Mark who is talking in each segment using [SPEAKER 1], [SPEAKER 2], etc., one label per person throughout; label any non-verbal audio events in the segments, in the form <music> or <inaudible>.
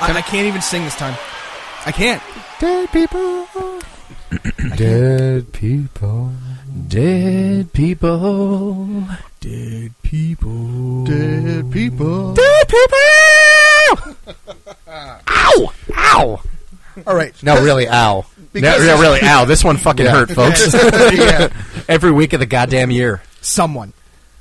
[SPEAKER 1] I can't even sing this time. I can't.
[SPEAKER 2] Dead people. Dead people. Dead people.
[SPEAKER 1] Dead people.
[SPEAKER 2] Dead people.
[SPEAKER 1] Dead people. Ow! Ow! All right. <laughs>
[SPEAKER 2] No, really, ow. No,
[SPEAKER 1] Because-
[SPEAKER 2] no, really, ow. This one fucking
[SPEAKER 3] <laughs>
[SPEAKER 2] hurt, folks.
[SPEAKER 4] yeah.
[SPEAKER 2] Every week of the goddamn year.
[SPEAKER 1] Someone.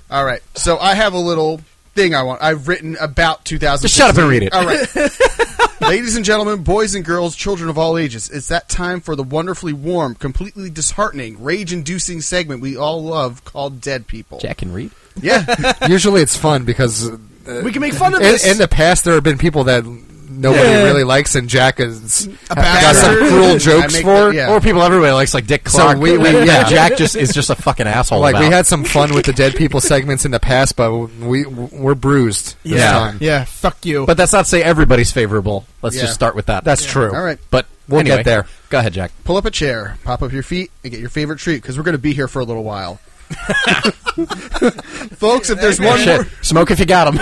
[SPEAKER 4] All right. So I have a little thing I want. I've written about 2000.
[SPEAKER 2] Just shut up and read it.
[SPEAKER 4] All right.
[SPEAKER 5] <laughs>
[SPEAKER 4] Ladies and gentlemen, boys and girls, children of all ages, it's that time for the wonderfully warm, completely disheartening, rage-inducing segment we all love called Dead People.
[SPEAKER 2] Jack and read.
[SPEAKER 4] Yeah.
[SPEAKER 5] <laughs> Usually it's fun because uh,
[SPEAKER 1] We can make fun of
[SPEAKER 5] in,
[SPEAKER 1] this.
[SPEAKER 5] in the past there have been people that nobody really likes, and Jack has got some
[SPEAKER 4] bastard. I
[SPEAKER 5] cruel jokes
[SPEAKER 4] make
[SPEAKER 5] for.
[SPEAKER 4] the- yeah.
[SPEAKER 2] Or people everybody likes, like Dick
[SPEAKER 5] So
[SPEAKER 2] Clark.
[SPEAKER 5] we- we- yeah.
[SPEAKER 2] Jack just is just a fucking asshole.
[SPEAKER 5] Like we
[SPEAKER 2] about.
[SPEAKER 5] had some fun with the dead people segments in the past, but we we're bruised. This
[SPEAKER 2] Yeah.
[SPEAKER 5] time.
[SPEAKER 1] yeah. Fuck you.
[SPEAKER 2] but that's not to say everybody's favorable. Let's
[SPEAKER 4] Yeah.
[SPEAKER 2] just start with that.
[SPEAKER 5] That's true.
[SPEAKER 4] All right.
[SPEAKER 2] But
[SPEAKER 5] We'll get
[SPEAKER 2] anyway,
[SPEAKER 5] there.
[SPEAKER 2] Go ahead, Jack.
[SPEAKER 4] Pull up a chair, pop up your feet, and get your favorite treat because we're going to be here for a little while. Folks, if there's one
[SPEAKER 2] Shit.
[SPEAKER 4] more,
[SPEAKER 2] Smoke if you got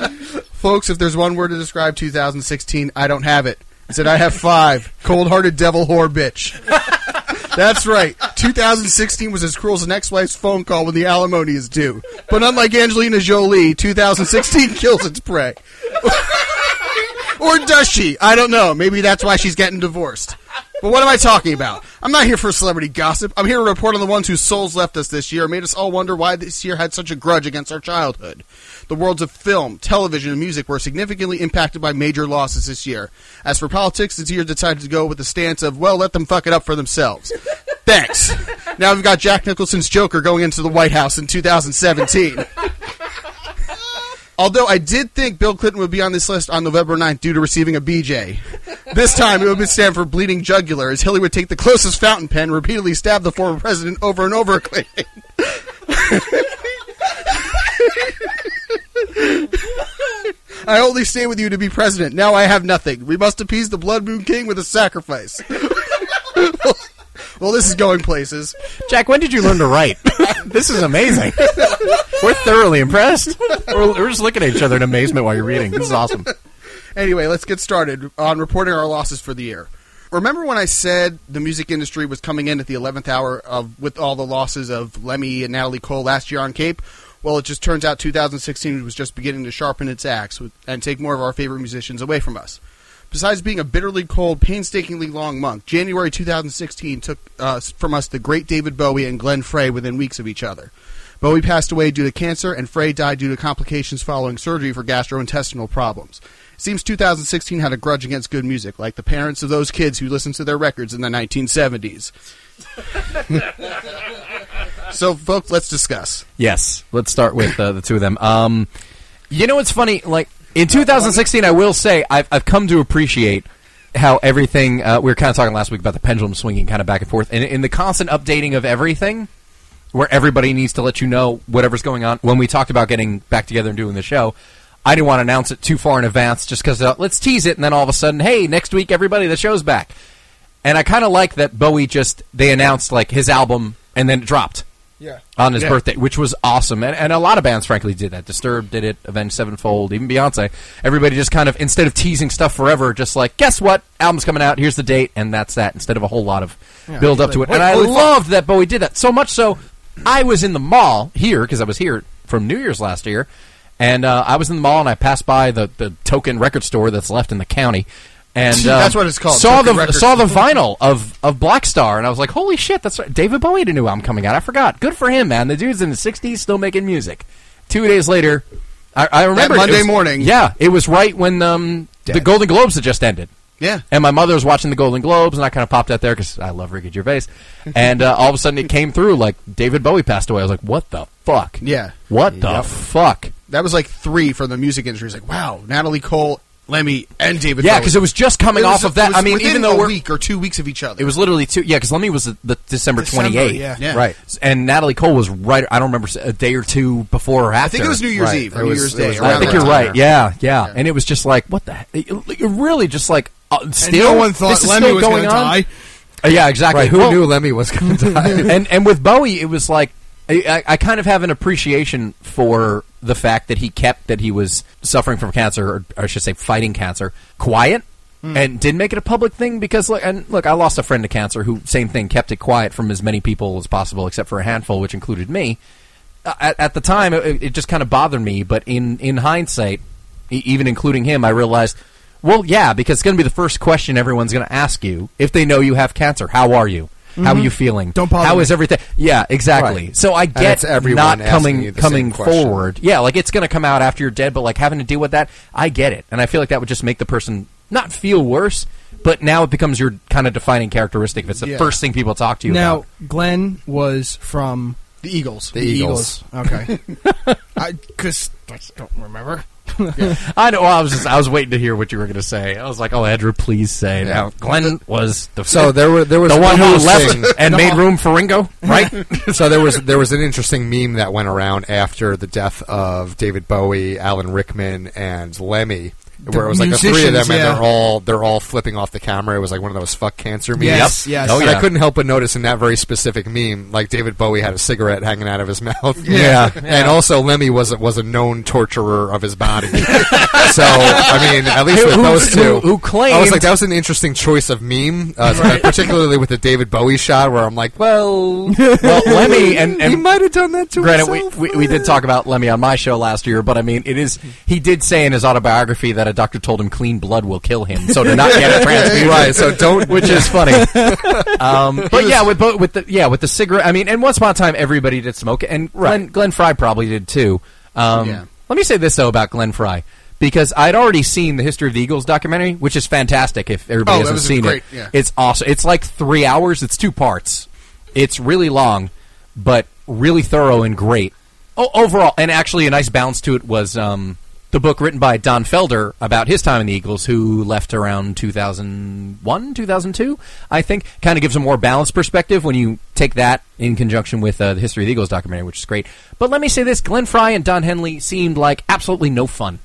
[SPEAKER 2] <laughs> them.
[SPEAKER 4] Folks, if there's one word to describe 2016, I don't have it. I said I have five. Cold-hearted devil whore bitch. <laughs> That's right. 2016 was as cruel as an ex-wife's phone call when the alimony is due. But unlike Angelina Jolie, 2016 <laughs> kills its prey. or does she? I don't know. Maybe that's why she's getting divorced. But what am I talking about? I'm not here for celebrity gossip. I'm here to report on the ones whose souls left us this year and made us all wonder why this year had such a grudge against our childhood. The worlds of film, television, and music were significantly impacted by major losses this year. As for politics, this year decided to go with the stance of, well, let them fuck it up for themselves. Thanks. Now we've got Jack Nicholson's Joker going into the White House in 2017. Although I did think Bill Clinton would be on this list on November 9th due to receiving a BJ. This time it would stand for bleeding jugular, as Hillary would take the closest fountain pen and repeatedly stab the former president over and over again. I only stay with you to be president. Now I have nothing. We must appease the Blood Moon King with a sacrifice. <laughs> well, this is going places.
[SPEAKER 2] Jack, when did you learn to write? <laughs> this is amazing. <laughs> We're thoroughly impressed. We're, we're just looking at each other in amazement while you're reading. This is awesome.
[SPEAKER 4] Anyway, let's get started on reporting our losses for the year. Remember when I said the music industry was coming in at the 11th hour of with all the losses of Lemmy and Natalie Cole last year on Cape? Well, it just turns out 2016 was just beginning to sharpen its axe with, and take more of our favorite musicians away from us. Besides being a bitterly cold, painstakingly long month, January 2016 took uh, from us the great David Bowie and Glenn Frey within weeks of each other. Bowie passed away due to cancer, and Frey died due to complications following surgery for gastrointestinal problems. Seems 2016 had a grudge against good music, like the parents of those kids who listened to their records in the 1970s. <laughs> so, folks, let's discuss.
[SPEAKER 2] Yes. Let's start with uh, the two of them. Um, you know what's funny? Like in 2016, I will say I've, I've come to appreciate how everything. Uh, we were kind of talking last week about the pendulum swinging kind of back and forth, and in the constant updating of everything, where everybody needs to let you know whatever's going on. When we talked about getting back together and doing the show. I didn't want to announce it too far in advance just because uh, let's tease it, and then all of a sudden, hey, next week, everybody, the show's back. And I kind of like that Bowie just, they announced like his album and then it dropped
[SPEAKER 4] Yeah.
[SPEAKER 2] on his
[SPEAKER 4] Yeah.
[SPEAKER 2] birthday, which was awesome. And, and a lot of bands, frankly, did that. Disturbed did it, Avenged Sevenfold, even Beyonce. Everybody just kind of, instead of teasing stuff forever, just like, guess what? Album's coming out, here's the date, and that's that, instead of a whole lot of build up to it. And I loved that Bowie did that. So much so, I was in the mall here, because I was here from New Year's last year, and uh, I was in the mall and I passed by the, the token record store that's left in the county. And um,
[SPEAKER 4] <laughs> That's what it's called,
[SPEAKER 2] Saw
[SPEAKER 4] token
[SPEAKER 2] the
[SPEAKER 4] record
[SPEAKER 2] saw the vinyl of of Black Star, and I was like, "Holy shit, that's right. David Bowie had a new album coming out." I forgot. Good for him, man. The dude's in the '60s, still making music. Two days later, I, I remember it
[SPEAKER 4] Monday
[SPEAKER 2] was-
[SPEAKER 4] morning.
[SPEAKER 2] Yeah, it was right when um, the Golden Globes had just ended.
[SPEAKER 4] Yeah.
[SPEAKER 2] And my mother was watching the Golden Globes, and I kind of popped out there because I love Ricky
[SPEAKER 4] <laughs>
[SPEAKER 2] Gervais. And uh, all of a sudden, it came through like David Bowie passed away. I was like, "What the fuck?
[SPEAKER 4] Yeah.
[SPEAKER 2] what the fuck?
[SPEAKER 4] That was like three from the music industry. It's like, wow, Natalie Cole, Lemmy, and David
[SPEAKER 2] Yeah,
[SPEAKER 4] Bowie.
[SPEAKER 2] because it was just coming
[SPEAKER 4] It
[SPEAKER 2] off of
[SPEAKER 4] was- it
[SPEAKER 2] that.
[SPEAKER 4] was
[SPEAKER 2] I mean,
[SPEAKER 4] within
[SPEAKER 2] even though
[SPEAKER 4] a
[SPEAKER 2] we're
[SPEAKER 4] week or two weeks of each other.
[SPEAKER 2] It was literally two. Yeah, because Lemmy was the, the December
[SPEAKER 1] December,
[SPEAKER 2] twenty eighth.
[SPEAKER 1] yeah.
[SPEAKER 4] Yeah.
[SPEAKER 2] right. And Natalie Cole was right. I don't remember a day or two before or after.
[SPEAKER 4] I think it was New Year's
[SPEAKER 5] Right.
[SPEAKER 4] Eve or
[SPEAKER 5] It
[SPEAKER 4] New
[SPEAKER 5] was-
[SPEAKER 4] Year's
[SPEAKER 5] it
[SPEAKER 4] Day.
[SPEAKER 5] was
[SPEAKER 2] I
[SPEAKER 4] around
[SPEAKER 2] think
[SPEAKER 4] that
[SPEAKER 2] you're
[SPEAKER 4] time.
[SPEAKER 2] right. Yeah, yeah,
[SPEAKER 4] Yeah.
[SPEAKER 2] And it was just like what the. heck? It, it really just like uh, still.
[SPEAKER 1] no one thought
[SPEAKER 2] this is
[SPEAKER 1] Lemmy
[SPEAKER 2] still
[SPEAKER 1] was
[SPEAKER 2] going
[SPEAKER 1] gonna
[SPEAKER 2] on?
[SPEAKER 1] die.
[SPEAKER 2] Uh, yeah, exactly.
[SPEAKER 5] Right? Who
[SPEAKER 2] Well, <laughs>
[SPEAKER 1] <laughs>
[SPEAKER 5] knew Lemmy was going to die?
[SPEAKER 2] and and with Bowie, it was like I, I- I kind of have an appreciation for the fact that he kept that he was suffering from cancer, or I should say, fighting cancer, quiet, and didn't make it a public thing. Because look, and look, I lost a friend to cancer who, same thing, kept it quiet from as many people as possible, except for a handful, which included me. Uh, At, at the time, it, it just kind of bothered me. But in in hindsight, e- even including him, I realized. Well, yeah, because it's going to be the first question everyone's going to ask you if they know you have cancer. How are you? How are
[SPEAKER 5] Mm-hmm.
[SPEAKER 2] you feeling?
[SPEAKER 1] Don't bother
[SPEAKER 2] How
[SPEAKER 1] me.
[SPEAKER 2] is everything? Yeah, exactly.
[SPEAKER 5] Right.
[SPEAKER 2] So I
[SPEAKER 5] it's
[SPEAKER 2] get
[SPEAKER 5] everyone
[SPEAKER 2] not
[SPEAKER 5] asking
[SPEAKER 2] coming
[SPEAKER 5] you the same
[SPEAKER 2] coming
[SPEAKER 5] question.
[SPEAKER 2] forward. Yeah, like it's going to come out after you're dead, but like having to deal with that, I get it, and I feel like that would just make the person not feel worse, but now it becomes your kind of defining characteristic. If it's the
[SPEAKER 4] Yeah.
[SPEAKER 2] first thing people talk to you
[SPEAKER 1] Now,
[SPEAKER 2] about.
[SPEAKER 1] Glenn was from
[SPEAKER 4] The Eagles.
[SPEAKER 5] The Eagles.
[SPEAKER 1] Okay.
[SPEAKER 5] <laughs>
[SPEAKER 1] I because I don't remember.
[SPEAKER 2] I know. well, I was just I was waiting to hear what you were going to say. I was like, oh, Andrew, please say.
[SPEAKER 5] Yeah.
[SPEAKER 2] Now, Glenn was the
[SPEAKER 5] So there were there was
[SPEAKER 2] the one who
[SPEAKER 5] interesting-
[SPEAKER 2] left and made room for Ringo, right? <laughs>
[SPEAKER 5] so there was there was an interesting meme that went around after the death of David Bowie, Alan Rickman, and Lemmy, where it was like the three of them,
[SPEAKER 4] musicians,
[SPEAKER 5] and
[SPEAKER 4] yeah.
[SPEAKER 5] they're all they're all flipping off the camera. It was like one of those fuck cancer memes.
[SPEAKER 1] Yes, Yep. yes.
[SPEAKER 2] Oh,
[SPEAKER 5] and
[SPEAKER 2] yeah.
[SPEAKER 5] I couldn't help but notice in that very specific meme, like David Bowie had a cigarette hanging out of his <laughs> mouth.
[SPEAKER 2] Yeah.
[SPEAKER 5] and also Lemmy was a- was a known torturer of his
[SPEAKER 2] <laughs>
[SPEAKER 5] body. so I mean, at least with
[SPEAKER 2] Who-
[SPEAKER 5] those two,
[SPEAKER 2] who- who claimed-
[SPEAKER 5] I was like, that was an interesting choice of meme, uh, particularly with the David Bowie shot, where I'm like, well.
[SPEAKER 2] well,
[SPEAKER 5] <laughs>
[SPEAKER 2] Lemmy and, and
[SPEAKER 5] have done that to
[SPEAKER 2] Granted, we, we, we did talk about Lemmy on my show last year, but I mean, it is he did say in his autobiography that a doctor told him clean blood will kill him, so to not
[SPEAKER 5] <laughs>
[SPEAKER 2] get a transfusion,
[SPEAKER 5] right. So don't.
[SPEAKER 2] which is
[SPEAKER 5] <laughs>
[SPEAKER 2] funny. Um, but yeah, with both, with the yeah with the cigarette, I mean, and once upon a time everybody did smoke, and Glenn, Glenn Fry probably did too. Um,
[SPEAKER 4] Yeah.
[SPEAKER 2] Let me say this though about Glenn Fry. Because I'd already seen the History of the Eagles documentary, which is fantastic. If everybody
[SPEAKER 4] Oh, that
[SPEAKER 2] hasn't
[SPEAKER 4] was
[SPEAKER 2] seen
[SPEAKER 4] great,
[SPEAKER 2] it,
[SPEAKER 4] yeah.
[SPEAKER 2] it's awesome. It's like three hours. It's two parts. It's really long, but really thorough and great o- overall. And actually, a nice balance to it was um, the book written by Don Felder about his time in the Eagles, who left around 2001, 2002, I think. Kind of gives a more balanced perspective when you take that in conjunction with uh, the History of the Eagles documentary, which is great. But let me say this: Glenn Fry and Don Henley seemed like absolutely no fun.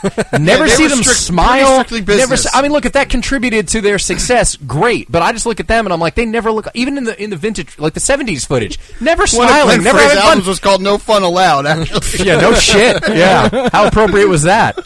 [SPEAKER 2] <laughs> Never
[SPEAKER 4] they
[SPEAKER 2] see
[SPEAKER 4] were
[SPEAKER 2] them
[SPEAKER 4] strict- pretty
[SPEAKER 2] smile.
[SPEAKER 4] strictly
[SPEAKER 2] Never.
[SPEAKER 4] business.
[SPEAKER 2] s- I mean, look, if that contributed to their success, great. But I just look at them and I'm like, they never look. Even in the in the vintage, like the '70s footage, never
[SPEAKER 4] One of
[SPEAKER 2] smiling,
[SPEAKER 4] Glenn
[SPEAKER 2] never
[SPEAKER 4] Frey's
[SPEAKER 2] having fun.
[SPEAKER 4] albums was called "No Fun
[SPEAKER 2] <laughs>
[SPEAKER 4] Allowed." <laughs> Actually,
[SPEAKER 2] yeah, no shit. Yeah, how appropriate was that?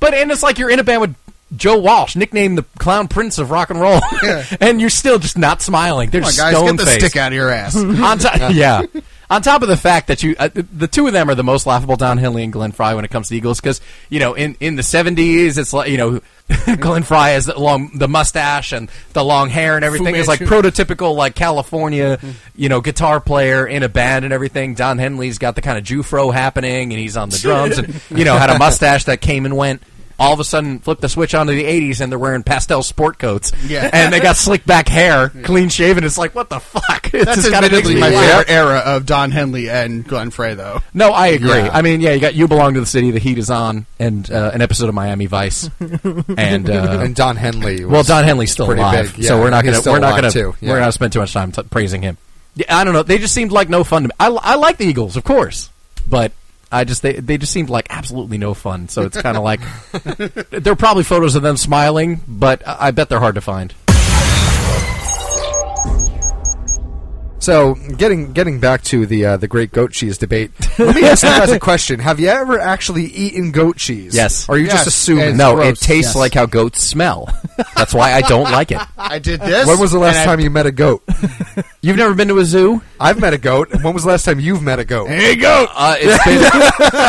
[SPEAKER 2] But and it's like you're in a band with Joe Walsh, nicknamed the Clown Prince of Rock and Roll, <laughs> and you're still just not smiling. They're
[SPEAKER 4] Come on,
[SPEAKER 2] just
[SPEAKER 4] guys, get the
[SPEAKER 2] stone-faced
[SPEAKER 4] stick out of your ass.
[SPEAKER 2] <laughs> on
[SPEAKER 4] <laughs>
[SPEAKER 2] top, yeah. On top of the fact that you, uh, th- the two of them are the most laughable, Don Henley and Glenn Fry, when it comes to Eagles, because you know, in, in the seventies, it's like you know, <laughs> Glenn Fry has the long the mustache and the long hair and everything. It's like
[SPEAKER 1] Manchu.
[SPEAKER 2] prototypical like California,
[SPEAKER 4] Hmm.
[SPEAKER 2] you know, guitar player in a band and everything. Don Henley's got the kind of Jufro happening, and he's on the drums,
[SPEAKER 4] <laughs>
[SPEAKER 2] and you know, had a mustache that came and went. All of a sudden, flip the switch onto the '80s, and they're wearing pastel sport coats,
[SPEAKER 4] Yeah.
[SPEAKER 2] and they
[SPEAKER 4] <laughs>
[SPEAKER 2] got slick back hair, clean shaven. It's like, what the fuck? <laughs> It's
[SPEAKER 4] That's
[SPEAKER 2] just gotta
[SPEAKER 4] admittedly
[SPEAKER 2] make
[SPEAKER 4] my
[SPEAKER 2] me laugh.
[SPEAKER 4] favorite era of Don Henley and Glenn Frey, though.
[SPEAKER 2] No, I agree.
[SPEAKER 5] Yeah.
[SPEAKER 2] I mean, yeah, you got you belong to the city. The heat is on, and uh, an episode of Miami
[SPEAKER 4] <laughs>
[SPEAKER 2] Vice, and, uh,
[SPEAKER 5] And Don Henley. Was,
[SPEAKER 2] well, Don Henley's still
[SPEAKER 5] pretty
[SPEAKER 2] alive,
[SPEAKER 5] big, yeah.
[SPEAKER 2] so we're not
[SPEAKER 5] He's
[SPEAKER 2] gonna
[SPEAKER 5] still
[SPEAKER 2] we're not gonna
[SPEAKER 5] alive, too, yeah.
[SPEAKER 2] we're not gonna spend too much time t- praising him. Yeah, I don't know. They just seemed like no fun to me. I, I like the Eagles, of course, but I just they they just seemed like absolutely no fun. So it's kind of
[SPEAKER 5] <laughs>
[SPEAKER 2] like there are probably photos of them smiling, but I I bet they're hard to find.
[SPEAKER 5] So getting getting back to the uh, the great goat cheese debate. Let me ask
[SPEAKER 2] <laughs>
[SPEAKER 5] you guys a question: Have you ever actually eaten goat cheese?
[SPEAKER 2] Yes.
[SPEAKER 5] Or you
[SPEAKER 4] Yes.
[SPEAKER 5] just assume
[SPEAKER 4] And-
[SPEAKER 5] it's
[SPEAKER 2] no,
[SPEAKER 5] gross?
[SPEAKER 2] it tastes
[SPEAKER 4] yes.
[SPEAKER 2] like how goats smell. That's why I don't like
[SPEAKER 5] <laughs>
[SPEAKER 2] it.
[SPEAKER 4] I did this.
[SPEAKER 5] When was the last
[SPEAKER 4] and I-
[SPEAKER 5] time you met a goat?
[SPEAKER 2] You've never been to a zoo?
[SPEAKER 5] I've met a goat. When was the last time you've met a goat?
[SPEAKER 2] Hey, goat. Uh, it's <laughs> been-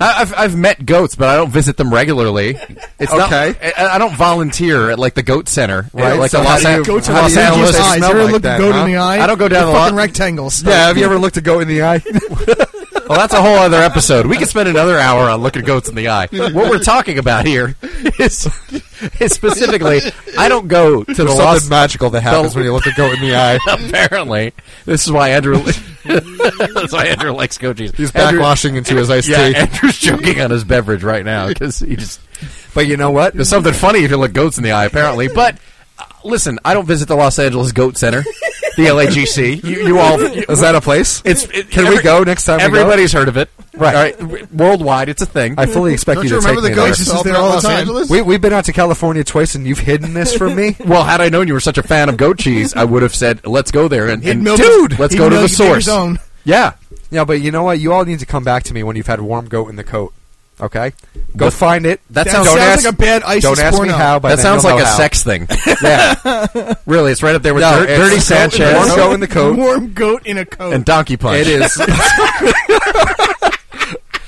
[SPEAKER 2] I- I've I've met goats, but I don't visit them regularly. It's not-
[SPEAKER 5] Okay.
[SPEAKER 2] I, I don't volunteer at like the goat center,
[SPEAKER 5] Right,
[SPEAKER 2] Like
[SPEAKER 5] so
[SPEAKER 2] the
[SPEAKER 5] how
[SPEAKER 2] Los,
[SPEAKER 5] do you-
[SPEAKER 2] An-
[SPEAKER 5] goats are
[SPEAKER 2] Los
[SPEAKER 5] like-
[SPEAKER 2] Angeles.
[SPEAKER 5] They
[SPEAKER 1] eyes.
[SPEAKER 5] smell
[SPEAKER 1] You ever
[SPEAKER 5] like
[SPEAKER 1] looked
[SPEAKER 5] that,
[SPEAKER 1] goat
[SPEAKER 5] huh?
[SPEAKER 1] in the eye?
[SPEAKER 2] I don't go
[SPEAKER 1] They're
[SPEAKER 2] down a lot.
[SPEAKER 1] fucking rectangles.
[SPEAKER 5] Yeah. Have you ever looked a goat in the eye?
[SPEAKER 2] Well, that's a whole other episode. We could spend another hour on looking goats in the eye. What we're talking about here is, is specifically, I don't go to the Los
[SPEAKER 5] There's something magical that happens
[SPEAKER 2] the-
[SPEAKER 5] when you look a goat in the eye.
[SPEAKER 2] <laughs> Apparently, this is why Andrew. <laughs> that's why Andrew likes goat cheese.
[SPEAKER 5] He's
[SPEAKER 2] Andrew-
[SPEAKER 5] backwashing into his iced
[SPEAKER 2] <laughs> Yeah,
[SPEAKER 5] tea.
[SPEAKER 2] Andrew's choking on his beverage right now because he just.
[SPEAKER 5] but you know what?
[SPEAKER 2] There's something funny if you look goats in the eye, apparently. But uh, listen, I don't visit the Los Angeles Goat Center, the LAGC. You, you all, you-
[SPEAKER 5] Is that a place?
[SPEAKER 2] it's it,
[SPEAKER 5] Can we go next time we go?
[SPEAKER 2] Everybody's heard of it.
[SPEAKER 5] Right.
[SPEAKER 2] All right. w- Worldwide, it's a thing.
[SPEAKER 5] I fully expect
[SPEAKER 4] Don't
[SPEAKER 5] you
[SPEAKER 4] you
[SPEAKER 5] to
[SPEAKER 4] remember the
[SPEAKER 5] take me there.
[SPEAKER 4] ghost is there all the time?
[SPEAKER 5] We, we've been out to California twice, and you've hidden this from me.
[SPEAKER 2] well, had I known you were such a fan of goat cheese, I would have said, "Let's go there and, and
[SPEAKER 1] Milk-
[SPEAKER 2] dude, let's
[SPEAKER 1] he'd
[SPEAKER 2] go to
[SPEAKER 1] milk
[SPEAKER 2] the
[SPEAKER 1] it for his
[SPEAKER 2] source."
[SPEAKER 1] own.
[SPEAKER 2] Yeah,
[SPEAKER 5] Yeah, but you know what? You all need to come back to me when you've had warm goat in the coat. Okay, go
[SPEAKER 2] What?
[SPEAKER 5] find it.
[SPEAKER 2] That
[SPEAKER 1] That
[SPEAKER 2] sounds-
[SPEAKER 1] sounds
[SPEAKER 5] don't ask,
[SPEAKER 1] like a bad ISIS
[SPEAKER 5] Don't ask
[SPEAKER 1] porno.
[SPEAKER 5] me how. By
[SPEAKER 2] that
[SPEAKER 5] then
[SPEAKER 2] sounds
[SPEAKER 5] you'll
[SPEAKER 2] like a
[SPEAKER 5] know how.
[SPEAKER 2] sex thing.
[SPEAKER 5] <laughs> Yeah,
[SPEAKER 2] really, it's right up there with
[SPEAKER 5] No,
[SPEAKER 2] Dir-
[SPEAKER 5] it's-
[SPEAKER 2] Dirty
[SPEAKER 5] it's-
[SPEAKER 2] Sanchez
[SPEAKER 5] Warm goat in the coat.
[SPEAKER 1] Warm goat in a coat.
[SPEAKER 2] and Donkey Punch.
[SPEAKER 5] It is.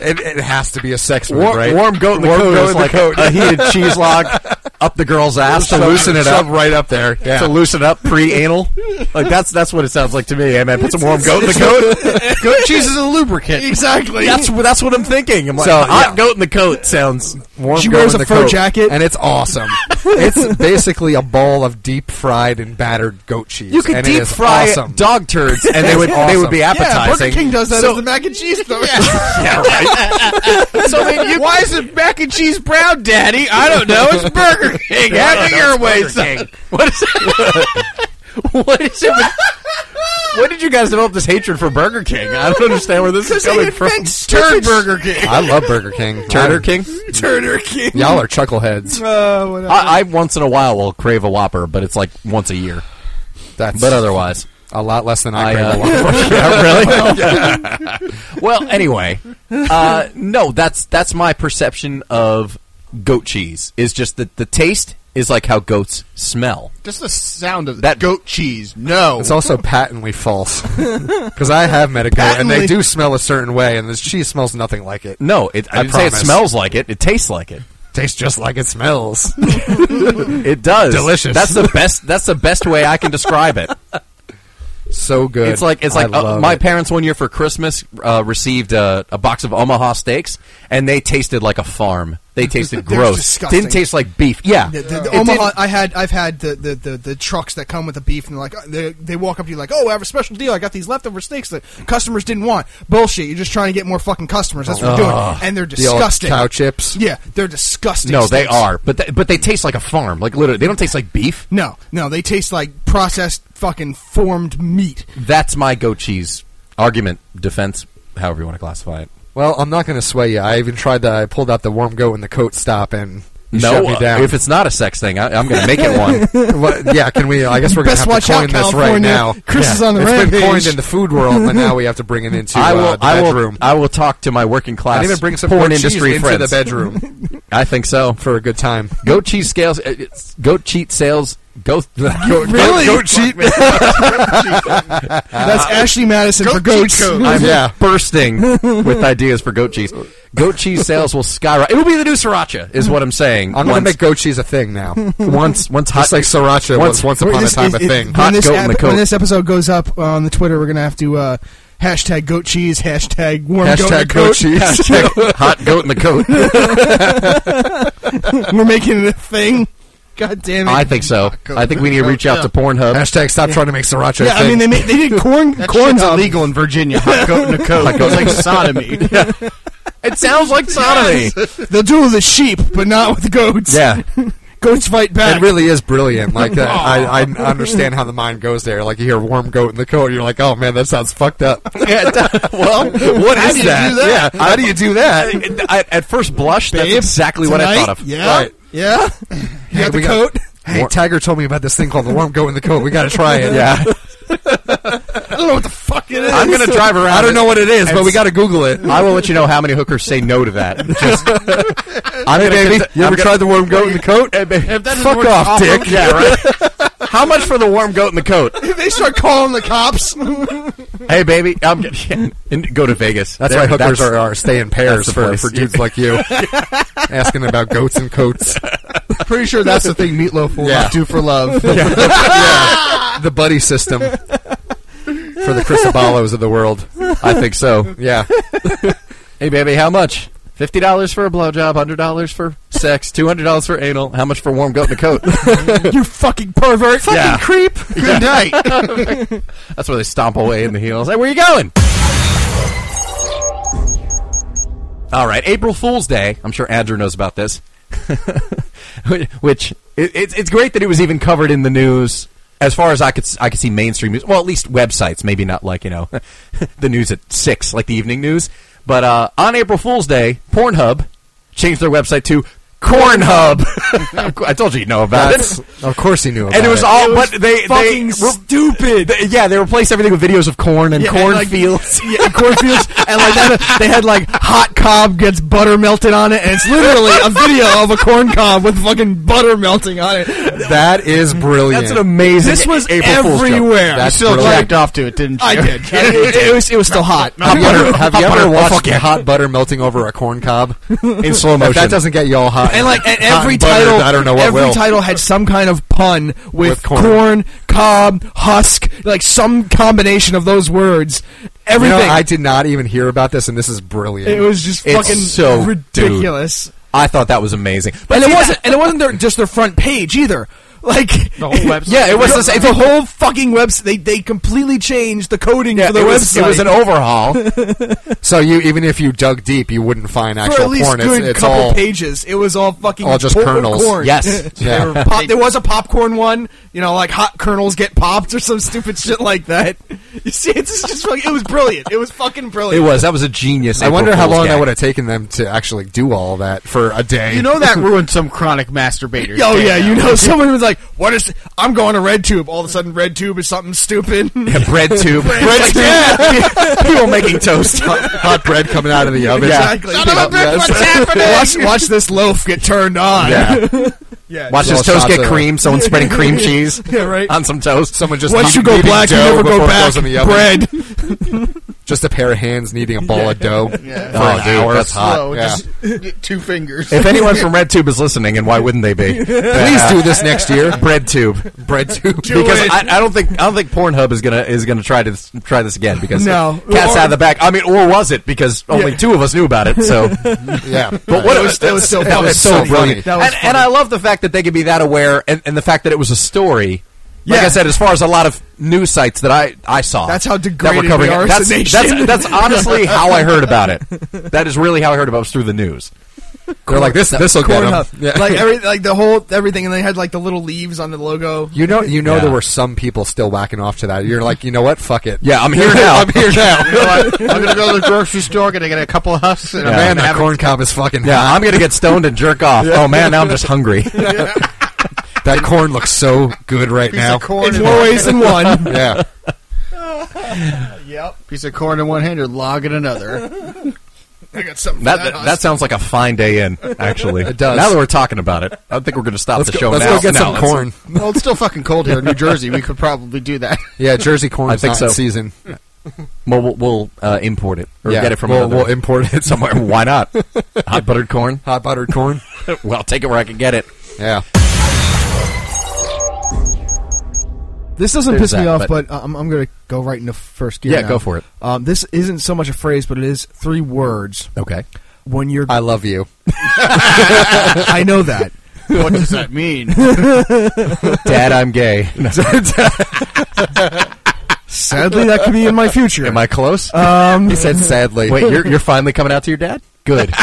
[SPEAKER 5] it, it has to be a sex move,
[SPEAKER 2] Warm,
[SPEAKER 5] right?
[SPEAKER 2] warm goat in the
[SPEAKER 5] Warm
[SPEAKER 2] coat
[SPEAKER 5] goat
[SPEAKER 2] is
[SPEAKER 5] in the
[SPEAKER 2] like
[SPEAKER 5] coat.
[SPEAKER 2] a <laughs> heated cheese log up the girl's ass to
[SPEAKER 5] Shove-
[SPEAKER 2] loosen it
[SPEAKER 5] shove
[SPEAKER 2] up.
[SPEAKER 5] right up there. Yeah.
[SPEAKER 2] To loosen up pre-anal, like that's that's what it sounds like to me. Hey man, put some warm goat in the coat. <laughs> goat cheese is a lubricant.
[SPEAKER 1] exactly.
[SPEAKER 2] That's that's what I'm thinking. I'm like,
[SPEAKER 5] So,
[SPEAKER 2] hot
[SPEAKER 5] yeah.
[SPEAKER 2] goat in the coat sounds
[SPEAKER 5] warm
[SPEAKER 1] She
[SPEAKER 5] goat
[SPEAKER 1] wears
[SPEAKER 5] in
[SPEAKER 1] a
[SPEAKER 5] the
[SPEAKER 1] fur
[SPEAKER 5] coat,
[SPEAKER 1] jacket.
[SPEAKER 5] and it's awesome. it's basically a ball of deep fried and battered goat cheese.
[SPEAKER 2] You could
[SPEAKER 5] and it
[SPEAKER 2] deep
[SPEAKER 5] is
[SPEAKER 2] fry
[SPEAKER 5] awesome.
[SPEAKER 2] dog turds, and they
[SPEAKER 5] It's
[SPEAKER 2] would they
[SPEAKER 5] awesome.
[SPEAKER 2] would be
[SPEAKER 5] Yeah,
[SPEAKER 2] appetizing.
[SPEAKER 1] Yeah, Burger King does that
[SPEAKER 2] So,
[SPEAKER 1] as the mac and
[SPEAKER 5] <laughs>
[SPEAKER 1] cheese though.
[SPEAKER 2] yeah, right. <laughs> so I mean, you,
[SPEAKER 1] Why is it mac and cheese brown, Daddy? I don't know. It's Burger
[SPEAKER 2] <laughs>
[SPEAKER 1] King.
[SPEAKER 2] I
[SPEAKER 1] Have
[SPEAKER 2] don't
[SPEAKER 1] it
[SPEAKER 2] know,
[SPEAKER 1] your
[SPEAKER 2] it's
[SPEAKER 1] way,
[SPEAKER 2] Burger
[SPEAKER 1] son.
[SPEAKER 2] <laughs> what is what is it? with- When did you guys develop this hatred for Burger King? I don't understand where this is
[SPEAKER 1] They
[SPEAKER 2] coming from.
[SPEAKER 1] invent turd Burger King.
[SPEAKER 5] I love Burger King.
[SPEAKER 2] Turner
[SPEAKER 5] I-
[SPEAKER 2] King.
[SPEAKER 1] Turner King.
[SPEAKER 5] Y'all
[SPEAKER 3] <laughs>
[SPEAKER 5] are chuckleheads.
[SPEAKER 1] Uh, whatever.
[SPEAKER 2] I, I once in a while will crave a Whopper, but it's like once a year.
[SPEAKER 5] That's
[SPEAKER 2] But otherwise,
[SPEAKER 5] a lot less than I,
[SPEAKER 2] I,
[SPEAKER 5] crave
[SPEAKER 2] uh,
[SPEAKER 5] a lot.
[SPEAKER 2] yeah, really. <laughs>
[SPEAKER 5] <laughs>
[SPEAKER 2] Well, uh, anyway, uh, no, that's that's my perception of goat cheese. Is just that the taste is like how goats smell.
[SPEAKER 1] Just the sound of
[SPEAKER 2] That-
[SPEAKER 1] that goat cheese. No.
[SPEAKER 5] <laughs> It's also
[SPEAKER 2] <laughs>
[SPEAKER 5] patently false because I have met a goat and they
[SPEAKER 1] Patently-
[SPEAKER 5] do smell a certain way, and this cheese smells nothing like it.
[SPEAKER 2] No, it, I,
[SPEAKER 5] I
[SPEAKER 2] didn't say it
[SPEAKER 5] promise.
[SPEAKER 2] smells like it. It tastes like it.
[SPEAKER 5] Tastes just like
[SPEAKER 2] <laughs>
[SPEAKER 5] it smells.
[SPEAKER 2] It does.
[SPEAKER 5] Delicious.
[SPEAKER 2] That's the best. That's the best way I can describe
[SPEAKER 5] <laughs>
[SPEAKER 2] it.
[SPEAKER 5] so good.
[SPEAKER 2] It's like it's
[SPEAKER 5] I
[SPEAKER 2] like uh,
[SPEAKER 5] love
[SPEAKER 2] my
[SPEAKER 5] it.
[SPEAKER 2] parents one year for Christmas uh, received a, a box of Omaha steaks, and they tasted like a farm. They
[SPEAKER 3] <laughs>
[SPEAKER 2] tasted
[SPEAKER 3] They're
[SPEAKER 2] gross.
[SPEAKER 3] disgusting.
[SPEAKER 2] Didn't taste like beef. Yeah,
[SPEAKER 3] The, the- the
[SPEAKER 2] It
[SPEAKER 3] Omaha,
[SPEAKER 2] didn't-
[SPEAKER 3] I had, I've had the, the, the, the trucks that come with the beef, and they're like, uh, they, they walk up to you like, oh, I have a special deal. I got these leftover steaks that customers didn't want. Bullshit. You're just trying to get more fucking customers. That's what you're doing. And they're
[SPEAKER 5] the old
[SPEAKER 3] disgusting.
[SPEAKER 5] cow chips.
[SPEAKER 3] Yeah, they're disgusting.
[SPEAKER 2] No, they
[SPEAKER 3] steaks.
[SPEAKER 2] are, but th- but they taste like a farm. Like literally, they don't taste like beef.
[SPEAKER 3] No, no, they taste like processed fucking formed meat.
[SPEAKER 2] That's my goat cheese argument, defense, however you want to classify it.
[SPEAKER 5] Well, I'm not going to sway you. I even tried the. I pulled out the warm goat in the coat stop and you shut
[SPEAKER 2] no,
[SPEAKER 5] me
[SPEAKER 2] uh,
[SPEAKER 5] down.
[SPEAKER 2] if it's not a sex thing, I, I'm going to make it one.
[SPEAKER 5] <laughs> What- yeah, can we? I guess we're going to
[SPEAKER 3] Best watch
[SPEAKER 5] have to
[SPEAKER 3] out,
[SPEAKER 5] coin this right
[SPEAKER 3] California.
[SPEAKER 5] now.
[SPEAKER 3] Chris
[SPEAKER 5] yeah.
[SPEAKER 3] is on the
[SPEAKER 5] It's been
[SPEAKER 3] rampage.
[SPEAKER 5] coined in the food world, but now we have to bring it into
[SPEAKER 2] I will.
[SPEAKER 5] uh, the
[SPEAKER 2] I
[SPEAKER 5] bedroom.
[SPEAKER 2] will. I will talk to my working
[SPEAKER 5] and
[SPEAKER 2] class
[SPEAKER 5] even bring some
[SPEAKER 2] porn
[SPEAKER 5] goat cheese
[SPEAKER 2] industry
[SPEAKER 5] into
[SPEAKER 2] friends.
[SPEAKER 5] the bedroom
[SPEAKER 2] <laughs> I think so.
[SPEAKER 5] for a good time.
[SPEAKER 2] Goat cheese scales. uh, it's- Goat cheat sales. Goat. <laughs> goat
[SPEAKER 1] Really?
[SPEAKER 2] Goat cheat. Uh,
[SPEAKER 3] That's Ashley Madison for goats.
[SPEAKER 2] I'm
[SPEAKER 5] Yeah.
[SPEAKER 2] bursting with ideas for goat cheese. Goat cheese sales will skyrocket. It will be the new sriracha, is what I'm saying.
[SPEAKER 5] I'm going to
[SPEAKER 2] Once-
[SPEAKER 5] make goat cheese a thing now.
[SPEAKER 2] <laughs> once once hot
[SPEAKER 5] Just like sriracha
[SPEAKER 2] Once-
[SPEAKER 5] was once upon a
[SPEAKER 3] This is-
[SPEAKER 5] time a
[SPEAKER 3] it-
[SPEAKER 5] thing.
[SPEAKER 2] Hot
[SPEAKER 3] When this,
[SPEAKER 2] goat in the coat.
[SPEAKER 3] when this episode goes up on the Twitter, we're gonna have to uh, hashtag goat cheese, hashtag warm goat, in the
[SPEAKER 5] Hashtag goat
[SPEAKER 3] coat. <laughs>
[SPEAKER 2] <laughs>
[SPEAKER 5] cheese.
[SPEAKER 2] Hashtag hot goat in the coat.
[SPEAKER 3] <laughs> We're making it a thing. God damn it!
[SPEAKER 2] I think so. I think we need to reach out to Pornhub.
[SPEAKER 5] <laughs> Hashtag stop trying to make sriracha. a
[SPEAKER 3] yeah, I mean
[SPEAKER 5] thing.
[SPEAKER 3] they made, they did corn
[SPEAKER 2] <laughs>
[SPEAKER 3] corn
[SPEAKER 1] Corn's
[SPEAKER 2] Um,
[SPEAKER 1] illegal in Virginia. Hot goat in a coat. It's like sodomy.
[SPEAKER 2] <laughs> It sounds like sodomy.
[SPEAKER 3] <laughs> They'll do it with the sheep, but not with the goats.
[SPEAKER 2] Yeah.
[SPEAKER 3] goats fight back.
[SPEAKER 5] it really is brilliant. Like <laughs> that, I, I understand how the mind goes there. Like you hear warm goat in the coat, you're like, oh man, that sounds fucked up.
[SPEAKER 2] well, <laughs> what
[SPEAKER 5] How
[SPEAKER 2] is
[SPEAKER 5] do you
[SPEAKER 2] that?
[SPEAKER 5] do that?
[SPEAKER 2] Yeah. How do you do that? I, at first blush, that's exactly what I
[SPEAKER 3] Tonight?
[SPEAKER 2] thought of.
[SPEAKER 3] Yeah,
[SPEAKER 5] Right.
[SPEAKER 2] <laughs>
[SPEAKER 3] yeah. You got the
[SPEAKER 5] we got-
[SPEAKER 3] coat.
[SPEAKER 5] <laughs> Hey, Tiger told me about this thing called the warm goat in the coat. We got to try <laughs> it.
[SPEAKER 2] Yeah.
[SPEAKER 3] I don't know what the fuck <laughs> it is.
[SPEAKER 2] I'm going to drive around.
[SPEAKER 5] I don't know what it is, but we got to Google it.
[SPEAKER 2] I will let you know how many hookers say no to that. Just, I'm gonna
[SPEAKER 5] Baby,
[SPEAKER 2] cont-
[SPEAKER 5] you
[SPEAKER 2] I'm gonna-
[SPEAKER 5] ever tried the warm goat in the coat?
[SPEAKER 1] If that doesn't
[SPEAKER 5] Fuck
[SPEAKER 1] work,
[SPEAKER 5] off,
[SPEAKER 1] I'll-
[SPEAKER 5] dick.
[SPEAKER 2] Yeah, right. How much for the warm goat in the coat?
[SPEAKER 3] they start calling the cops.
[SPEAKER 2] Hey, baby, I'm <laughs> getting and go to Vegas.
[SPEAKER 5] That's
[SPEAKER 2] There-
[SPEAKER 5] why hookers are, <laughs> are stay in
[SPEAKER 2] that's
[SPEAKER 5] pairs
[SPEAKER 2] the
[SPEAKER 5] for,
[SPEAKER 2] place.
[SPEAKER 5] for dudes like you, <laughs> asking about goats and coats. <laughs>
[SPEAKER 4] Pretty sure that's the thing Meatloaf will
[SPEAKER 5] <laughs> Yeah.
[SPEAKER 4] not do for love.
[SPEAKER 5] The buddy system for the Crisabalos of the world.
[SPEAKER 2] <laughs> I think so.
[SPEAKER 5] Yeah,
[SPEAKER 2] <laughs> Hey, baby, how much? Fifty dollars for a blowjob, hundred dollars for sex, two hundred dollars for anal. How much for warm goat in a coat?
[SPEAKER 3] you fucking pervert. Fucking
[SPEAKER 2] Yeah.
[SPEAKER 3] creep.
[SPEAKER 1] Good night.
[SPEAKER 2] <laughs> That's where they stomp away in the heels. Hey, where you going? All right, April Fool's Day. I'm sure Andrew knows about this. <laughs> Which it, it's it's great that it was even covered in the news. As far as I could s- I could <laughs> see mainstream news, well, at least websites, maybe not like you know the news at six, like the evening news. But uh, on April Fool's Day, Pornhub changed their website to Cornhub. <laughs> I told you you know about
[SPEAKER 5] That's,
[SPEAKER 2] it.
[SPEAKER 5] of course he knew about
[SPEAKER 2] And it was all,
[SPEAKER 6] It was
[SPEAKER 2] but they
[SPEAKER 6] fucking
[SPEAKER 2] they, re-
[SPEAKER 6] stupid.
[SPEAKER 2] they- yeah, they replaced everything with videos of corn and
[SPEAKER 3] Yeah, and, like,
[SPEAKER 2] cornfields.
[SPEAKER 3] <laughs> yeah, and cornfields, and like that, they had like
[SPEAKER 2] <laughs>
[SPEAKER 3] hot cob gets butter melted on it, and it's literally a video of a corn cob with fucking butter melting on it.
[SPEAKER 5] that is brilliant.
[SPEAKER 2] That's an amazing.
[SPEAKER 3] This was
[SPEAKER 2] April Fool's joke.
[SPEAKER 3] everywhere.
[SPEAKER 5] That's
[SPEAKER 1] Still
[SPEAKER 5] brilliant.
[SPEAKER 1] jacked off to it, didn't
[SPEAKER 2] <laughs>
[SPEAKER 1] you?
[SPEAKER 3] I did. It, it- it was it was still hot.
[SPEAKER 5] Have you ever, have you
[SPEAKER 2] hot
[SPEAKER 5] ever
[SPEAKER 2] butter, oh, fuck
[SPEAKER 5] watched
[SPEAKER 2] yeah.
[SPEAKER 5] hot butter melting over a
[SPEAKER 3] <laughs>
[SPEAKER 5] corn cob?
[SPEAKER 2] in slow motion.
[SPEAKER 5] If that doesn't get you all hot,
[SPEAKER 3] And like and
[SPEAKER 5] hot
[SPEAKER 3] every
[SPEAKER 5] and buttered,
[SPEAKER 3] title,
[SPEAKER 5] I don't know what
[SPEAKER 3] every
[SPEAKER 5] will.
[SPEAKER 3] title had some kind of pun with,
[SPEAKER 5] With corn.
[SPEAKER 3] corn. cob, husk, like some combination of those words.
[SPEAKER 5] You
[SPEAKER 3] Everything.
[SPEAKER 5] know, I did not even hear about this, and this is brilliant.
[SPEAKER 3] it was just
[SPEAKER 2] It's
[SPEAKER 3] fucking
[SPEAKER 2] so
[SPEAKER 3] ridiculous.
[SPEAKER 2] I thought that was amazing. But
[SPEAKER 3] and it
[SPEAKER 2] see,
[SPEAKER 3] wasn't and it wasn't their, just their front page either. Like the <laughs>
[SPEAKER 1] whole website?
[SPEAKER 3] yeah, it was the, same- the whole fucking website. They they completely changed the coding
[SPEAKER 2] that-
[SPEAKER 3] for the
[SPEAKER 2] it, was,
[SPEAKER 3] website.
[SPEAKER 2] it was
[SPEAKER 3] <laughs>
[SPEAKER 2] an overhaul.
[SPEAKER 5] so you even if you dug deep, you wouldn't find
[SPEAKER 3] for
[SPEAKER 5] actual
[SPEAKER 3] at least
[SPEAKER 5] porn. It's,
[SPEAKER 3] good
[SPEAKER 5] it's
[SPEAKER 3] couple
[SPEAKER 5] all
[SPEAKER 3] pages. It was all fucking
[SPEAKER 5] all just
[SPEAKER 3] por-
[SPEAKER 5] kernels.
[SPEAKER 3] Corn. <laughs>
[SPEAKER 2] yes.
[SPEAKER 5] Yeah.
[SPEAKER 3] There, were pop, there was a popcorn one, you know, like hot kernels get popped or some stupid shit like that. <laughs> You see, it's just fucking, it was brilliant. It was fucking
[SPEAKER 2] It
[SPEAKER 3] brilliant.
[SPEAKER 2] was. That was a genius.
[SPEAKER 5] I
[SPEAKER 2] April
[SPEAKER 5] wonder how
[SPEAKER 2] Fool's
[SPEAKER 5] long
[SPEAKER 2] gag.
[SPEAKER 5] that would have taken them to actually do all that for a day.
[SPEAKER 4] Oh,
[SPEAKER 1] You
[SPEAKER 3] <laughs>
[SPEAKER 5] <laughs>
[SPEAKER 1] know that ruined some chronic masturbator.
[SPEAKER 3] Oh yeah, you know, <laughs> someone was like, "What is? I'm going to RedTube." All of a sudden, RedTube is something stupid.
[SPEAKER 2] Yeah, <laughs> bread tube. bread tube. <laughs> People
[SPEAKER 3] <laughs>
[SPEAKER 2] making toast.
[SPEAKER 5] hot bread coming out of the oven.
[SPEAKER 3] Exactly.
[SPEAKER 5] Son of a bitch, what's
[SPEAKER 3] Watch, watch this loaf get turned on.
[SPEAKER 5] Yeah.
[SPEAKER 3] <laughs> Yeah.
[SPEAKER 2] Watch this
[SPEAKER 5] Little
[SPEAKER 2] toast
[SPEAKER 5] shots
[SPEAKER 2] get
[SPEAKER 5] of-
[SPEAKER 2] cream. Someone spreading cream
[SPEAKER 5] <laughs>
[SPEAKER 2] cheese
[SPEAKER 3] <laughs> Yeah, right.
[SPEAKER 2] on some toast. Someone just
[SPEAKER 3] Once you go
[SPEAKER 5] Kneading
[SPEAKER 3] black, you never
[SPEAKER 5] dough
[SPEAKER 3] go
[SPEAKER 5] before it
[SPEAKER 3] back.
[SPEAKER 5] goes in the oven. <laughs>
[SPEAKER 3] Bread.
[SPEAKER 5] Just a pair of hands kneading a ball of dough
[SPEAKER 3] <laughs>
[SPEAKER 5] for
[SPEAKER 2] Oh,
[SPEAKER 5] an
[SPEAKER 2] dude,
[SPEAKER 5] hour.
[SPEAKER 2] that's hot.
[SPEAKER 1] Slow,
[SPEAKER 5] Yeah.
[SPEAKER 4] <laughs>
[SPEAKER 1] just two fingers.
[SPEAKER 2] If anyone from RedTube is listening, and why wouldn't they be?
[SPEAKER 5] <laughs> Please do this next year.
[SPEAKER 2] bread tube.
[SPEAKER 5] bread tube.
[SPEAKER 2] <laughs> because I, I don't think I don't think Pornhub is gonna is gonna try to try this again because
[SPEAKER 3] No.
[SPEAKER 2] cats
[SPEAKER 3] Or-
[SPEAKER 2] out of the back. I mean, or was it because only
[SPEAKER 3] Yeah.
[SPEAKER 2] two of us knew about it?
[SPEAKER 5] <laughs>
[SPEAKER 2] So,
[SPEAKER 5] <laughs>
[SPEAKER 3] <laughs>
[SPEAKER 5] yeah.
[SPEAKER 2] but what it was
[SPEAKER 3] that was so
[SPEAKER 2] that was so
[SPEAKER 5] funny.
[SPEAKER 2] brilliant,
[SPEAKER 3] That was
[SPEAKER 2] and, and I love the fact that they could be that aware, and, and the fact that it was a story. Like
[SPEAKER 3] Yeah.
[SPEAKER 2] I said, as far as a lot of news sites that I, I saw,
[SPEAKER 3] That's how
[SPEAKER 2] that
[SPEAKER 3] degraded
[SPEAKER 2] were covering
[SPEAKER 3] we
[SPEAKER 2] it.
[SPEAKER 3] are
[SPEAKER 2] That's,
[SPEAKER 3] as a
[SPEAKER 2] that's
[SPEAKER 3] nation.
[SPEAKER 2] that's honestly how I heard about it. That is really how I heard about it was through the news.
[SPEAKER 5] They're like this. This will get them.
[SPEAKER 3] Pornhub. Like <laughs> every like the whole everything, and they had like the little leaves on the logo.
[SPEAKER 5] You know, you know,
[SPEAKER 2] Yeah.
[SPEAKER 5] there were some people still whacking off to that. You're like, you know what? Fuck it.
[SPEAKER 2] <laughs> Yeah,
[SPEAKER 5] <laughs>
[SPEAKER 2] I'm here now.
[SPEAKER 5] I'm here now.
[SPEAKER 1] I'm gonna go to the grocery store, gonna get a couple of huffs,
[SPEAKER 4] <laughs>
[SPEAKER 1] and
[SPEAKER 5] Man, that corn cob is fucking.
[SPEAKER 2] Yeah,
[SPEAKER 5] hot.
[SPEAKER 2] I'm gonna get stoned and jerk off. Oh man, now I'm just hungry.
[SPEAKER 5] that corn looks so good right
[SPEAKER 1] piece
[SPEAKER 5] now.
[SPEAKER 1] of corn
[SPEAKER 3] In
[SPEAKER 1] in
[SPEAKER 3] more
[SPEAKER 1] one,
[SPEAKER 3] ways than one.
[SPEAKER 5] <laughs> Yeah,
[SPEAKER 1] piece of corn in one hand, or log in another.
[SPEAKER 3] <laughs> I got something.
[SPEAKER 2] That, that, that sounds like a fine day in, actually. it
[SPEAKER 5] does.
[SPEAKER 2] Now that we're talking about it, I don't think we're going to stop
[SPEAKER 5] let's
[SPEAKER 2] the
[SPEAKER 5] go,
[SPEAKER 2] show
[SPEAKER 5] let's
[SPEAKER 2] now.
[SPEAKER 5] go get
[SPEAKER 2] No,
[SPEAKER 5] some
[SPEAKER 2] let's-
[SPEAKER 5] corn.
[SPEAKER 1] Well, it's still fucking cold here in New Jersey. We could probably do that.
[SPEAKER 5] Yeah, Jersey corn.
[SPEAKER 2] I
[SPEAKER 5] is
[SPEAKER 2] think
[SPEAKER 5] not
[SPEAKER 2] so.
[SPEAKER 5] in season.
[SPEAKER 2] Well, we'll, we'll uh, import it or
[SPEAKER 5] yeah,
[SPEAKER 2] get it from
[SPEAKER 5] we'll,
[SPEAKER 2] another-
[SPEAKER 5] we'll import
[SPEAKER 2] <laughs>
[SPEAKER 5] it.
[SPEAKER 2] somewhere. Why
[SPEAKER 3] <laughs>
[SPEAKER 2] not? Hot buttered corn.
[SPEAKER 5] Hot buttered <laughs> corn.
[SPEAKER 2] Well, I'll take it where I can get it.
[SPEAKER 5] Yeah.
[SPEAKER 3] This doesn't
[SPEAKER 2] There's
[SPEAKER 3] piss me
[SPEAKER 2] that,
[SPEAKER 3] off, but, I'm, I'm going to go right into first gear.
[SPEAKER 2] Yeah,
[SPEAKER 3] now.
[SPEAKER 2] go for it.
[SPEAKER 3] Um, this isn't so much a phrase, but it is three words. <laughs>
[SPEAKER 2] Okay.
[SPEAKER 3] When you're,
[SPEAKER 5] I love you.
[SPEAKER 3] I know that.
[SPEAKER 1] What does that mean?
[SPEAKER 2] Dad, I'm gay.
[SPEAKER 3] <laughs>
[SPEAKER 2] No.
[SPEAKER 3] Sadly, that could be in my future.
[SPEAKER 2] Am I close?
[SPEAKER 3] Um,
[SPEAKER 5] He said sadly.
[SPEAKER 2] Wait, you're, you're finally coming out to your dad? Good.
[SPEAKER 3] <laughs>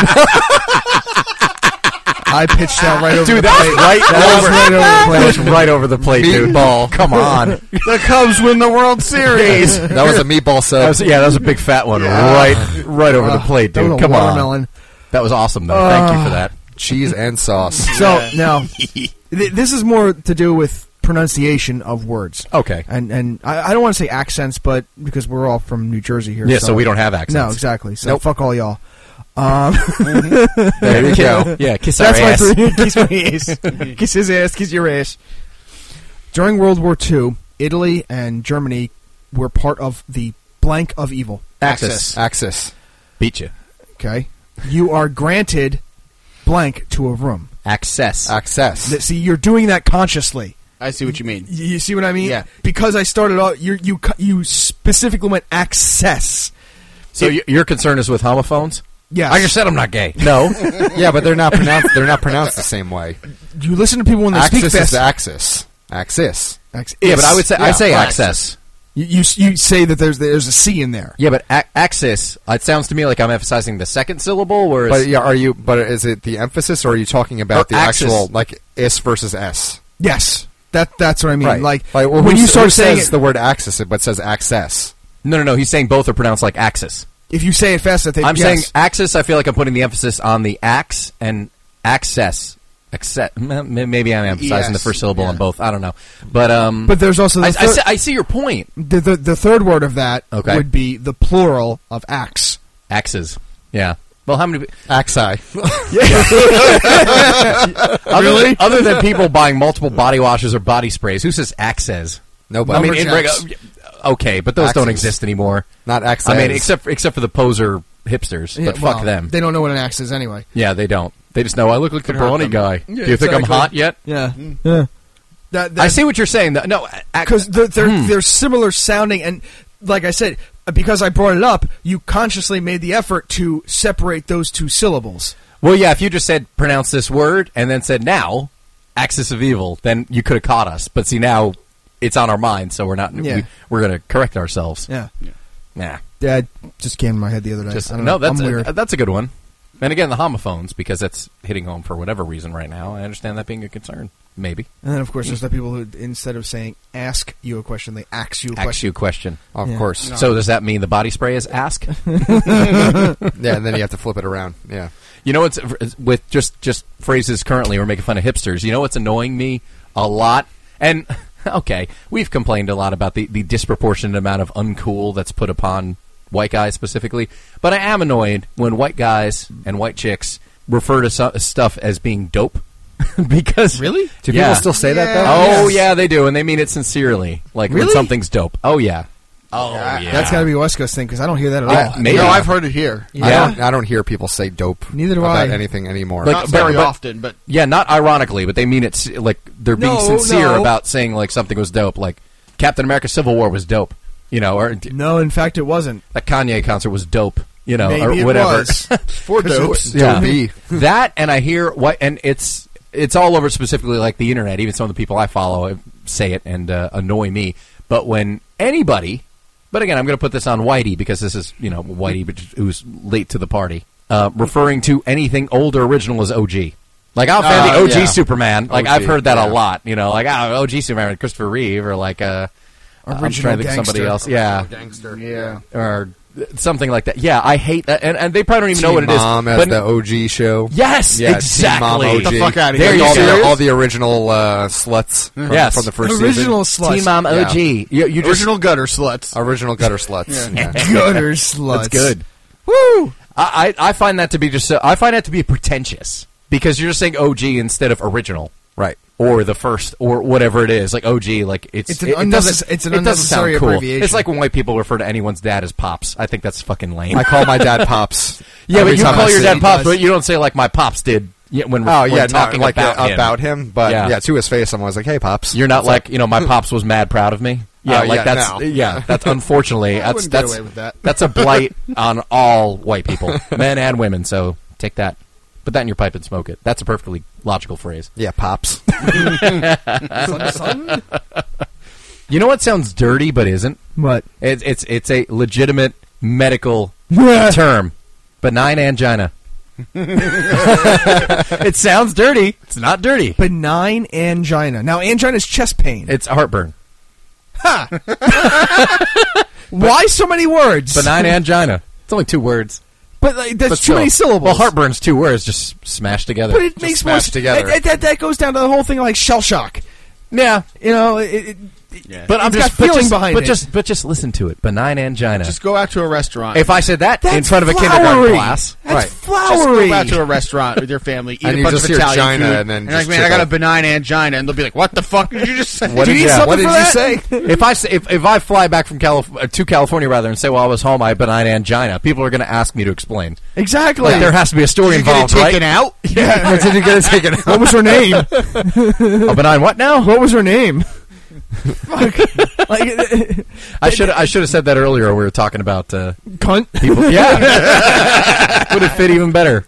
[SPEAKER 3] I pitched that right over.
[SPEAKER 2] Dude, that was right,
[SPEAKER 3] was
[SPEAKER 2] over,
[SPEAKER 3] right over the plate.
[SPEAKER 2] <laughs> That was right over the plate, dude.
[SPEAKER 5] Meatball.
[SPEAKER 3] <laughs>
[SPEAKER 2] Come on.
[SPEAKER 1] the Cubs win the World Series.
[SPEAKER 5] that was a meatball
[SPEAKER 2] <laughs> That
[SPEAKER 5] sub.
[SPEAKER 2] was, yeah, that was a big fat one right right over the plate,
[SPEAKER 3] that was
[SPEAKER 2] dude.
[SPEAKER 3] a
[SPEAKER 2] Come on.
[SPEAKER 3] watermelon.
[SPEAKER 2] That was awesome, though. Thank you for that.
[SPEAKER 5] cheese and sauce.
[SPEAKER 3] So now,
[SPEAKER 2] <laughs>
[SPEAKER 3] th- this is more to do with pronunciation of words.
[SPEAKER 2] Okay.
[SPEAKER 3] and and I, I don't want to say accents, but because we're all from New Jersey here,
[SPEAKER 2] Yeah, so we don't have accents.
[SPEAKER 3] No, exactly. So
[SPEAKER 2] Nope.
[SPEAKER 3] fuck all y'all. Um,
[SPEAKER 2] There you go.
[SPEAKER 3] <laughs>
[SPEAKER 2] Yeah, kiss
[SPEAKER 3] that's
[SPEAKER 2] our
[SPEAKER 3] my
[SPEAKER 2] ass.
[SPEAKER 3] three. <laughs> Kiss
[SPEAKER 2] <laughs>
[SPEAKER 3] my ass. kiss his ass. Kiss your ass. During World War II, Italy and Germany were part of the blank of evil.
[SPEAKER 5] Axis. Axis.
[SPEAKER 2] Beat you.
[SPEAKER 3] Okay, you are granted blank to a room.
[SPEAKER 2] Access.
[SPEAKER 5] Access.
[SPEAKER 3] That- See, you're doing that consciously.
[SPEAKER 1] I see what you mean.
[SPEAKER 3] You, you see what I mean?
[SPEAKER 1] Yeah.
[SPEAKER 3] Because I started off, you you cu- you specifically went access.
[SPEAKER 2] so y- your concern is with homophones?
[SPEAKER 3] Yes.
[SPEAKER 2] I just said I'm not gay.
[SPEAKER 5] No. <laughs> yeah, but they're not pronounced. They're not pronounced the same way.
[SPEAKER 3] you listen to people when they speak
[SPEAKER 5] Axis is
[SPEAKER 3] fast.
[SPEAKER 5] axis. Axis.
[SPEAKER 3] Ax-
[SPEAKER 2] Yeah, but I would say I
[SPEAKER 5] Yeah.
[SPEAKER 2] say
[SPEAKER 5] Access.
[SPEAKER 2] access.
[SPEAKER 3] you, you you say that there's there's a C in there.
[SPEAKER 2] Yeah, but a- access. It sounds to me like I'm emphasizing the second syllable, whereas
[SPEAKER 5] But yeah, are you? But is it the emphasis, or are you talking about
[SPEAKER 2] Or
[SPEAKER 5] the
[SPEAKER 2] axis.
[SPEAKER 5] actual like s versus s?
[SPEAKER 3] Yes, that that's what I mean. Like,
[SPEAKER 5] well,
[SPEAKER 3] when
[SPEAKER 5] who
[SPEAKER 3] you
[SPEAKER 5] s-
[SPEAKER 3] start
[SPEAKER 5] who
[SPEAKER 3] saying
[SPEAKER 5] says
[SPEAKER 3] it,
[SPEAKER 5] the word axis, but says access.
[SPEAKER 2] no, no, no. He's saying both are pronounced like axis.
[SPEAKER 3] If you say it fast enough, they
[SPEAKER 2] I'm
[SPEAKER 3] yes.
[SPEAKER 2] saying axis. I feel like I'm putting the emphasis on the axe and access. Except maybe I'm emphasizing the
[SPEAKER 4] Yes,
[SPEAKER 2] first syllable on
[SPEAKER 4] yeah.
[SPEAKER 2] both. I don't know, but um,
[SPEAKER 3] But there's also the
[SPEAKER 2] I, I
[SPEAKER 3] third-
[SPEAKER 2] see, I see your point.
[SPEAKER 3] the, the the third word of that
[SPEAKER 2] Okay.
[SPEAKER 3] would be the plural of axe.
[SPEAKER 2] Axes. Yeah. Well, how many?
[SPEAKER 5] Axi.
[SPEAKER 3] Uh,
[SPEAKER 2] Really? Other,
[SPEAKER 3] <laughs>
[SPEAKER 2] than people buying multiple body washes or body sprays, who says axes?
[SPEAKER 5] Nobody.
[SPEAKER 2] I mean, in
[SPEAKER 5] Lumberjacks.
[SPEAKER 2] reg- okay, but those don't
[SPEAKER 5] Axes.
[SPEAKER 2] exist anymore.
[SPEAKER 5] Not axes.
[SPEAKER 2] I mean, except for, except for the poser hipsters.
[SPEAKER 3] Yeah,
[SPEAKER 2] but
[SPEAKER 3] well,
[SPEAKER 2] fuck them.
[SPEAKER 3] They don't know what an axe is anyway.
[SPEAKER 2] yeah, they don't. They just know I look like the brawny guy. Do you think I'm
[SPEAKER 3] exactly.
[SPEAKER 2] hot yet?
[SPEAKER 3] Yeah, yeah. Mm. That, that,
[SPEAKER 2] I see what you're saying. though. No, uh,
[SPEAKER 3] because
[SPEAKER 2] because
[SPEAKER 3] they're they're, they're similar sounding, and like I said, because I brought it up, you consciously made the effort to separate those two syllables.
[SPEAKER 2] well, yeah. If you just said pronounce this word and then said now, axis of evil, then you could have caught us. But see, now it's on our mind, so we're not.
[SPEAKER 3] Yeah.
[SPEAKER 2] We, we're going to correct ourselves.
[SPEAKER 3] Yeah,
[SPEAKER 2] Nah.
[SPEAKER 3] yeah. Just came in my head the other day.
[SPEAKER 2] Just
[SPEAKER 3] I
[SPEAKER 2] no,
[SPEAKER 3] don't know.
[SPEAKER 2] that's
[SPEAKER 3] I'm
[SPEAKER 2] a, uh,
[SPEAKER 3] weird.
[SPEAKER 2] that's a good one. And again, the homophones because that's hitting home for whatever reason right now. I understand that being a concern. Maybe
[SPEAKER 3] And then, of course, there's the people who, instead of saying eh. "ask you a question," they "ax you a
[SPEAKER 2] ask
[SPEAKER 3] question."
[SPEAKER 2] you a question.
[SPEAKER 5] of
[SPEAKER 3] Yeah.
[SPEAKER 5] course.
[SPEAKER 2] So does that mean the body spray is ask?
[SPEAKER 5] <laughs> yeah, and then you have to flip it around. Yeah.
[SPEAKER 2] you know what's with just just phrases currently we're making fun of hipsters. You know what's annoying me a lot and. <laughs> Okay, we've complained a lot about the, the disproportionate amount of uncool that's put upon white guys specifically, but I am annoyed when white guys and white chicks refer to so- stuff as being dope <laughs> because
[SPEAKER 1] Really?
[SPEAKER 5] Do
[SPEAKER 2] Yeah.
[SPEAKER 5] people still say that though?
[SPEAKER 2] Oh yeah, they do, and they mean it sincerely. Like when something's dope. Oh yeah. Oh yeah.
[SPEAKER 3] That's got to be a West Coast thing because I don't hear that at
[SPEAKER 2] Yeah,
[SPEAKER 3] all.
[SPEAKER 2] maybe.
[SPEAKER 4] No, I've heard it here.
[SPEAKER 5] I
[SPEAKER 2] Yeah.
[SPEAKER 5] don't. I don't hear people say dope.
[SPEAKER 3] Neither do
[SPEAKER 5] about
[SPEAKER 3] I.
[SPEAKER 5] anything anymore.
[SPEAKER 2] Like,
[SPEAKER 4] Not
[SPEAKER 2] but-
[SPEAKER 4] very
[SPEAKER 2] but-
[SPEAKER 4] often, but
[SPEAKER 2] yeah, not ironically, but they mean it s- like they're being
[SPEAKER 3] No,
[SPEAKER 2] sincere
[SPEAKER 3] no.
[SPEAKER 2] about saying like something was dope. Like Captain America: Civil War was dope. You know, or d-
[SPEAKER 3] No, in fact, it wasn't.
[SPEAKER 2] that Kanye concert was dope. You know,
[SPEAKER 3] Maybe
[SPEAKER 2] <laughs> or
[SPEAKER 3] it
[SPEAKER 2] whatever.
[SPEAKER 3] was.
[SPEAKER 4] for dopes.
[SPEAKER 2] Yeah.
[SPEAKER 5] Dopey.
[SPEAKER 2] that and I hear what and it's it's all over specifically like the internet. Even some of the people I follow say it and uh, annoy me. But when anybody, but again, I'm going to put this on Whitey because this is you know Whitey but who's late to the party, uh, referring to anything old or original as OG. Like I'll offend the
[SPEAKER 5] Uh,
[SPEAKER 2] OG
[SPEAKER 5] yeah.
[SPEAKER 2] Superman. Like
[SPEAKER 5] OG,
[SPEAKER 2] I've heard that a
[SPEAKER 5] yeah.
[SPEAKER 2] lot. You know, like oh, OG Superman, with Christopher Reeve, or like uh, I'm
[SPEAKER 3] Original
[SPEAKER 2] trying to think of somebody
[SPEAKER 3] gangster.
[SPEAKER 2] else. Yeah,
[SPEAKER 4] Yeah.
[SPEAKER 2] or something like that. Yeah, I hate that, and, and they probably don't even know what it is.
[SPEAKER 5] Mom as
[SPEAKER 2] but
[SPEAKER 5] the OG show.
[SPEAKER 2] Yes,
[SPEAKER 5] Yeah,
[SPEAKER 2] exactly.
[SPEAKER 5] Team Mom OG.
[SPEAKER 4] Get the fuck outta
[SPEAKER 2] There
[SPEAKER 4] here.
[SPEAKER 2] you
[SPEAKER 5] all,
[SPEAKER 2] go.
[SPEAKER 5] the, all the original uh, sluts from,
[SPEAKER 2] Yes.
[SPEAKER 5] from the first
[SPEAKER 3] Original
[SPEAKER 5] season.
[SPEAKER 3] sluts.
[SPEAKER 2] Team Mom
[SPEAKER 5] Yeah.
[SPEAKER 2] OG. You, you just,
[SPEAKER 4] Original gutter sluts.
[SPEAKER 5] Original gutter sluts.
[SPEAKER 2] <laughs>
[SPEAKER 5] Yeah.
[SPEAKER 3] Gutter sluts.
[SPEAKER 2] that's good. <laughs>
[SPEAKER 3] Woo!
[SPEAKER 2] I, I I find that to be just so, I find that to be pretentious because you're just saying OG instead of original
[SPEAKER 5] Right.
[SPEAKER 2] or the first or whatever it is like OG like it's
[SPEAKER 3] It's an
[SPEAKER 2] it, it doesn't
[SPEAKER 3] unnecess- it's an
[SPEAKER 2] it doesn't
[SPEAKER 3] unnecessary
[SPEAKER 2] sound cool.
[SPEAKER 3] abbreviation.
[SPEAKER 2] It's like when white people refer to anyone's dad as pops. I think that's fucking lame.
[SPEAKER 5] I call my dad pops.
[SPEAKER 2] yeah,
[SPEAKER 5] every
[SPEAKER 2] but you
[SPEAKER 5] time I
[SPEAKER 2] call your
[SPEAKER 5] see
[SPEAKER 2] dad
[SPEAKER 5] him.
[SPEAKER 2] pops, but you don't say like my pops did yeah, when we're-
[SPEAKER 5] Oh
[SPEAKER 2] when
[SPEAKER 5] yeah, not
[SPEAKER 2] talking
[SPEAKER 5] like
[SPEAKER 2] about,
[SPEAKER 5] uh,
[SPEAKER 2] him.
[SPEAKER 5] about him, but
[SPEAKER 2] Yeah.
[SPEAKER 5] yeah. to his face, I'm always like, "Hey, pops."
[SPEAKER 2] You're not like, you know, my pops was mad proud of me. Yeah,
[SPEAKER 5] Oh,
[SPEAKER 2] like
[SPEAKER 5] yeah,
[SPEAKER 2] that's
[SPEAKER 5] no.
[SPEAKER 2] yeah, that's unfortunately that's
[SPEAKER 4] wouldn't get
[SPEAKER 2] that's
[SPEAKER 4] away with that.
[SPEAKER 2] that's a blight on all white people, men and women. So take that, put that in your pipe and smoke it. That's a perfectly logical phrase.
[SPEAKER 5] yeah, pops.
[SPEAKER 2] You know what sounds dirty but isn't?
[SPEAKER 3] What?
[SPEAKER 2] It's it's it's a legitimate medical term, benign angina. <laughs> it sounds dirty. It's not dirty.
[SPEAKER 3] Benign angina. Now, angina is chest pain.
[SPEAKER 2] It's heartburn.
[SPEAKER 3] Why so many words?
[SPEAKER 2] Benign angina. It's only two words.
[SPEAKER 3] But like, that's
[SPEAKER 2] But
[SPEAKER 3] too
[SPEAKER 2] still.
[SPEAKER 3] many syllables.
[SPEAKER 2] Well, heartburn's two words just smashed together.
[SPEAKER 3] but it makes more
[SPEAKER 5] smashed
[SPEAKER 3] s-
[SPEAKER 5] together.
[SPEAKER 3] That, that, that goes down to the whole thing like shell shock.
[SPEAKER 2] yeah,
[SPEAKER 3] You know, it, it,
[SPEAKER 2] But I'm
[SPEAKER 3] It's
[SPEAKER 2] just
[SPEAKER 3] got feeling
[SPEAKER 2] but just,
[SPEAKER 3] behind
[SPEAKER 2] but
[SPEAKER 3] it.
[SPEAKER 2] just but just listen to it. Benign angina.
[SPEAKER 4] Just go out to a restaurant.
[SPEAKER 2] if I said that
[SPEAKER 3] that's
[SPEAKER 2] in front of a
[SPEAKER 3] flowery.
[SPEAKER 2] kindergarten class,
[SPEAKER 3] That's
[SPEAKER 5] Right.
[SPEAKER 4] just
[SPEAKER 3] flowery.
[SPEAKER 4] go out to a restaurant with your family, eat
[SPEAKER 5] And
[SPEAKER 4] a
[SPEAKER 5] you
[SPEAKER 4] bunch
[SPEAKER 5] just
[SPEAKER 4] of
[SPEAKER 5] hear
[SPEAKER 4] Italian
[SPEAKER 5] China
[SPEAKER 4] food,
[SPEAKER 5] and then
[SPEAKER 4] you're like,
[SPEAKER 5] just
[SPEAKER 4] man, I
[SPEAKER 5] trip
[SPEAKER 4] got a
[SPEAKER 5] up."
[SPEAKER 4] benign angina, and they'll be like, "What the fuck did you just say?"
[SPEAKER 5] What
[SPEAKER 3] Do you
[SPEAKER 5] did
[SPEAKER 3] need
[SPEAKER 5] you,
[SPEAKER 3] something
[SPEAKER 5] what did
[SPEAKER 3] for
[SPEAKER 5] you
[SPEAKER 3] that? <laughs>
[SPEAKER 5] say?
[SPEAKER 2] if I s- if, if I fly back from Calif- uh, to California rather and say, "Well, I was home, I had benign angina," people are going to ask me to explain.
[SPEAKER 3] exactly.
[SPEAKER 2] Like there has to be a story
[SPEAKER 4] Did you get it
[SPEAKER 2] involved,
[SPEAKER 4] taken
[SPEAKER 2] right? <laughs>
[SPEAKER 4] out? <laughs>
[SPEAKER 5] Or did you get it taken?
[SPEAKER 3] <laughs> what was her name?
[SPEAKER 2] A benign what now?
[SPEAKER 3] What was her name? Fuck. <laughs> Like,
[SPEAKER 2] I should I should have said that earlier. when We were talking about uh,
[SPEAKER 3] cunt.
[SPEAKER 2] <laughs> people. Yeah, would have fit even better.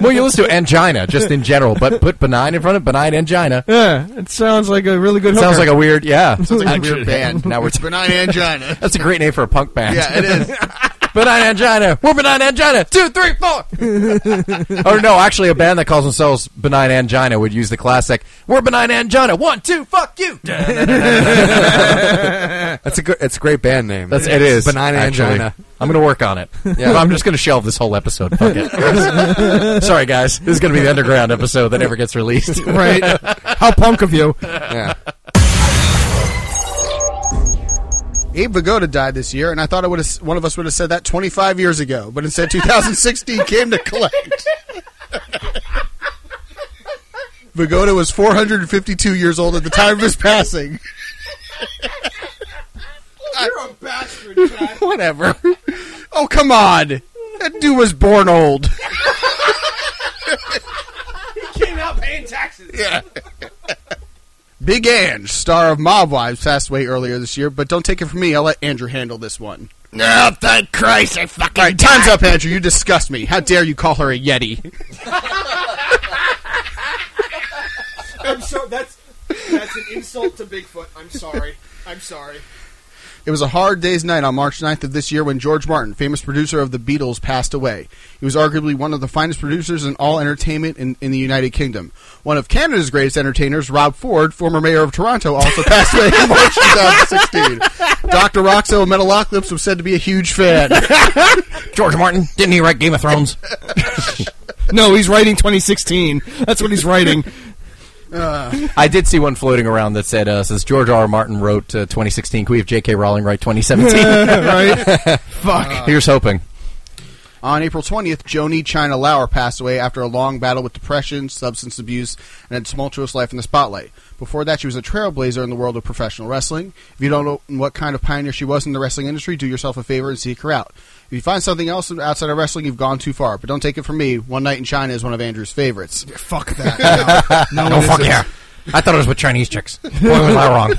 [SPEAKER 2] Well, you listen to angina just in general, but put benign in front of benign angina.
[SPEAKER 3] <laughs> Yeah, it sounds like a really good.
[SPEAKER 2] Sounds
[SPEAKER 3] hooker.
[SPEAKER 2] like a weird,
[SPEAKER 4] <laughs>
[SPEAKER 2] yeah. Sounds
[SPEAKER 4] like a weird band.
[SPEAKER 2] Now we're
[SPEAKER 4] It's benign angina.
[SPEAKER 2] <laughs> That's a great name for a punk band.
[SPEAKER 4] yeah, it is.
[SPEAKER 2] <laughs> Benign Angina. We're Benign Angina. Two, three, four.
[SPEAKER 4] <laughs>
[SPEAKER 2] or no, actually, a band that calls themselves Benign Angina would use the classic, We're Benign Angina. One, two, fuck you.
[SPEAKER 5] That's a good. It's a great band name.
[SPEAKER 2] That's- it is,
[SPEAKER 5] Benign
[SPEAKER 2] actually.
[SPEAKER 5] angina.
[SPEAKER 2] I'm going to work on it. But I'm just going to shelve this whole episode. Fuck
[SPEAKER 3] <laughs>
[SPEAKER 2] it. Sorry, guys. This is going to be the underground episode that never gets released.
[SPEAKER 3] right? How punk of you!
[SPEAKER 5] Yeah.
[SPEAKER 4] Abe Vigoda died this year, and I thought I would have, one of us would have said that 25 years ago, but instead 2016 came to collect. Vigoda was 452 years old at the time of his passing.
[SPEAKER 3] <laughs> You're a bastard. Jack.
[SPEAKER 4] <laughs> Whatever. Oh, come on. That dude was born old.
[SPEAKER 3] Came out paying taxes.
[SPEAKER 4] Big Ange, star of Mob Wives, passed away earlier this year, but don't take it from me. I'll let Andrew handle this one.
[SPEAKER 1] No, thank Christ, I fucking
[SPEAKER 4] All right, time's up, Andrew. You disgust me. How dare you call her a Yeti?
[SPEAKER 3] I'm so that's that's an insult to Bigfoot. I'm sorry. I'm sorry.
[SPEAKER 4] It was a hard day's night on March 9th of this year when George Martin, famous producer of the Beatles, passed away. He was arguably one of the finest producers in all entertainment in, in the United Kingdom. One of Canada's greatest entertainers, Rob Ford, former mayor of Toronto, also passed away in
[SPEAKER 3] <laughs>
[SPEAKER 4] March 2016. Dr. Roxo Metalocalypse was said to be a huge fan.
[SPEAKER 2] George Martin, didn't he write Game of Thrones?
[SPEAKER 3] No, he's writing 2016. That's what he's writing.
[SPEAKER 2] I did see one floating around that said, uh, since George R. R. Martin wrote uh, 2016, can we have J.K. Rowling write 2017?
[SPEAKER 3] <laughs> right?
[SPEAKER 2] <laughs> Here's hoping.
[SPEAKER 4] On April 20th, Joni China Lauer passed away after a long battle with depression, substance abuse, and a tumultuous life in the spotlight. Before that, she was a trailblazer in the world of professional wrestling. If you don't know what kind of pioneer she was in the wrestling industry, do yourself a favor and seek her out. If you find something else outside of wrestling, you've gone too far. But don't take it from me. One Night in China is one of Andrew's favorites.
[SPEAKER 3] Fuck that. No,
[SPEAKER 2] No, fuck yeah. I thought it was with Chinese chicks. Boy, was I wrong.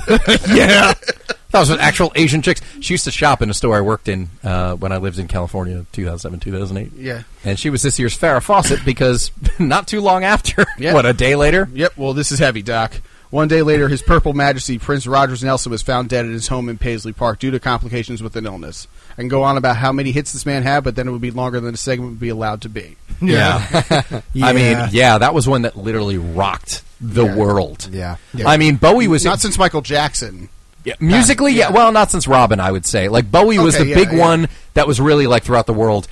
[SPEAKER 2] yeah. <laughs> That was with actual Asian chicks. She used to shop in a store I worked in uh, when I lived in California, 2007, 2008.
[SPEAKER 4] Yeah.
[SPEAKER 2] And she was this year's Farrah Fawcett because <laughs> not too long after,
[SPEAKER 4] Yeah.
[SPEAKER 2] what, a day later?
[SPEAKER 4] Yep, well, this is heavy, Doc. One day later, his Purple Majesty, Prince Rogers Nelson, was found dead at his home in Paisley Park due to complications with an illness. I can go on about how many hits this man had, but then it would be longer than the segment would be allowed to be.
[SPEAKER 2] <laughs> Yeah. I mean,
[SPEAKER 3] Yeah.
[SPEAKER 2] yeah, that was one that literally rocked the world.
[SPEAKER 5] Yeah.
[SPEAKER 2] I mean, Bowie was
[SPEAKER 4] Not since Michael Jackson.
[SPEAKER 2] Yeah, musically, yeah. Well, not since Robin, I would say. Like Bowie was
[SPEAKER 4] Okay,
[SPEAKER 2] the
[SPEAKER 4] yeah,
[SPEAKER 2] big
[SPEAKER 4] yeah.
[SPEAKER 2] one that was really like throughout the world.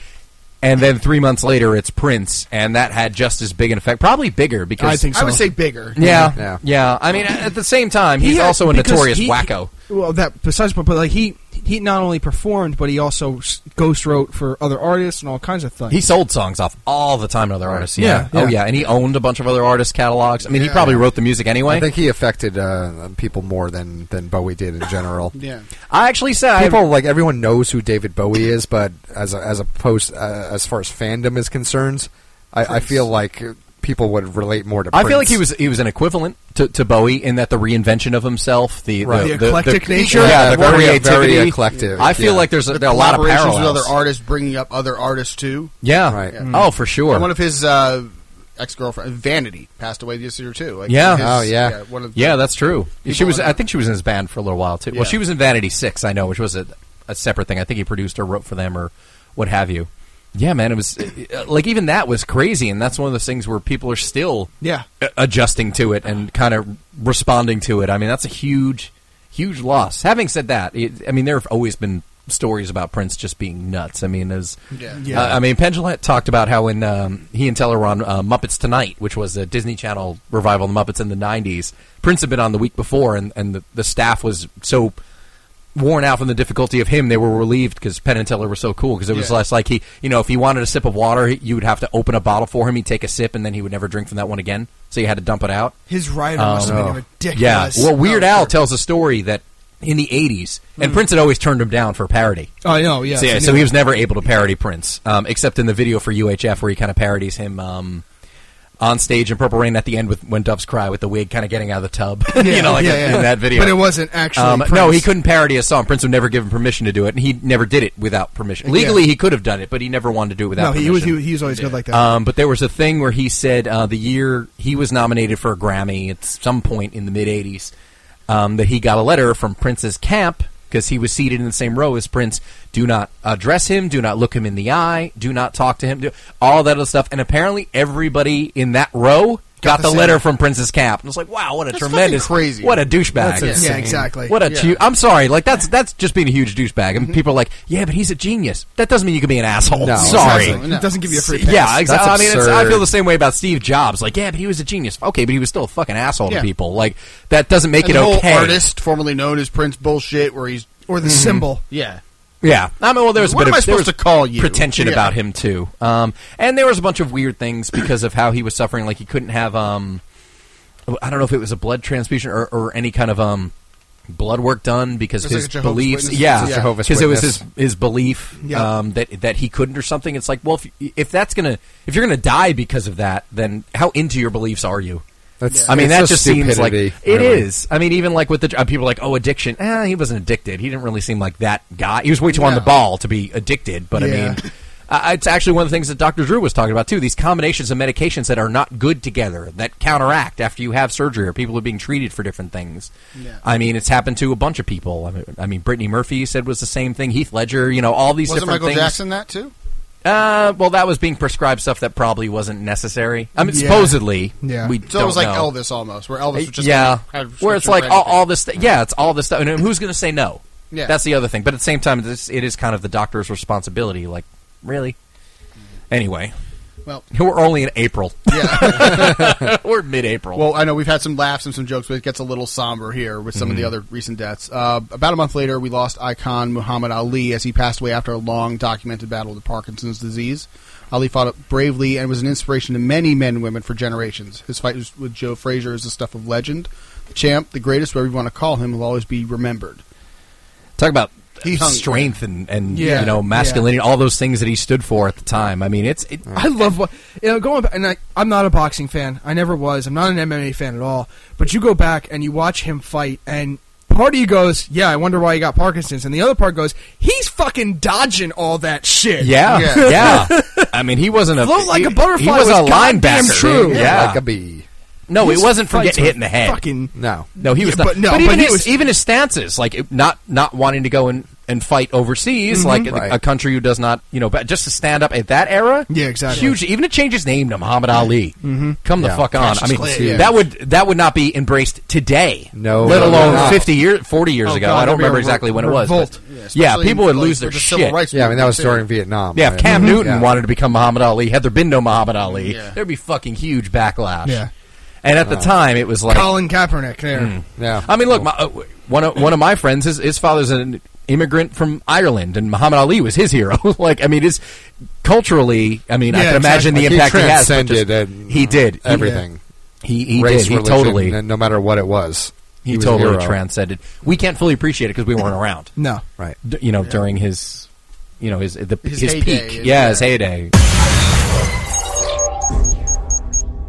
[SPEAKER 2] And then three months later, it's Prince, and that had just as big an effect, probably bigger because
[SPEAKER 3] I think so.
[SPEAKER 4] I would say bigger.
[SPEAKER 2] Yeah,
[SPEAKER 5] Yeah.
[SPEAKER 2] yeah, I mean, at the same time, he's
[SPEAKER 3] He had-
[SPEAKER 2] also a
[SPEAKER 3] because
[SPEAKER 2] notorious
[SPEAKER 3] he-
[SPEAKER 2] wacko.
[SPEAKER 3] Well, that besides, but, but like he he not only performed, but he also s- ghost wrote for other artists and all kinds of things.
[SPEAKER 2] He sold songs off all the time to other artists. Yeah.
[SPEAKER 3] Yeah,
[SPEAKER 2] Oh
[SPEAKER 3] yeah.
[SPEAKER 2] yeah, and he owned a bunch of other artists' catalogs. I mean, he probably wrote the music anyway.
[SPEAKER 5] I
[SPEAKER 2] I,
[SPEAKER 5] think he affected uh, people more than, than Bowie did in general.
[SPEAKER 4] Yeah.
[SPEAKER 2] actually said I-
[SPEAKER 5] People like everyone knows who David Bowie is, but as a, as a post uh, as far as fandom is concerned, I, I feel like people would relate more to.
[SPEAKER 2] I feel like
[SPEAKER 5] Prince.
[SPEAKER 2] he was he was an equivalent to, to Bowie in that the reinvention of himself, the
[SPEAKER 5] Right.
[SPEAKER 3] The eclectic nature.
[SPEAKER 2] yeah, the
[SPEAKER 5] Yeah, very- very
[SPEAKER 2] creativity,
[SPEAKER 5] eclectic,
[SPEAKER 2] I feel
[SPEAKER 5] yeah.
[SPEAKER 2] like there's a, there are a lot of
[SPEAKER 4] Collaborations
[SPEAKER 2] parallels.
[SPEAKER 4] with other artists, bringing up other artists too.
[SPEAKER 2] yeah,
[SPEAKER 5] Right. Yeah.
[SPEAKER 2] Oh, for sure.
[SPEAKER 4] And one of his uh, ex girlfriend, Vanity, passed away this year too. Like,
[SPEAKER 2] Yeah.
[SPEAKER 4] his-
[SPEAKER 5] Oh, yeah.
[SPEAKER 4] one of
[SPEAKER 2] yeah, that's true. She
[SPEAKER 4] People
[SPEAKER 2] was.
[SPEAKER 4] are-
[SPEAKER 2] I think she was in his band for a little while too.
[SPEAKER 4] Yeah.
[SPEAKER 2] Well, she was in Vanity Six, I know, which was a, a separate thing. I think he produced or wrote for them or what have you. Yeah, man, it was uh, like even that was crazy, and that's one of those things where people are still
[SPEAKER 3] Yeah.
[SPEAKER 2] a- adjusting to it and kind of responding to it. I mean, that's a huge, huge loss. Having said that, it, I mean, there have always been stories about Prince just being nuts. I mean, as
[SPEAKER 4] Yeah.
[SPEAKER 3] Yeah.
[SPEAKER 2] uh, I mean, Pendulette talked about how when um, he and Teller were on uh, Muppets Tonight, which was a Disney Channel revival of the Muppets in the '90s, Prince had been on the week before, and and the, the staff was so worn out from the difficulty of him, they were relieved because Penn and Teller were so cool. Because it was
[SPEAKER 4] Yeah.
[SPEAKER 2] less like he, you know, if he wanted a sip of water, he, you would have to open a bottle for him. He'd take a sip, and then he would never drink from that one again. So you had to dump it out.
[SPEAKER 3] His rider must have been ridiculous.
[SPEAKER 2] Oh. Yeah. Well, Weird
[SPEAKER 4] Oh,
[SPEAKER 2] Al
[SPEAKER 4] sure.
[SPEAKER 2] tells a story that in the '80s,
[SPEAKER 4] Mm-hmm.
[SPEAKER 2] and Prince had always turned him down for parody.
[SPEAKER 3] Oh, I know. Yeah.
[SPEAKER 2] So, yeah, so he was never able to parody Prince, um, except in the video for UHF where he kind of parodies him um, on stage in Purple Rain at the end with when doves cry with the wig kind of getting out of the tub. <laughs> you know, like in, that video.
[SPEAKER 3] But it wasn't actually
[SPEAKER 2] Um, no,
[SPEAKER 3] Prince.
[SPEAKER 2] he couldn't parody a song. Prince would never give him permission to do it, and he never did it without permission. Legally, he could have done it, but he never wanted to do it
[SPEAKER 3] No,
[SPEAKER 2] without
[SPEAKER 3] he
[SPEAKER 2] permission.
[SPEAKER 3] was he, was- he was always good like that.
[SPEAKER 2] Um, but there was a thing where he said uh, the year he was nominated for a Grammy at some point in the mid '80s um, that he got a letter from Prince's camp because he was seated in the same row as Prince. Do not address him. Do not look him in the eye. Do not talk to him. Do all that other stuff. And apparently, everybody in that row got, the,
[SPEAKER 3] same-
[SPEAKER 2] letter from Princess Cap, and it's like, wow, what a tremendous,
[SPEAKER 4] fucking crazy.
[SPEAKER 2] what a douchebag.
[SPEAKER 5] That's
[SPEAKER 3] Yeah, exactly.
[SPEAKER 2] What a
[SPEAKER 4] Yeah.
[SPEAKER 2] huge. I'm sorry, like that's that's just being a huge douchebag, and people are like, yeah, but he's a genius. That doesn't mean you can be an asshole.
[SPEAKER 5] No,
[SPEAKER 2] sorry.
[SPEAKER 4] exactly. No.
[SPEAKER 3] It doesn't give you a free pass.
[SPEAKER 2] <laughs> Yeah, exactly. I
[SPEAKER 5] That's
[SPEAKER 2] mean, it's, I
[SPEAKER 5] absurd.
[SPEAKER 2] feel the same way about Steve Jobs. Like, yeah, but he was a genius. Okay, but he was still a fucking asshole
[SPEAKER 4] Yeah.
[SPEAKER 2] to people. Like, that doesn't make
[SPEAKER 4] And
[SPEAKER 2] it
[SPEAKER 4] the whole
[SPEAKER 2] okay.
[SPEAKER 4] artist, formerly known as Prince Bullshit, where he's Mm-hmm.
[SPEAKER 3] Or the symbol.
[SPEAKER 4] yeah.
[SPEAKER 2] Yeah, I mean, well, there was a
[SPEAKER 4] What
[SPEAKER 2] bit of
[SPEAKER 4] am I
[SPEAKER 2] there
[SPEAKER 4] supposed
[SPEAKER 2] was
[SPEAKER 4] to call you?
[SPEAKER 2] pretension
[SPEAKER 4] Yeah.
[SPEAKER 2] about him too, um, and there was a bunch of weird things because of how he was suffering. Like he couldn't have, um, I don't know if it was a blood transfusion or, or any kind of um, blood work done because
[SPEAKER 4] It's like
[SPEAKER 2] his
[SPEAKER 4] a Jehovah's
[SPEAKER 2] beliefs.
[SPEAKER 4] Witness.
[SPEAKER 2] Yeah,
[SPEAKER 4] It's a Jehovah's
[SPEAKER 2] because it was his
[SPEAKER 5] Witness.
[SPEAKER 2] his belief
[SPEAKER 3] Yeah.
[SPEAKER 2] um, that that he couldn't or something. It's like, well, if, if that's gonna if you're gonna die because of that, then how into your beliefs are you?
[SPEAKER 5] That's,
[SPEAKER 2] I mean, that
[SPEAKER 5] that's
[SPEAKER 2] just seems like
[SPEAKER 5] stupidity,
[SPEAKER 2] it is.
[SPEAKER 5] really.
[SPEAKER 2] I mean, even like with the uh, people, are like oh, addiction. Eh, he wasn't addicted. He didn't really seem like that guy. He was way too on the ball to be addicted. But I
[SPEAKER 3] Yeah.
[SPEAKER 2] mean, uh, it's actually one of the things that Doctor Drew was talking about too. These combinations of medications that are not good together that counteract after you have surgery or people are being treated for different things. I mean, it's happened to a bunch of people. I mean, I mean, Brittany Murphy said was the same thing. Heath Ledger, you know, all these
[SPEAKER 4] Wasn't
[SPEAKER 2] different
[SPEAKER 4] Michael
[SPEAKER 2] things.
[SPEAKER 4] Jackson that too?
[SPEAKER 2] Uh, well, that was being prescribed stuff that probably wasn't necessary. I mean,
[SPEAKER 3] Yeah.
[SPEAKER 2] supposedly,
[SPEAKER 3] Yeah.
[SPEAKER 2] we
[SPEAKER 4] So
[SPEAKER 2] don't
[SPEAKER 4] it was like
[SPEAKER 2] know.
[SPEAKER 4] Elvis almost, where Elvis was just
[SPEAKER 2] yeah,
[SPEAKER 4] had
[SPEAKER 2] where it's
[SPEAKER 4] prescription
[SPEAKER 2] like
[SPEAKER 4] for
[SPEAKER 2] all,
[SPEAKER 4] anything.
[SPEAKER 2] all this. Th- yeah, it's all this stuff. And who's going to say no?
[SPEAKER 4] Yeah.
[SPEAKER 2] that's the other thing. But at the same time, this it is kind of the doctor's responsibility. Like, really? Anyway, <laughs>
[SPEAKER 4] Well-
[SPEAKER 2] we're only in April. <laughs>
[SPEAKER 4] Yeah.
[SPEAKER 2] we're mid-April.
[SPEAKER 4] well, I know we've had some laughs and some jokes, but it gets a little somber here with some of the
[SPEAKER 2] Mm-hmm.
[SPEAKER 4] other recent deaths. Uh, about a month later, we lost icon Muhammad Ali as he passed away after a long documented battle with Parkinson's disease. Ali fought it bravely and was an inspiration to many men and women for generations. His fight was- with Joe Frazier is the stuff of legend. The champ, the greatest, whatever you want to call him, will always be remembered. <laughs>
[SPEAKER 2] Talk about
[SPEAKER 4] He hung-
[SPEAKER 2] strength and, and
[SPEAKER 3] Yeah.
[SPEAKER 2] you know masculinity, all those things that he stood for at the time. I mean, it's it,
[SPEAKER 3] I love what you know. Going back, and I, I'm not a boxing fan. I never was. I'm not an MMA fan at all. But you go back and you watch him fight, and part of you goes, "Yeah, I wonder why he got Parkinson's," and the other part goes, "He's fucking dodging all that shit."
[SPEAKER 2] yeah,
[SPEAKER 4] Yeah.
[SPEAKER 2] yeah.
[SPEAKER 3] <laughs>
[SPEAKER 2] I mean, he wasn't a
[SPEAKER 3] Float like
[SPEAKER 2] he-
[SPEAKER 3] a butterfly
[SPEAKER 2] He
[SPEAKER 3] was
[SPEAKER 2] was a
[SPEAKER 3] goddamn
[SPEAKER 2] linebacker.
[SPEAKER 3] true.
[SPEAKER 2] Yeah,
[SPEAKER 5] like a bee.
[SPEAKER 2] no, it wasn't from
[SPEAKER 3] Fights
[SPEAKER 2] getting
[SPEAKER 3] were
[SPEAKER 2] hit in the head.
[SPEAKER 3] Fucking
[SPEAKER 5] No,
[SPEAKER 2] No, he was
[SPEAKER 3] Yeah,
[SPEAKER 2] not.
[SPEAKER 3] but no, but
[SPEAKER 2] even
[SPEAKER 3] he
[SPEAKER 2] his
[SPEAKER 3] was-
[SPEAKER 2] even his stances, like it- not not wanting to go and, and fight overseas, like
[SPEAKER 5] Right.
[SPEAKER 2] a, a country who does not, you know, but just to stand up at that era.
[SPEAKER 3] Yeah, exactly.
[SPEAKER 2] Huge. Even to change his name to Muhammad Ali. Come the
[SPEAKER 5] Yeah.
[SPEAKER 2] fuck on. I mean,
[SPEAKER 5] Clay, yeah.
[SPEAKER 2] that would that would not be embraced today.
[SPEAKER 5] No,
[SPEAKER 2] let
[SPEAKER 5] no,
[SPEAKER 2] alone
[SPEAKER 5] no.
[SPEAKER 2] fifty years, forty years ago.
[SPEAKER 4] God,
[SPEAKER 2] I don't
[SPEAKER 4] there'd be a
[SPEAKER 2] remember
[SPEAKER 4] re-
[SPEAKER 2] exactly when it was.
[SPEAKER 3] revolt.
[SPEAKER 2] But yeah,
[SPEAKER 4] especially
[SPEAKER 2] people would
[SPEAKER 4] like,
[SPEAKER 2] lose their
[SPEAKER 4] with the Civil
[SPEAKER 2] shit.
[SPEAKER 4] rights
[SPEAKER 5] yeah, I mean that was
[SPEAKER 4] movement, too.
[SPEAKER 5] during Vietnam.
[SPEAKER 2] Yeah, if
[SPEAKER 5] right?
[SPEAKER 2] Cam Newton
[SPEAKER 5] Yeah.
[SPEAKER 2] wanted to become Muhammad Ali, had there been no Muhammad Ali,
[SPEAKER 4] Yeah.
[SPEAKER 2] there'd be fucking huge backlash.
[SPEAKER 3] Yeah.
[SPEAKER 2] And at the time, it was like
[SPEAKER 3] Colin Kaepernick there.
[SPEAKER 5] Yeah,
[SPEAKER 2] I mean, look, my, uh, one of one of my friends, his his father's an immigrant from Ireland, and Muhammad Ali was his <laughs> hero. like, I mean, it's culturally, I mean, I
[SPEAKER 3] Yeah,
[SPEAKER 2] can imagine
[SPEAKER 5] Like,
[SPEAKER 2] the impact he, has. but
[SPEAKER 5] transcended
[SPEAKER 2] just-
[SPEAKER 5] and
[SPEAKER 2] he did He-
[SPEAKER 5] everything.
[SPEAKER 2] He he
[SPEAKER 5] Race,
[SPEAKER 2] did. He
[SPEAKER 5] religion,
[SPEAKER 2] totally
[SPEAKER 5] and no matter what it was.
[SPEAKER 2] he,
[SPEAKER 5] was a
[SPEAKER 2] totally
[SPEAKER 5] hero.
[SPEAKER 2] transcended. We can't fully appreciate it because we weren't
[SPEAKER 5] <laughs>
[SPEAKER 2] around.
[SPEAKER 3] No.
[SPEAKER 5] Right.
[SPEAKER 2] D- you know, during his you know his the,
[SPEAKER 4] His
[SPEAKER 2] his,
[SPEAKER 4] heyday,
[SPEAKER 2] peak, yeah,
[SPEAKER 4] yeah.
[SPEAKER 2] his heyday.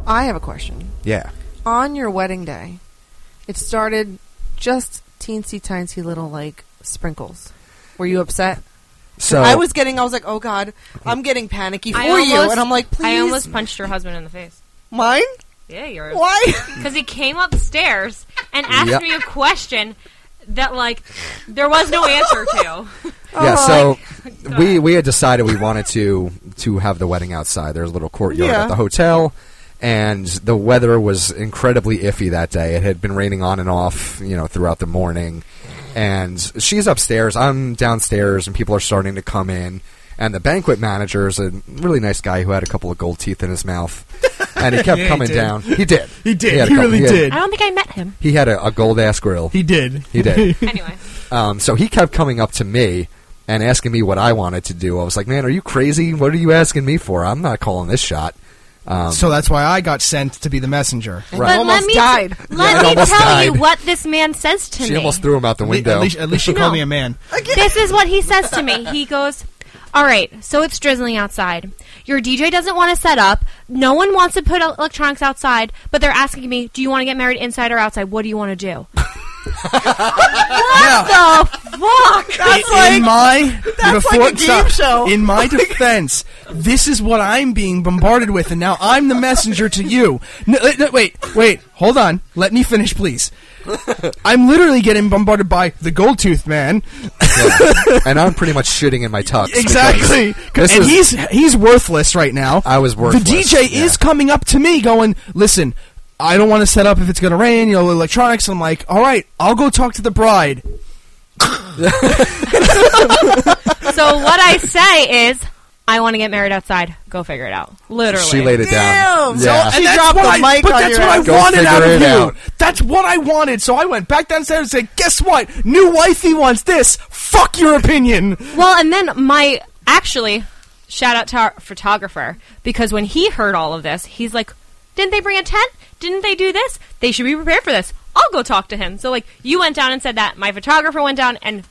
[SPEAKER 6] I have a question.
[SPEAKER 5] Yeah.
[SPEAKER 6] On your wedding day, it started just teensy tiny little like sprinkles. Were you upset?
[SPEAKER 5] So
[SPEAKER 6] I was getting. I was like, oh god, I'm getting panicky for you, and I'm like, please,
[SPEAKER 7] I almost punched your husband in the face.
[SPEAKER 6] mine.
[SPEAKER 7] Yeah, yours.
[SPEAKER 6] Why? <laughs>
[SPEAKER 7] Because he came upstairs and asked
[SPEAKER 5] Yep.
[SPEAKER 7] me a question that, like, there was no answer to.
[SPEAKER 5] yeah.
[SPEAKER 6] Oh,
[SPEAKER 5] So <laughs> we we had decided we wanted to to have the wedding outside. There's a little courtyard
[SPEAKER 6] Yeah.
[SPEAKER 5] at the hotel, and the weather was incredibly iffy that day. It had been raining on and off, you know, throughout the morning. And she's upstairs, I'm downstairs, and people are starting to come in. And the banquet manager is a really nice guy who had a couple of gold teeth in his mouth, and he <laughs> kept
[SPEAKER 3] Yeah, he
[SPEAKER 5] coming
[SPEAKER 3] did.
[SPEAKER 5] down. He did.
[SPEAKER 3] He did.
[SPEAKER 5] had a
[SPEAKER 3] He
[SPEAKER 5] couple-
[SPEAKER 3] really
[SPEAKER 5] had-
[SPEAKER 3] did.
[SPEAKER 7] I don't think I met him.
[SPEAKER 5] He had a, a gold ass grill.
[SPEAKER 3] He did.
[SPEAKER 5] he <laughs> did.
[SPEAKER 7] Anyway,
[SPEAKER 5] Um, so he kept coming up to me and asking me what I wanted to do. I was like, "Man, are you crazy? What are you asking me for? I'm not calling this shot."
[SPEAKER 3] So that's why I got sent to be the messenger.
[SPEAKER 6] I almost died.
[SPEAKER 7] Let
[SPEAKER 5] Yeah, it
[SPEAKER 7] me
[SPEAKER 5] almost
[SPEAKER 7] tell
[SPEAKER 5] died.
[SPEAKER 7] you what this man says to
[SPEAKER 5] She
[SPEAKER 7] me.
[SPEAKER 5] almost threw him out the
[SPEAKER 3] At le-
[SPEAKER 5] window.
[SPEAKER 3] At least, at least she called
[SPEAKER 7] No.
[SPEAKER 3] me a man.
[SPEAKER 7] this is what he says to me. He goes, "All right, so it's drizzling outside. Your DJ doesn't want to set up. No one wants to put electronics outside, but they're asking me, "Do you want to get married inside or outside? What do you want to do?" <laughs> what the fuck?
[SPEAKER 6] That's
[SPEAKER 3] in
[SPEAKER 6] like
[SPEAKER 3] my
[SPEAKER 6] that's
[SPEAKER 3] before,
[SPEAKER 6] like a game
[SPEAKER 3] stop.
[SPEAKER 6] show.
[SPEAKER 3] In my defense, this is what I'm being bombarded with, and now I'm the messenger to you. No, uh, no, wait, wait, hold on. Let me finish, please. I'm literally getting bombarded by the gold tooth <laughs> man.
[SPEAKER 5] <laughs> and I'm pretty much shitting in my tux. because
[SPEAKER 3] Exactly, <laughs>
[SPEAKER 5] This
[SPEAKER 3] and
[SPEAKER 5] is-
[SPEAKER 3] he's he's worthless right now.
[SPEAKER 5] I was worthless,
[SPEAKER 3] The DJ
[SPEAKER 5] yeah.
[SPEAKER 3] is coming up to me, going, "Listen, I don't want to set up if it's going to rain, you know, electronics. And I'm like, all right, I'll go talk to the bride.
[SPEAKER 7] So what I say is, I want to get married outside. Go figure it out. Literally.
[SPEAKER 5] She laid it down.
[SPEAKER 6] Damn!
[SPEAKER 5] Yeah.
[SPEAKER 3] And
[SPEAKER 6] She
[SPEAKER 3] that's
[SPEAKER 6] dropped
[SPEAKER 3] what
[SPEAKER 6] the
[SPEAKER 3] I,
[SPEAKER 6] mic
[SPEAKER 3] But
[SPEAKER 6] on
[SPEAKER 3] that's
[SPEAKER 6] your
[SPEAKER 3] what
[SPEAKER 6] ass.
[SPEAKER 3] I
[SPEAKER 5] Go
[SPEAKER 3] wanted out
[SPEAKER 5] figure
[SPEAKER 3] of
[SPEAKER 5] it
[SPEAKER 3] you.
[SPEAKER 5] out.
[SPEAKER 3] That's what I wanted. So I went back downstairs and said, guess what? New wifey wants this. Fuck your opinion.
[SPEAKER 7] Well, and then my actually shout out to our photographer because when he heard all of this, he's like, "Didn't they bring a tent? Didn't they do this? They should be prepared for this." I'll go talk to him. So like you went down and said that. My photographer went down and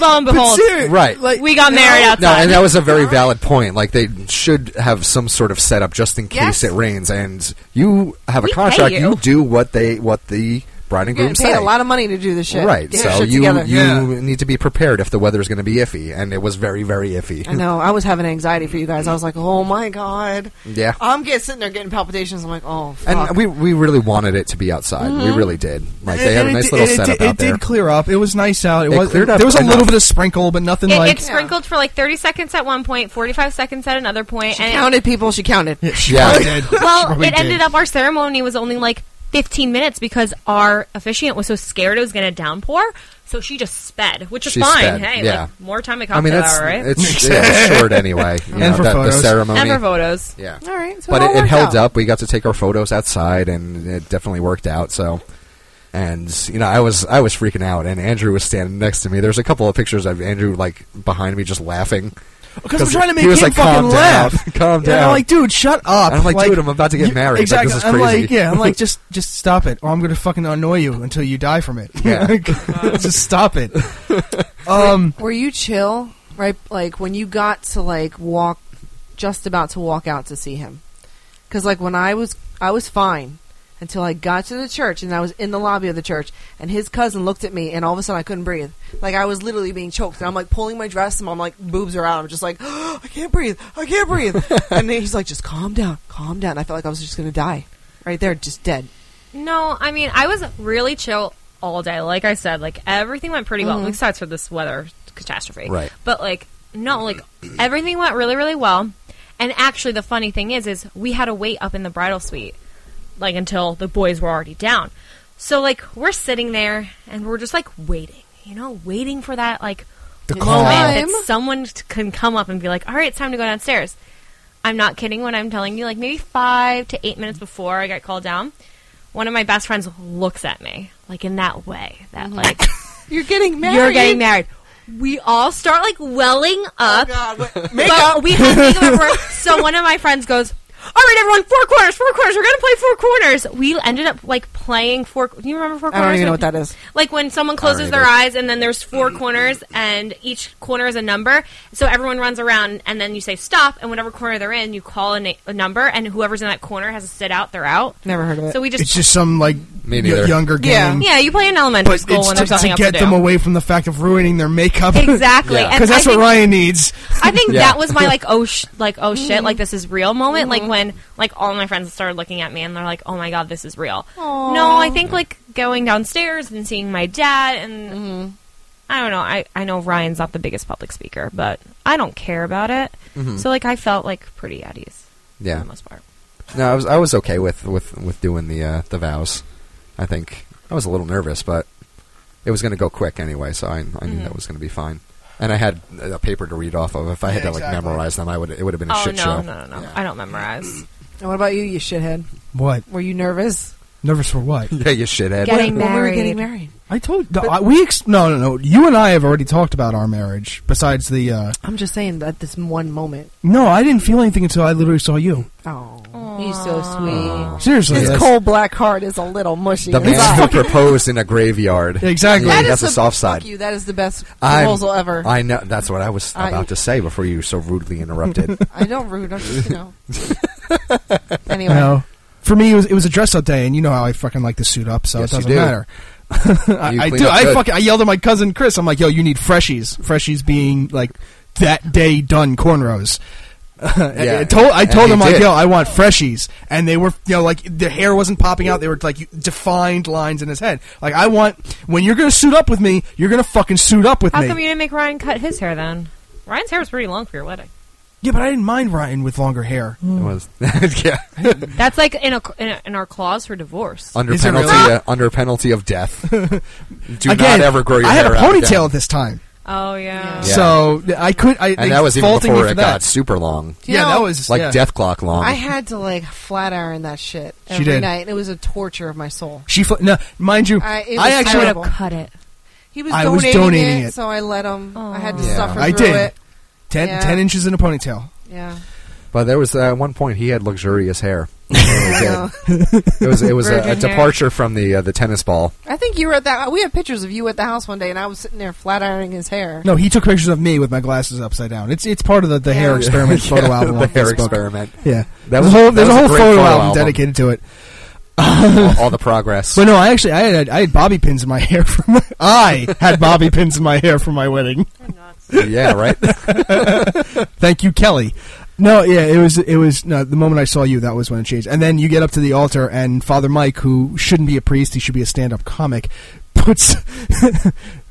[SPEAKER 7] lo and behold,
[SPEAKER 3] ser-
[SPEAKER 5] Right.
[SPEAKER 3] like,
[SPEAKER 7] we got married
[SPEAKER 5] No,
[SPEAKER 7] outside.
[SPEAKER 5] and that was a very valid point. Like they should have some sort of setup just in case
[SPEAKER 6] Yes.
[SPEAKER 5] it rains. And you have
[SPEAKER 7] We
[SPEAKER 5] a
[SPEAKER 7] pay
[SPEAKER 5] contract. You.
[SPEAKER 7] you.
[SPEAKER 5] do what they what the bride and
[SPEAKER 6] You're
[SPEAKER 5] groom
[SPEAKER 6] getting paid
[SPEAKER 5] say.
[SPEAKER 6] a lot of money to do this shit.
[SPEAKER 5] right.
[SPEAKER 6] Get your
[SPEAKER 5] so
[SPEAKER 6] shit
[SPEAKER 5] you
[SPEAKER 6] together.
[SPEAKER 5] you
[SPEAKER 3] Yeah.
[SPEAKER 5] need to be prepared if the weather's going to be iffy, and it was very very iffy.
[SPEAKER 6] I know. I was having anxiety for you guys. I was like, oh my god.
[SPEAKER 5] Yeah.
[SPEAKER 6] I'm getting sitting there getting palpitations. I'm like, oh. Fuck.
[SPEAKER 5] And we we really wanted it to be outside. We really did. Like they had
[SPEAKER 3] And
[SPEAKER 5] a
[SPEAKER 3] it
[SPEAKER 5] nice
[SPEAKER 3] did-
[SPEAKER 5] little
[SPEAKER 3] and it
[SPEAKER 5] setup
[SPEAKER 3] did-
[SPEAKER 5] out
[SPEAKER 3] It
[SPEAKER 5] there.
[SPEAKER 3] did clear up. It was nice out. It,
[SPEAKER 5] It
[SPEAKER 3] was.
[SPEAKER 5] cleared up
[SPEAKER 3] There was a
[SPEAKER 5] enough.
[SPEAKER 3] little bit of sprinkle, but nothing
[SPEAKER 7] it,
[SPEAKER 3] like.
[SPEAKER 7] it sprinkled for like 30 seconds at one point, 45 seconds at another point,
[SPEAKER 6] she
[SPEAKER 7] and
[SPEAKER 6] counted people. She counted.
[SPEAKER 5] yeah. <laughs>
[SPEAKER 7] well, it ended up our ceremony was only like 15 minutes because our officiant was so scared it was going to downpour, so she just sped, which is
[SPEAKER 5] She
[SPEAKER 7] fine.
[SPEAKER 5] sped,
[SPEAKER 7] Hey,
[SPEAKER 5] yeah.
[SPEAKER 7] like, more time at
[SPEAKER 5] I mean,
[SPEAKER 7] cocktail
[SPEAKER 5] it's
[SPEAKER 7] hour, right?
[SPEAKER 5] it's, yeah, it's short anyway. You know,
[SPEAKER 3] for
[SPEAKER 5] that- the
[SPEAKER 3] photos.
[SPEAKER 5] ceremony.
[SPEAKER 7] and for photos.
[SPEAKER 5] Yeah.
[SPEAKER 6] <laughs> All right. So
[SPEAKER 5] but
[SPEAKER 6] all
[SPEAKER 5] it, it
[SPEAKER 6] worked
[SPEAKER 5] held
[SPEAKER 6] out.
[SPEAKER 5] up. We got to take our photos outside, and it definitely worked out. So, and you know, I was I was freaking out, and Andrew was standing next to me. There's a couple of pictures of Andrew like behind me, just laughing
[SPEAKER 3] because I'm trying to make
[SPEAKER 5] he was
[SPEAKER 3] him
[SPEAKER 5] like,
[SPEAKER 3] fucking
[SPEAKER 5] "Calm
[SPEAKER 3] laugh.
[SPEAKER 5] down, <laughs> calm
[SPEAKER 3] And I'm
[SPEAKER 5] down."
[SPEAKER 3] like, dude, shut up.
[SPEAKER 5] And I'm like, dude, I'm about to get
[SPEAKER 3] you-
[SPEAKER 5] married. Like,
[SPEAKER 3] Exactly.
[SPEAKER 5] this is
[SPEAKER 3] I'm
[SPEAKER 5] crazy.
[SPEAKER 3] like, yeah.
[SPEAKER 5] <laughs>
[SPEAKER 3] I'm like, just, just stop it, or I'm going to fucking annoy you until you die from it. <laughs>
[SPEAKER 5] Yeah.
[SPEAKER 3] Like, just stop
[SPEAKER 5] <laughs>
[SPEAKER 3] it. Um,
[SPEAKER 6] Were you chill? Right. Like when you got to like walk, just about to walk out to see him. Because like when I was, I was fine until I got to the church and I was in the lobby of the church and his cousin looked at me and all of a sudden I couldn't breathe. Like I was literally being choked and I'm like pulling my dress and I'm like boobs are out. I'm just like <gasps> I can't breathe. I
[SPEAKER 5] <laughs>
[SPEAKER 6] can't breathe. and then he's like just calm down, calm down. I felt like I was just going to die. Right there, just dead.
[SPEAKER 7] No, I mean, I was really chill all day. Like I said, like everything went pretty well, besides for this weather catastrophe.
[SPEAKER 5] Right.
[SPEAKER 7] But like, no, like everything went really, really well. And actually, the funny thing is, is we had to wait up in the bridal suite, like until the boys were already down. So like, we're sitting there and we're just like waiting, you know, waiting for that like
[SPEAKER 5] the
[SPEAKER 7] moment
[SPEAKER 5] calm.
[SPEAKER 7] that someone t- can come up and be like, "All right, it's time to go downstairs." I'm not kidding when I'm telling you, like maybe five to eight minutes before I got called down, one of my best friends looks at me like in that way, that like
[SPEAKER 6] You're getting married.
[SPEAKER 7] you're getting married. We all start like welling up,
[SPEAKER 6] God,
[SPEAKER 7] <laughs>
[SPEAKER 6] what-
[SPEAKER 7] but we have makeup. work. So one of my friends goes. All right, everyone. Four corners, four corners. We're gonna play four corners. We ended up like playing four. Do you remember four
[SPEAKER 6] I
[SPEAKER 7] corners?
[SPEAKER 6] don't even know
[SPEAKER 7] Like-
[SPEAKER 6] what that is.
[SPEAKER 7] like when someone closes their eyes and then there's four corners and each corner is a number so everyone runs around and then you say stop and whatever corner they're in you call a, na- a number and whoever's in that corner has to sit out they're out
[SPEAKER 6] Never heard of it.
[SPEAKER 7] so we just,
[SPEAKER 3] it's just some like
[SPEAKER 5] Me
[SPEAKER 3] y-
[SPEAKER 5] neither.
[SPEAKER 3] younger
[SPEAKER 6] Yeah.
[SPEAKER 3] game.
[SPEAKER 7] yeah you play in elementary
[SPEAKER 3] But
[SPEAKER 7] school
[SPEAKER 3] it's
[SPEAKER 7] when
[SPEAKER 3] to,
[SPEAKER 7] there's nothing
[SPEAKER 3] to
[SPEAKER 7] else
[SPEAKER 3] get
[SPEAKER 7] to do
[SPEAKER 3] them away from the fact of ruining their makeup. <laughs>
[SPEAKER 7] exactly
[SPEAKER 5] Yeah.
[SPEAKER 7] and
[SPEAKER 3] Because that's
[SPEAKER 7] I think,
[SPEAKER 3] what Ryan needs.
[SPEAKER 7] I think
[SPEAKER 5] Yeah.
[SPEAKER 7] that was my like oh sh- like oh shit like this is real moment like when like all my friends started looking at me and they're like oh my god this is real no I think like going downstairs and seeing my dad and I don't know I I know Ryan's not the biggest public speaker but I don't care about it so like I felt like pretty at ease for
[SPEAKER 5] Mm-hmm. Yeah.
[SPEAKER 7] the most part
[SPEAKER 5] No, I was I was okay with with with doing the uh, the vows. I think I was a little nervous, but it was going to go quick anyway, so I, I knew that was going to be fine. And I had a paper to read off of. If I had to like memorize them, I would it would have been a
[SPEAKER 7] oh
[SPEAKER 5] shit
[SPEAKER 7] no,
[SPEAKER 5] show.
[SPEAKER 7] no no no
[SPEAKER 5] Yeah.
[SPEAKER 7] I
[SPEAKER 5] <clears throat>
[SPEAKER 7] don't memorize
[SPEAKER 6] And what about you, you shithead?
[SPEAKER 3] What?
[SPEAKER 6] Were you nervous?
[SPEAKER 3] Nervous for what?
[SPEAKER 5] <laughs> Yeah, you shithead.
[SPEAKER 7] Get Getting
[SPEAKER 6] When we were
[SPEAKER 7] married.
[SPEAKER 6] getting married.
[SPEAKER 3] I told the, I, we ex- no no no. You and I have already talked about our marriage. Besides the uh,
[SPEAKER 6] I'm just saying that this one moment.
[SPEAKER 3] no, I didn't feel anything until I literally saw you.
[SPEAKER 6] Oh, he's so sweet.
[SPEAKER 3] Seriously,
[SPEAKER 6] His
[SPEAKER 3] that's-
[SPEAKER 6] cold black heart is a little mushy.
[SPEAKER 5] The
[SPEAKER 6] inside.
[SPEAKER 5] man who
[SPEAKER 7] <laughs>
[SPEAKER 5] proposed in a graveyard.
[SPEAKER 3] Exactly.
[SPEAKER 5] Yeah,
[SPEAKER 6] That is
[SPEAKER 5] that's a
[SPEAKER 6] the-
[SPEAKER 5] soft side.
[SPEAKER 6] Fuck you. That is the best
[SPEAKER 5] I'm-
[SPEAKER 6] proposal ever. I,
[SPEAKER 5] I know. That's what I was
[SPEAKER 6] I-
[SPEAKER 5] about to say before you so
[SPEAKER 3] <laughs>
[SPEAKER 5] rudely interrupted.
[SPEAKER 6] don't rude. I'm just, you
[SPEAKER 5] <laughs>
[SPEAKER 6] know.
[SPEAKER 3] You
[SPEAKER 6] anyway,
[SPEAKER 3] know, for me, it was, it was a dress up day, and you know how I fucking like to suit up, so
[SPEAKER 5] Yes,
[SPEAKER 3] it
[SPEAKER 5] you
[SPEAKER 3] doesn't
[SPEAKER 5] do.
[SPEAKER 3] matter. <laughs> I,
[SPEAKER 5] You
[SPEAKER 3] I
[SPEAKER 5] clean
[SPEAKER 3] do.
[SPEAKER 5] up
[SPEAKER 3] I
[SPEAKER 5] good.
[SPEAKER 3] fucking I yelled at my cousin Chris. I'm like, "Yo, you need freshies. Freshies being like that day done cornrows." <laughs> I, I told, I
[SPEAKER 5] and
[SPEAKER 3] told
[SPEAKER 5] he
[SPEAKER 3] him like,
[SPEAKER 5] did.
[SPEAKER 3] "Yo, I want freshies," and they were you know like the hair wasn't popping out. They were like defined lines in his head. Like, I want when you're gonna suit up with me, you're gonna fucking suit up with
[SPEAKER 7] how
[SPEAKER 3] me.
[SPEAKER 7] come you didn't make Ryan cut his hair then Ryan's hair was pretty long for your wedding
[SPEAKER 3] Yeah, but I didn't mind Ryan with longer hair.
[SPEAKER 5] It was <laughs> yeah
[SPEAKER 7] That's like in a, in, a, in our clause for divorce.
[SPEAKER 5] under
[SPEAKER 3] Is it
[SPEAKER 5] penalty
[SPEAKER 3] really?
[SPEAKER 5] uh, under penalty of
[SPEAKER 3] <laughs>
[SPEAKER 5] death. Do
[SPEAKER 3] Again,
[SPEAKER 5] not ever grow your
[SPEAKER 3] I had
[SPEAKER 5] hair
[SPEAKER 3] a
[SPEAKER 5] out again.
[SPEAKER 3] ponytail this time,
[SPEAKER 7] oh yeah.
[SPEAKER 5] Yeah.
[SPEAKER 3] so th- I could. I
[SPEAKER 5] and that was even
[SPEAKER 3] faulting me
[SPEAKER 5] before
[SPEAKER 3] for
[SPEAKER 5] it
[SPEAKER 3] that.
[SPEAKER 5] got super long,
[SPEAKER 6] You
[SPEAKER 3] yeah,
[SPEAKER 6] know,
[SPEAKER 3] that was
[SPEAKER 5] like
[SPEAKER 3] yeah.
[SPEAKER 5] death clock long.
[SPEAKER 6] I had to like flat iron that shit
[SPEAKER 3] She
[SPEAKER 6] every
[SPEAKER 3] did.
[SPEAKER 6] night, and it was a torture of my soul.
[SPEAKER 3] She fl- no, mind you,
[SPEAKER 6] I- Uh,
[SPEAKER 3] I
[SPEAKER 6] it was
[SPEAKER 7] I
[SPEAKER 3] actually
[SPEAKER 7] would
[SPEAKER 6] terrible.
[SPEAKER 7] have cut it.
[SPEAKER 6] He was
[SPEAKER 3] I was
[SPEAKER 6] donating,
[SPEAKER 3] donating
[SPEAKER 6] it,
[SPEAKER 3] it.
[SPEAKER 6] so I let him. I had to
[SPEAKER 5] Aw.
[SPEAKER 6] suffer.
[SPEAKER 3] I
[SPEAKER 6] through
[SPEAKER 3] did.
[SPEAKER 6] It.
[SPEAKER 3] 10,
[SPEAKER 6] Yeah.
[SPEAKER 3] 10 inches in a ponytail.
[SPEAKER 6] Yeah.
[SPEAKER 5] but there was uh, at one point he had luxurious hair.
[SPEAKER 6] I
[SPEAKER 5] it
[SPEAKER 6] know.
[SPEAKER 5] was it was a, a
[SPEAKER 7] Virgin hair.
[SPEAKER 5] departure from the uh, the tennis ball.
[SPEAKER 6] I think you were at that. We had pictures of you at the house one day, and I was sitting there flat ironing his hair.
[SPEAKER 3] No, he took pictures of me with my glasses upside down. It's it's part of the, the hair
[SPEAKER 6] <laughs> Yeah.
[SPEAKER 3] experiment <laughs> photo album.
[SPEAKER 5] the
[SPEAKER 3] on
[SPEAKER 5] hair
[SPEAKER 3] Facebook.
[SPEAKER 5] experiment.
[SPEAKER 3] Yeah,
[SPEAKER 5] That
[SPEAKER 3] there's
[SPEAKER 5] was-
[SPEAKER 3] a whole
[SPEAKER 5] that
[SPEAKER 3] there's
[SPEAKER 5] was
[SPEAKER 3] a
[SPEAKER 5] a
[SPEAKER 3] whole
[SPEAKER 5] great
[SPEAKER 3] photo,
[SPEAKER 5] photo
[SPEAKER 3] album,
[SPEAKER 5] album.
[SPEAKER 3] dedicated to it.
[SPEAKER 5] all, all
[SPEAKER 3] <laughs>
[SPEAKER 5] the progress.
[SPEAKER 3] But no, I actually I had I had bobby pins in my <laughs> hair. For my, I had bobby pins in my hair for my wedding.
[SPEAKER 5] yeah, right.
[SPEAKER 3] Thank you, Kelly. No, yeah, it was it was no the moment I saw you that was when it changed. And then you get up to the altar and Father Mike, who shouldn't be a priest, he should be a stand up comic, <laughs> puts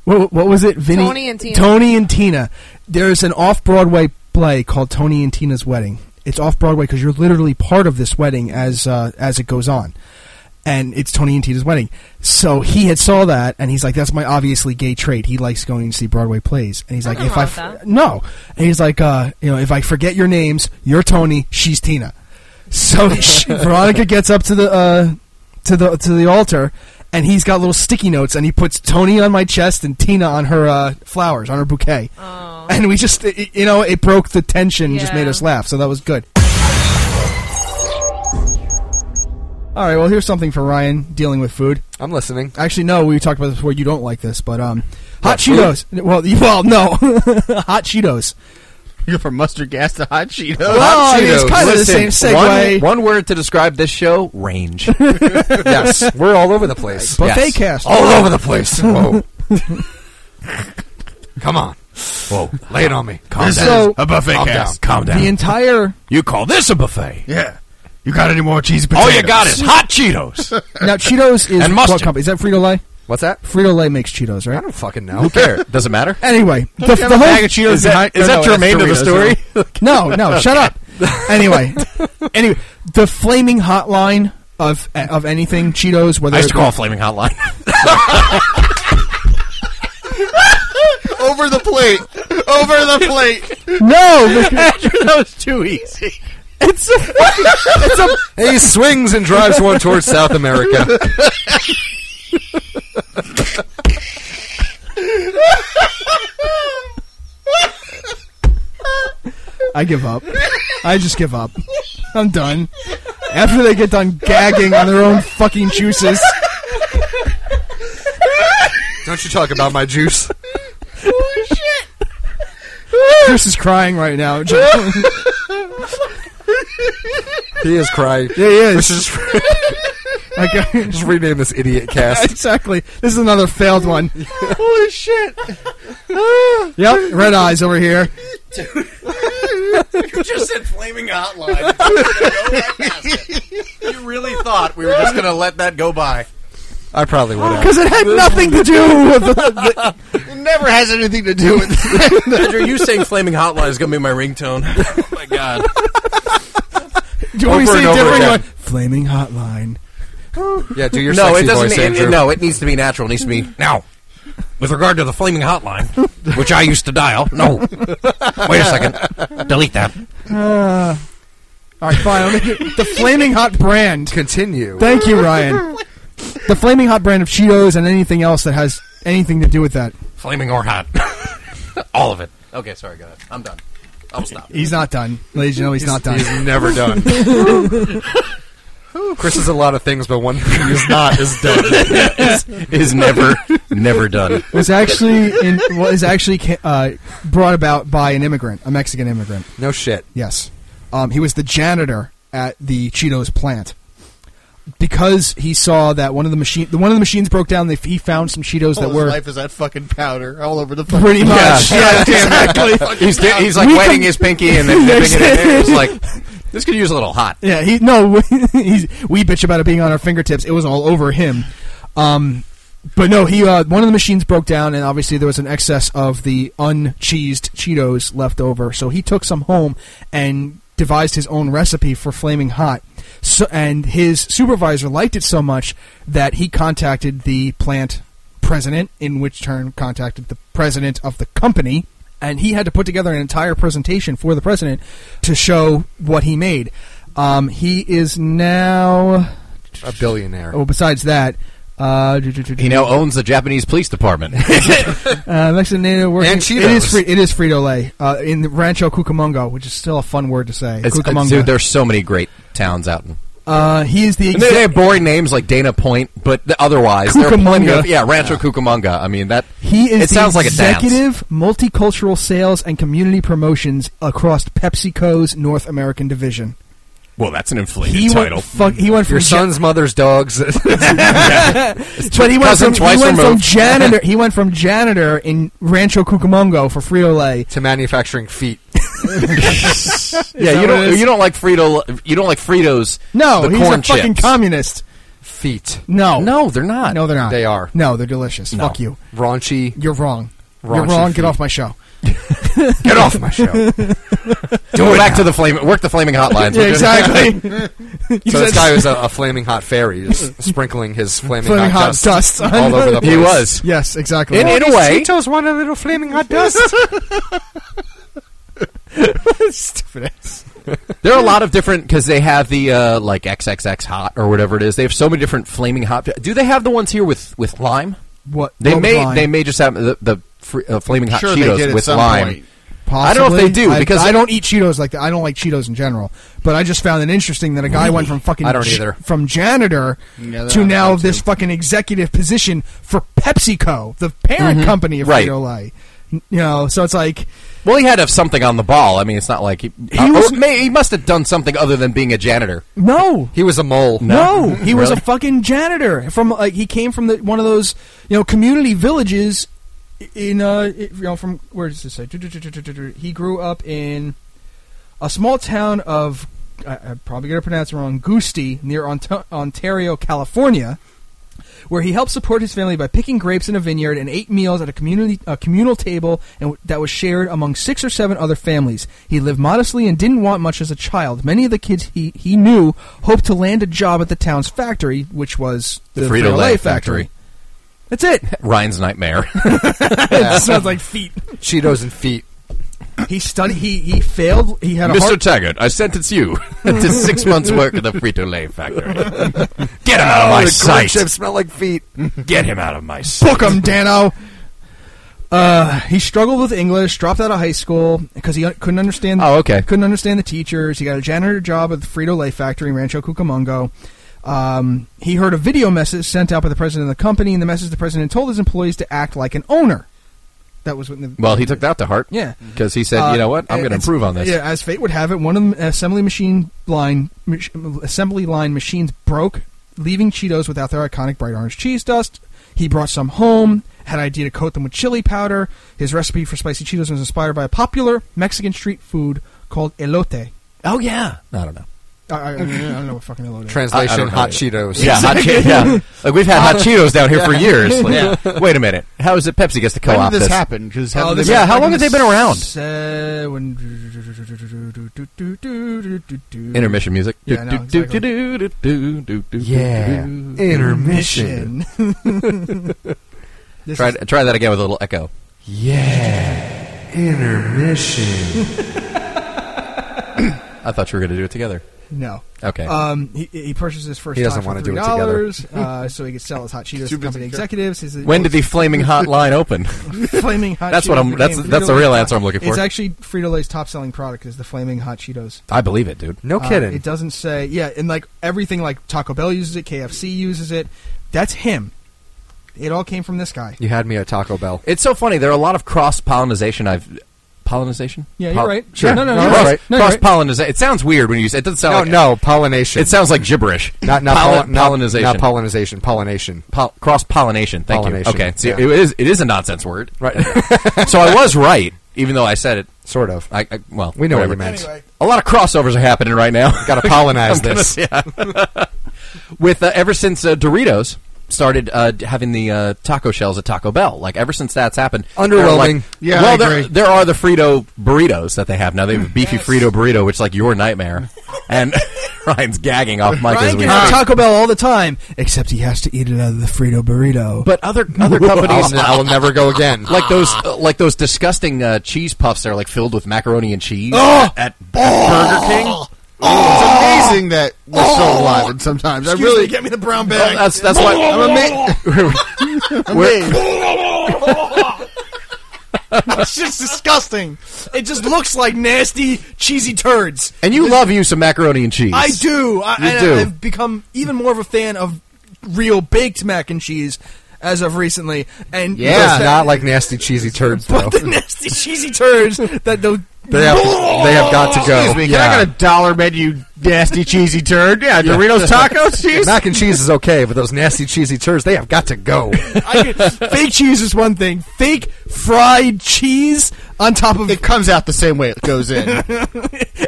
[SPEAKER 3] what, what was it? Vinny
[SPEAKER 6] Tony and Tina.
[SPEAKER 3] Tony and Tina. There's an off Broadway play called Tony and Tina's Wedding. It's off Broadway because you're literally part of this wedding as uh, as it goes on. And it's Tony and Tina's wedding. So he had saw that, and he's like, "That's my obviously gay trait. He likes going to see Broadway plays." And he's like,
[SPEAKER 7] Nothing
[SPEAKER 3] "If
[SPEAKER 7] wrong
[SPEAKER 3] I
[SPEAKER 7] with
[SPEAKER 3] f-
[SPEAKER 7] that.
[SPEAKER 3] no," and he's like, uh, "You know, if I forget your names, you're Tony, she's Tina." So <laughs> she, Veronica gets up to the uh, to the to the altar, and he's got little sticky notes, and he puts Tony on my chest and Tina on her uh, flowers, on her bouquet,
[SPEAKER 7] Oh.
[SPEAKER 3] and we just it, it- you know it broke the tension, and just
[SPEAKER 7] Yeah.
[SPEAKER 3] made us laugh, so that was good. All right, well here's something for Ryan dealing with food.
[SPEAKER 5] I'm
[SPEAKER 3] <laughs>
[SPEAKER 5] listening.
[SPEAKER 3] Actually, no, we talked about this before. You don't like this, but um, hot
[SPEAKER 5] What, food?
[SPEAKER 3] Cheetos. Well, <laughs> you, well, no, hot Cheetos.
[SPEAKER 4] You're from mustard gas to hot Cheetos.
[SPEAKER 3] Well, I mean, Oh, it's
[SPEAKER 5] Cheetos.
[SPEAKER 3] kind of the same
[SPEAKER 2] Listen,
[SPEAKER 3] segue.
[SPEAKER 2] One, one word to describe this show:
[SPEAKER 3] <laughs>
[SPEAKER 2] range.
[SPEAKER 5] yes, we're all over the place.
[SPEAKER 3] Buffet
[SPEAKER 2] Yes.
[SPEAKER 3] cast.
[SPEAKER 5] all over
[SPEAKER 3] <laughs>
[SPEAKER 5] the place. Whoa. Come on. Whoa. Lay it on me.
[SPEAKER 2] Calm
[SPEAKER 4] This
[SPEAKER 2] down.
[SPEAKER 3] So-
[SPEAKER 4] is a buffet
[SPEAKER 5] Calm
[SPEAKER 4] cast.
[SPEAKER 2] Calm down.
[SPEAKER 3] The entire
[SPEAKER 2] you call this a buffet?
[SPEAKER 4] Yeah. You got any more cheese?
[SPEAKER 2] All
[SPEAKER 4] Potatoes?
[SPEAKER 2] you got is hot
[SPEAKER 5] <laughs>
[SPEAKER 2] Cheetos.
[SPEAKER 3] now Cheetos is
[SPEAKER 2] And
[SPEAKER 3] what
[SPEAKER 2] mustard.
[SPEAKER 3] company? Is that Frito Lay?
[SPEAKER 5] What's that?
[SPEAKER 3] Frito Lay makes Cheetos,
[SPEAKER 5] I
[SPEAKER 3] right?
[SPEAKER 5] don't fucking
[SPEAKER 2] Who
[SPEAKER 5] know.
[SPEAKER 2] cares? Doesn't matter.
[SPEAKER 3] Anyway, the,
[SPEAKER 4] you have
[SPEAKER 3] the
[SPEAKER 4] a
[SPEAKER 3] whole
[SPEAKER 4] bag of Cheetos
[SPEAKER 2] Is that,
[SPEAKER 4] behind-
[SPEAKER 2] is
[SPEAKER 4] no,
[SPEAKER 2] that
[SPEAKER 4] no, that's
[SPEAKER 2] germane to the
[SPEAKER 4] Doritos,
[SPEAKER 2] story?
[SPEAKER 3] <laughs> no, no, shut up. Anyway,
[SPEAKER 2] <laughs>
[SPEAKER 3] anyway, the flaming hotline of of anything Cheetos, whether
[SPEAKER 2] I used to
[SPEAKER 3] it-
[SPEAKER 2] call flaming hotline.
[SPEAKER 4] over the plate. Over the plate.
[SPEAKER 3] no, <laughs>
[SPEAKER 2] that was too easy.
[SPEAKER 3] it's a
[SPEAKER 5] He swings and drives one towards South America.
[SPEAKER 3] I give up. I just give up. I'm done. After they get done gagging on their own fucking juices.
[SPEAKER 5] <laughs> Don't you talk about my juice.
[SPEAKER 3] Chris is crying right now. yeah,
[SPEAKER 5] He is crying.
[SPEAKER 3] he is.
[SPEAKER 5] This is
[SPEAKER 3] Like, <laughs>
[SPEAKER 5] just <laughs> rename this idiot cast.
[SPEAKER 3] exactly. This is another failed
[SPEAKER 5] <laughs>
[SPEAKER 3] one.
[SPEAKER 4] Holy shit.
[SPEAKER 3] Yep, red eyes over here.
[SPEAKER 2] <laughs> You just said flaming hotline. you really thought we were just going to let that go by?
[SPEAKER 5] I probably would have.
[SPEAKER 3] Because it had nothing to do with the,
[SPEAKER 4] It never has anything to do
[SPEAKER 1] <laughs>
[SPEAKER 4] with
[SPEAKER 2] Andrew, you saying flaming hotline is going to be my ringtone. <laughs> Oh my <laughs> god!
[SPEAKER 3] Do you want me to
[SPEAKER 5] Over
[SPEAKER 3] say
[SPEAKER 5] and over
[SPEAKER 3] different? You
[SPEAKER 5] again.
[SPEAKER 3] want- Flaming hotline.
[SPEAKER 5] Yeah, do your
[SPEAKER 2] no,
[SPEAKER 5] sexy
[SPEAKER 2] it doesn't.
[SPEAKER 5] voice,
[SPEAKER 2] it-
[SPEAKER 5] Andrew.
[SPEAKER 2] it- no, it needs to be natural. It needs to be now. With regard to the flaming hotline, <laughs> which I used to dial. No, wait a second. Delete that.
[SPEAKER 3] All right, fine. I'll make it the Flaming Hot brand.
[SPEAKER 5] Continue.
[SPEAKER 3] Thank you, Ryan. The Flaming Hot brand of Cheetos and anything else that has anything to do with that.
[SPEAKER 2] Flaming or hot, <laughs> all of it. Okay, sorry, go ahead. I'm done. I'll stop.
[SPEAKER 3] He's not done, ladies and gentlemen. He's not done.
[SPEAKER 5] He's never <laughs> done. Chris is a lot of things, but one thing he's not is <laughs> done.
[SPEAKER 2] <laughs> Is never, never done.
[SPEAKER 3] Was actually in, was actually ca- uh, brought about by an immigrant, a Mexican immigrant.
[SPEAKER 5] No shit.
[SPEAKER 3] Yes. Um, he was the janitor at the Cheetos plant. Because he saw that one of the machine, the one of the machines broke down, they, he found some Cheetos
[SPEAKER 4] All
[SPEAKER 3] that
[SPEAKER 4] Oh, his
[SPEAKER 3] were
[SPEAKER 4] life is that fucking powder all over the fucking
[SPEAKER 3] pretty much.
[SPEAKER 2] <laughs> Yeah, exactly. He's, di- he's like
[SPEAKER 3] We
[SPEAKER 2] wetting
[SPEAKER 3] can-
[SPEAKER 2] his pinky and <laughs> then dipping it in there. It's like, this could use a little hot.
[SPEAKER 3] Yeah, <laughs> he no, he's, we bitch about it being on our fingertips. It was all over him. Um, But no, he uh, one of the machines broke down, and obviously there was an excess of the uncheesed Cheetos left over. So he took some home and devised his own recipe for flaming hot. So, and his supervisor liked it so much that he contacted the plant president, in which turn contacted the president of the company, and he had to put together an entire presentation for the president to show what he made. Um, he is now
[SPEAKER 5] A billionaire.
[SPEAKER 3] Oh, besides that, uh, do- do- do- do-
[SPEAKER 2] He now owns the Japanese
[SPEAKER 3] <laughs>
[SPEAKER 2] police department.
[SPEAKER 3] uh, Mexican native working.
[SPEAKER 5] And
[SPEAKER 3] It is
[SPEAKER 5] Cheetos.
[SPEAKER 3] free, it is Frito Lay uh, in the Rancho Cucamonga, which is still a fun word to say.
[SPEAKER 2] It's- uh,
[SPEAKER 3] Cucamonga.
[SPEAKER 2] dude, there's so many great towns out in.
[SPEAKER 3] uh, he is the
[SPEAKER 2] And they,
[SPEAKER 3] exec-
[SPEAKER 2] they have boring names like Dana Point, but th- otherwise, there are plenty
[SPEAKER 3] Cucamonga.
[SPEAKER 2] of yeah, Rancho Cucamonga. I mean that
[SPEAKER 3] he is
[SPEAKER 2] it
[SPEAKER 3] the
[SPEAKER 2] sounds like a dance.
[SPEAKER 3] executive multicultural sales and community promotions across PepsiCo's North American division.
[SPEAKER 2] Well, that's an inflated
[SPEAKER 3] He
[SPEAKER 2] title.
[SPEAKER 3] went fuck. He went from
[SPEAKER 5] Your
[SPEAKER 3] ja-
[SPEAKER 5] son's mother's dogs. <laughs>
[SPEAKER 3] but he went
[SPEAKER 2] cousin
[SPEAKER 3] from, he
[SPEAKER 2] twice
[SPEAKER 3] went from
[SPEAKER 2] removed. <laughs>
[SPEAKER 3] janitor. he went from janitor in Rancho Cucamonga for Frito Lay.
[SPEAKER 5] to
[SPEAKER 3] <laughs>
[SPEAKER 5] manufacturing feet.
[SPEAKER 2] yeah,
[SPEAKER 3] that
[SPEAKER 2] you
[SPEAKER 3] what it
[SPEAKER 2] don't
[SPEAKER 3] is?
[SPEAKER 2] you don't like Frito you don't like Fritos.
[SPEAKER 3] No,
[SPEAKER 2] the
[SPEAKER 3] he's
[SPEAKER 2] corn
[SPEAKER 3] a fucking
[SPEAKER 2] chips.
[SPEAKER 3] communist. <laughs>
[SPEAKER 5] Feet.
[SPEAKER 3] No,
[SPEAKER 2] No, they're not.
[SPEAKER 3] no, they're not.
[SPEAKER 5] They are.
[SPEAKER 3] No, they're delicious.
[SPEAKER 2] No.
[SPEAKER 3] Fuck you.
[SPEAKER 5] Raunchy.
[SPEAKER 3] You're wrong. You're
[SPEAKER 5] Raunchy
[SPEAKER 3] wrong.
[SPEAKER 5] feet.
[SPEAKER 3] Get off my
[SPEAKER 2] <laughs>
[SPEAKER 3] show.
[SPEAKER 5] Get off <laughs> my show.
[SPEAKER 2] Go back to the flame. Work the flaming hotlines.
[SPEAKER 3] Yeah,
[SPEAKER 2] <laughs>
[SPEAKER 3] exactly. <laughs> You
[SPEAKER 5] so this
[SPEAKER 3] said <laughs>
[SPEAKER 5] guy was a, a flaming hot fairy, just sprinkling his flaming,
[SPEAKER 3] flaming hot
[SPEAKER 5] hot,
[SPEAKER 3] dust, on-
[SPEAKER 5] all
[SPEAKER 3] <laughs>
[SPEAKER 5] over the place.
[SPEAKER 2] He was.
[SPEAKER 3] Yes, exactly.
[SPEAKER 2] In, in a way,
[SPEAKER 5] want a little flaming hot
[SPEAKER 2] <laughs>
[SPEAKER 5] dust.
[SPEAKER 3] <laughs> Stupid ass.
[SPEAKER 2] there are a lot of different because they have the uh, like XXX hot or whatever it is. They have so many different flaming hot. Do they have the ones here with with lime?
[SPEAKER 3] What
[SPEAKER 2] They
[SPEAKER 3] what
[SPEAKER 2] may
[SPEAKER 3] line?
[SPEAKER 2] they may just have the, the fr- uh, flaming hot
[SPEAKER 1] Sure they did
[SPEAKER 2] Cheetos
[SPEAKER 1] at
[SPEAKER 2] with
[SPEAKER 1] some
[SPEAKER 2] lime.
[SPEAKER 1] point.
[SPEAKER 3] Possibly.
[SPEAKER 2] I don't know if they do,
[SPEAKER 3] I-
[SPEAKER 2] because-
[SPEAKER 3] I, don't eat Cheetos like that. I don't like Cheetos in general. But I just found it interesting that a guy went from fucking
[SPEAKER 5] I don't
[SPEAKER 3] j-
[SPEAKER 5] either.
[SPEAKER 3] from janitor
[SPEAKER 1] Yeah, they're
[SPEAKER 3] to
[SPEAKER 1] not
[SPEAKER 3] now
[SPEAKER 1] fun,
[SPEAKER 3] this
[SPEAKER 1] too.
[SPEAKER 3] fucking executive position for PepsiCo, the parent company of
[SPEAKER 2] Mm-hmm. Right.
[SPEAKER 3] Frito Lay. You know, so it's like
[SPEAKER 2] Well, he had to have something on the ball. I mean, it's not like he
[SPEAKER 3] He
[SPEAKER 2] uh,
[SPEAKER 3] was-
[SPEAKER 2] or may, he must have done something other than being a janitor.
[SPEAKER 3] no,
[SPEAKER 5] He was a mole.
[SPEAKER 3] No, he was a
[SPEAKER 2] Really?
[SPEAKER 3] fucking janitor from like he came from the, one of those you know community villages in uh you know from where does this say he grew up in a small town of I, I'm probably gonna pronounce it wrong Goosti near Ont- Ontario, California, where he helped support his family by picking grapes in a vineyard and ate meals at a community a communal table and w- that was shared among six or seven other families. He lived modestly and didn't want much as a child. Many of the kids he, he knew hoped to land a job at the town's factory, which was the,
[SPEAKER 2] Frito-Lay
[SPEAKER 3] Frito-Lay
[SPEAKER 2] factory.
[SPEAKER 3] That's
[SPEAKER 2] <laughs>
[SPEAKER 3] it.
[SPEAKER 2] Ryan's nightmare.
[SPEAKER 3] it sounds like feet.
[SPEAKER 5] Cheetos and feet.
[SPEAKER 3] He studied. He he failed. He had a
[SPEAKER 2] Mr.
[SPEAKER 3] hard-
[SPEAKER 2] Taggart, I sentence you to six months' work at the Frito Lay factory. Get him out of my sight.
[SPEAKER 5] Oh, chips smell like feet.
[SPEAKER 2] Get him out of my sight.
[SPEAKER 3] Book him, Dano. Uh, he struggled with English, dropped out of high school because he un- couldn't understand.
[SPEAKER 2] Oh, okay.
[SPEAKER 3] Couldn't understand the teachers. He got a janitor job at the Frito Lay factory in Rancho Cucamonga. Um, he heard a video message sent out by the president of the company, and the message the president told his employees to act like an owner. That was what. The,
[SPEAKER 2] Well, he took that to heart.
[SPEAKER 3] Yeah.
[SPEAKER 2] because he said,
[SPEAKER 3] Uh,
[SPEAKER 2] "You know what? I'm going to
[SPEAKER 3] it's-
[SPEAKER 2] improve on this."
[SPEAKER 3] Yeah, as fate would have it, one of the assembly machine line mach- assembly line machines broke, leaving Cheetos without their iconic bright orange cheese dust. He brought some home, had an idea to coat them with chili powder. His recipe for spicy Cheetos was inspired by a popular Mexican street food called elote.
[SPEAKER 2] Oh yeah. I don't know.
[SPEAKER 3] I, I, I don't know what fucking elote. is.
[SPEAKER 5] Translation:
[SPEAKER 2] I- I don't know
[SPEAKER 5] Hot
[SPEAKER 2] either.
[SPEAKER 5] Cheetos.
[SPEAKER 2] Yeah, hot che- yeah. Like we've had hot Cheetos down here for
[SPEAKER 1] <laughs>
[SPEAKER 2] years. Like, Wait a minute. How is it Pepsi gets to
[SPEAKER 1] When
[SPEAKER 2] co-op
[SPEAKER 1] did this happen? Because
[SPEAKER 3] Oh, this
[SPEAKER 2] Yeah, how long have
[SPEAKER 3] happened
[SPEAKER 2] they been around?
[SPEAKER 3] seven-
[SPEAKER 2] Intermission music.
[SPEAKER 3] Yeah, no, exactly.
[SPEAKER 5] Yeah. Intermission.
[SPEAKER 3] Intermission. Mm-hmm. <laughs> This
[SPEAKER 2] Try
[SPEAKER 3] is-
[SPEAKER 2] try that again with a little echo.
[SPEAKER 5] Yeah. Intermission.
[SPEAKER 2] I thought you were going to do it together.
[SPEAKER 3] No.
[SPEAKER 2] Okay.
[SPEAKER 1] Uh,
[SPEAKER 3] Um, he, he purchased his first.
[SPEAKER 5] He doesn't
[SPEAKER 3] want
[SPEAKER 5] wanna
[SPEAKER 3] to
[SPEAKER 5] do it together.
[SPEAKER 3] dollars, uh, so he could sell his
[SPEAKER 2] <laughs>
[SPEAKER 3] hot Cheetos to
[SPEAKER 1] Stupid
[SPEAKER 3] company
[SPEAKER 1] as a jerk.
[SPEAKER 3] executives. His,
[SPEAKER 2] when did the flaming hot line
[SPEAKER 5] <laughs>
[SPEAKER 3] <laughs>
[SPEAKER 2] open? <laughs>
[SPEAKER 3] flaming hot?
[SPEAKER 2] That's
[SPEAKER 3] Cheetos
[SPEAKER 2] what I'm- that's-
[SPEAKER 3] became
[SPEAKER 2] that's the
[SPEAKER 3] Frito-Lay
[SPEAKER 2] real
[SPEAKER 3] Hot-
[SPEAKER 2] answer I'm looking for.
[SPEAKER 3] It's actually Frito Lay's top selling product is the flaming hot Cheetos.
[SPEAKER 2] I believe it, dude.
[SPEAKER 5] No
[SPEAKER 3] Uh,
[SPEAKER 5] kidding.
[SPEAKER 3] it doesn't say yeah, and like everything like Taco Bell uses it, KFC uses it. That's him. It all came from this guy.
[SPEAKER 5] you had me at Taco Bell.
[SPEAKER 2] It's so funny. There are a lot of cross pollination. I've pollinization.
[SPEAKER 3] Yeah,
[SPEAKER 2] Pol-
[SPEAKER 3] you're right.
[SPEAKER 2] Sure.
[SPEAKER 3] Yeah, no, no, no,
[SPEAKER 2] Cross-
[SPEAKER 3] you're right. No, you're right.
[SPEAKER 2] Cross pollinization. It sounds weird when you say it. Doesn't sound.
[SPEAKER 5] No,
[SPEAKER 2] like,
[SPEAKER 5] no pollination.
[SPEAKER 2] It sounds like gibberish.
[SPEAKER 5] <laughs> not not
[SPEAKER 2] Polli-
[SPEAKER 5] polli- not-
[SPEAKER 2] pollinization.
[SPEAKER 5] Not pollinization. Pollination.
[SPEAKER 2] cross pollination. Thank
[SPEAKER 5] Pollination,
[SPEAKER 2] you. Okay. See,
[SPEAKER 5] yeah.
[SPEAKER 2] it is. It is a nonsense
[SPEAKER 5] <laughs>
[SPEAKER 2] word.
[SPEAKER 5] Right.
[SPEAKER 2] so I was right, even though I said it.
[SPEAKER 5] Sort of.
[SPEAKER 2] I, I well,
[SPEAKER 5] We know what
[SPEAKER 2] whatever.
[SPEAKER 5] you meant. Anyway.
[SPEAKER 2] A lot of crossovers are happening right now. <laughs>
[SPEAKER 5] Got to pollinize
[SPEAKER 2] I'm gonna
[SPEAKER 5] this.
[SPEAKER 2] say- With uh, ever since uh, Doritos
[SPEAKER 1] started uh, d- having the uh, taco shells at Taco Bell. Like ever since that's happened,
[SPEAKER 5] Underwhelming.
[SPEAKER 1] they're Like,
[SPEAKER 4] Yeah,
[SPEAKER 1] well,
[SPEAKER 4] I
[SPEAKER 1] there
[SPEAKER 4] agree.
[SPEAKER 1] there are the Frito burritos that they have now. They have a beefy Frito burrito, which is like your nightmare. and <laughs> Ryan's gagging off Mike as
[SPEAKER 3] Ryan
[SPEAKER 1] we
[SPEAKER 3] gets
[SPEAKER 1] speak.
[SPEAKER 3] to Taco Bell all the time, except he has to eat it out of the Frito burrito.
[SPEAKER 1] But other <laughs> other
[SPEAKER 5] I'll,
[SPEAKER 1] companies
[SPEAKER 5] ne- I will never go again.
[SPEAKER 1] like those uh, like those disgusting uh, cheese puffs that are like filled with macaroni and cheese
[SPEAKER 4] Oh!
[SPEAKER 1] at, at Burger King.
[SPEAKER 4] It's amazing that we're still alive. And sometimes I
[SPEAKER 8] Oh! Excuse
[SPEAKER 4] really
[SPEAKER 8] me, get me the brown
[SPEAKER 1] Well,
[SPEAKER 8] bag.
[SPEAKER 1] that's that's why
[SPEAKER 4] I'm ama- amazed.
[SPEAKER 3] <laughs>
[SPEAKER 8] it's just disgusting. It just looks like nasty, cheesy turds.
[SPEAKER 1] And you love you some macaroni and cheese.
[SPEAKER 8] I do. I,
[SPEAKER 1] You
[SPEAKER 8] and
[SPEAKER 1] do.
[SPEAKER 8] I've become even more of a fan of real baked mac and cheese as of recently. And
[SPEAKER 5] It's not like nasty cheesy
[SPEAKER 3] <laughs>
[SPEAKER 5] turds though.
[SPEAKER 8] but the nasty cheesy turds that the
[SPEAKER 5] <laughs> They have, they have got to go.
[SPEAKER 4] Excuse me, can
[SPEAKER 5] yeah.
[SPEAKER 4] I get a dollar menu nasty cheesy turd? Yeah, Doritos
[SPEAKER 5] <laughs>
[SPEAKER 4] tacos cheese.
[SPEAKER 5] Mac and cheese is okay, but those nasty cheesy turds, they have got to go.
[SPEAKER 8] I could,
[SPEAKER 3] fake cheese is one thing. Fake fried cheese on top of
[SPEAKER 4] It comes out the same way it goes
[SPEAKER 5] <laughs>
[SPEAKER 4] in.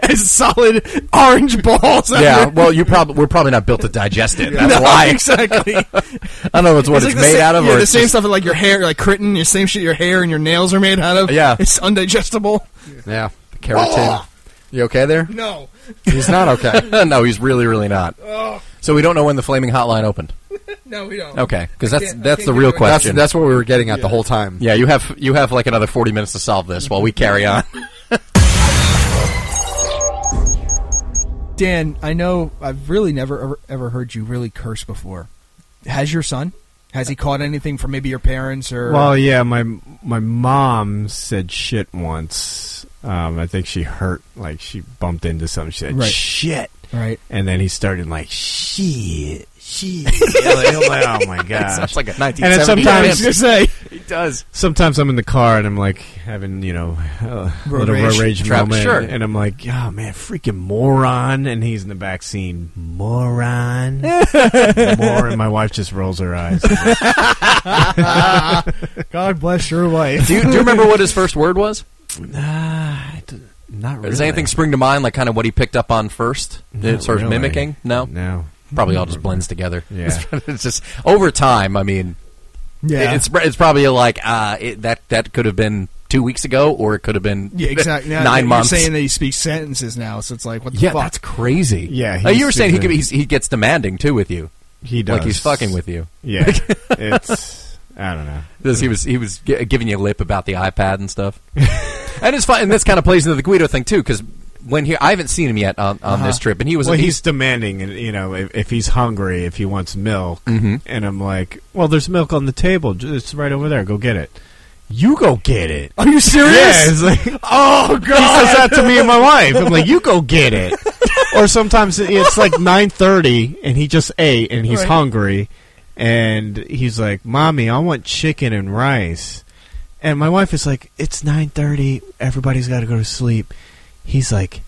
[SPEAKER 3] as solid orange balls.
[SPEAKER 1] yeah, well, you probably we're probably not built to digest it. That's
[SPEAKER 3] No, <laughs>
[SPEAKER 1] why
[SPEAKER 3] exactly.
[SPEAKER 1] I don't know if it's what it's,
[SPEAKER 3] like the
[SPEAKER 1] made
[SPEAKER 3] same-
[SPEAKER 1] out of
[SPEAKER 3] yeah,
[SPEAKER 1] or
[SPEAKER 3] the
[SPEAKER 1] it's
[SPEAKER 3] same
[SPEAKER 1] just-
[SPEAKER 3] stuff that like your hair, like keratin, your same shit your hair and your nails are made out of.
[SPEAKER 1] Yeah.
[SPEAKER 3] it's undigestible.
[SPEAKER 5] Yeah, the keratin. You okay there?
[SPEAKER 3] No,
[SPEAKER 5] He's not okay.
[SPEAKER 1] <laughs> no, he's really really not. So we don't know when the flaming hotline opened.
[SPEAKER 3] no, we don't.
[SPEAKER 1] Okay, because that's
[SPEAKER 3] can't- I
[SPEAKER 1] that's
[SPEAKER 3] can't
[SPEAKER 1] the
[SPEAKER 3] give
[SPEAKER 1] real
[SPEAKER 3] you a-
[SPEAKER 5] That's
[SPEAKER 1] question.
[SPEAKER 5] that's what we were getting at the whole time.
[SPEAKER 1] yeah, you have you have like another forty minutes to solve this while we carry <laughs> on.
[SPEAKER 3] Dan, I know I've really never ever, ever heard you really curse before. Has your son? Has he caught anything from maybe your parents or?
[SPEAKER 9] Well, yeah, my my mom said shit once. Um, I think she hurt, like she bumped into something. She said
[SPEAKER 3] Right.
[SPEAKER 9] shit,
[SPEAKER 3] right.
[SPEAKER 9] and
[SPEAKER 1] <laughs>
[SPEAKER 9] then he started like shit, shit. like, I'm like, oh my gosh!
[SPEAKER 1] Sounds like a
[SPEAKER 9] and then
[SPEAKER 1] 1970s.
[SPEAKER 9] sometimes
[SPEAKER 3] say
[SPEAKER 1] it does.
[SPEAKER 9] sometimes I'm in the car and I'm like having you know <laughs> a little
[SPEAKER 3] rage.
[SPEAKER 9] road rage
[SPEAKER 1] Trap,
[SPEAKER 9] moment,
[SPEAKER 1] sure.
[SPEAKER 9] and I'm like, oh man, freaking moron! And he's in the back scene, moron, moron. My wife just rolls her eyes.
[SPEAKER 3] God bless your
[SPEAKER 1] <sighs>
[SPEAKER 3] wife.
[SPEAKER 1] Do you, do you remember what his first word was?
[SPEAKER 9] Nah, I d- not really.
[SPEAKER 1] Does anything spring to mind, like kind of what he picked up on first? Did it
[SPEAKER 9] Not
[SPEAKER 1] sort of
[SPEAKER 9] really.
[SPEAKER 1] mimicking? No,
[SPEAKER 9] No.
[SPEAKER 1] probably all just blends together. <laughs>
[SPEAKER 9] Yeah.
[SPEAKER 1] it's just over time. I mean,
[SPEAKER 3] Yeah,
[SPEAKER 1] it's it's probably like uh, it, that that could have been two weeks ago, or it could have been <laughs>
[SPEAKER 3] yeah, exactly. Now,
[SPEAKER 1] 9
[SPEAKER 3] you're
[SPEAKER 1] months.
[SPEAKER 3] Saying that he speaks sentences now, so it's like what the
[SPEAKER 1] yeah,
[SPEAKER 3] fuck?
[SPEAKER 1] that's crazy.
[SPEAKER 9] Yeah,
[SPEAKER 1] Uh, you were
[SPEAKER 9] he's-
[SPEAKER 1] saying he
[SPEAKER 9] he's
[SPEAKER 1] could,
[SPEAKER 9] a-
[SPEAKER 1] he's, he gets demanding too with you,
[SPEAKER 9] He does.
[SPEAKER 1] like he's fucking with you.
[SPEAKER 9] Yeah. it's. I don't know.
[SPEAKER 1] This- He was he was gi- giving you lip about the iPad and stuff, <laughs> and it's fun. And this kind of plays into the Guido thing too, because when he I haven't seen him yet on, on this trip, and he was
[SPEAKER 9] Uh-huh. Well,
[SPEAKER 1] he-
[SPEAKER 9] he's demanding, and you know, if, if he's hungry, if he wants milk, and I'm like, well, there's milk on the table. J- It's right over there. Go get it. You go get it.
[SPEAKER 3] Are you serious?
[SPEAKER 9] Yeah, it's like, oh god, he says that to me and my wife. I'm like, you go
[SPEAKER 3] <laughs>
[SPEAKER 9] get it. or sometimes it's like 9:30 and he just ate and he's hungry, and he's like, "Mommy, I want chicken and rice." And my wife is like, "It's 9:30. Everybody's got to go to sleep." He's like,